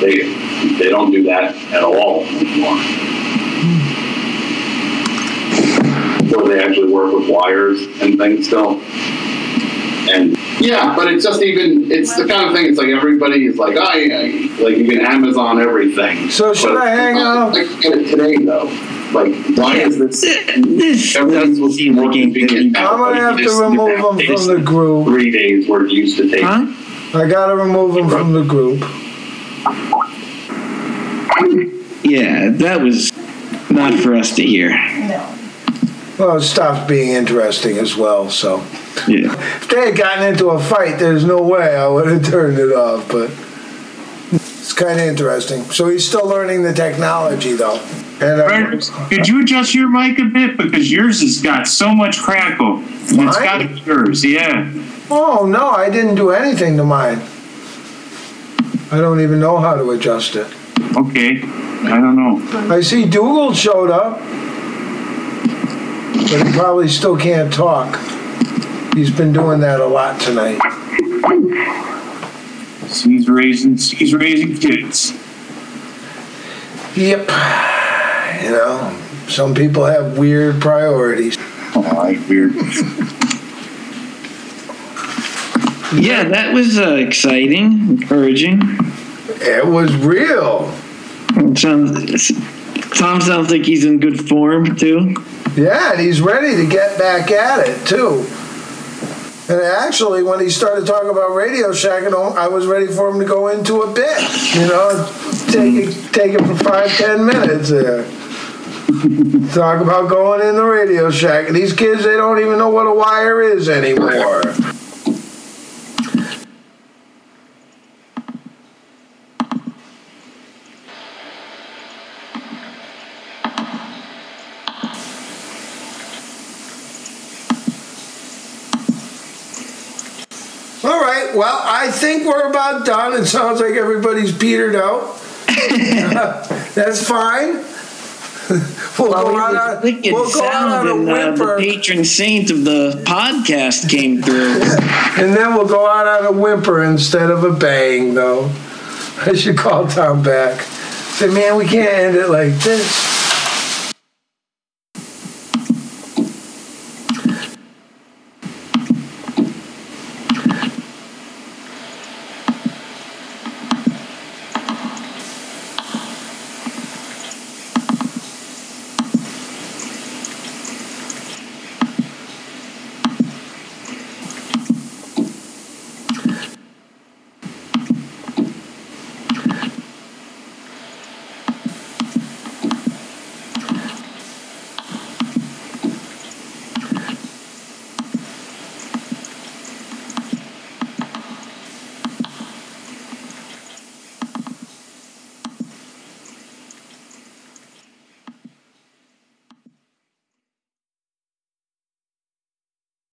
Speaker 13: they they don't do that at all anymore. So they actually work with wires and things still. And yeah, but it's just even it's the kind of thing. It's like everybody is like, I, I like you can Amazon everything.
Speaker 2: So should I hang
Speaker 13: up? I get it today though. Like why is this?
Speaker 12: This
Speaker 13: everything's supposed to be more convenient.
Speaker 2: I'm gonna have to remove him from the group.
Speaker 13: Three days where it used to take.
Speaker 2: I gotta remove him from the group.
Speaker 12: Yeah, that was not for us to hear.
Speaker 2: Well, it stopped being interesting as well, so.
Speaker 12: Yeah.
Speaker 2: If they had gotten into a fight, there's no way I would have turned it off, but it's kind of interesting. So he's still learning the technology, though. And uh,
Speaker 26: Could you adjust your mic a bit because yours has got so much crackle? It's
Speaker 2: Mine?
Speaker 26: got to be yours, yeah.
Speaker 2: oh no, I didn't do anything to mine. I don't even know how to adjust it.
Speaker 26: Okay, I don't know.
Speaker 2: I see Dougal showed up, but he probably still can't talk. He's been doing that a lot tonight.
Speaker 26: He's raising, he's raising kids.
Speaker 2: Yep. You know, some people have weird priorities.
Speaker 26: Oh, I like weird.
Speaker 12: Yeah, that was uh, exciting, encouraging.
Speaker 2: It was real.
Speaker 12: Sounds, Tom sounds like he's in good form too.
Speaker 2: Yeah, and he's ready to get back at it too. And actually, when he started talking about Radio Shack, and all, I was ready for him to go into a bit. You know, take it, take it for five, ten minutes there. Talk about going in the Radio Shack. And these kids, they don't even know what a wire is anymore. All right. Well, I think we're about done. It sounds like everybody's petered out. That's fine. We'll
Speaker 12: Well,
Speaker 2: go out
Speaker 12: it was
Speaker 2: on,
Speaker 12: wicked
Speaker 2: we'll go out on
Speaker 12: sound
Speaker 2: a
Speaker 12: and, uh, the
Speaker 2: whimper.
Speaker 12: patron saint of the podcast came through.
Speaker 2: And then we'll go out on a whimper instead of a bang, though. I should call Tom back. Say, man, we can't end it like this.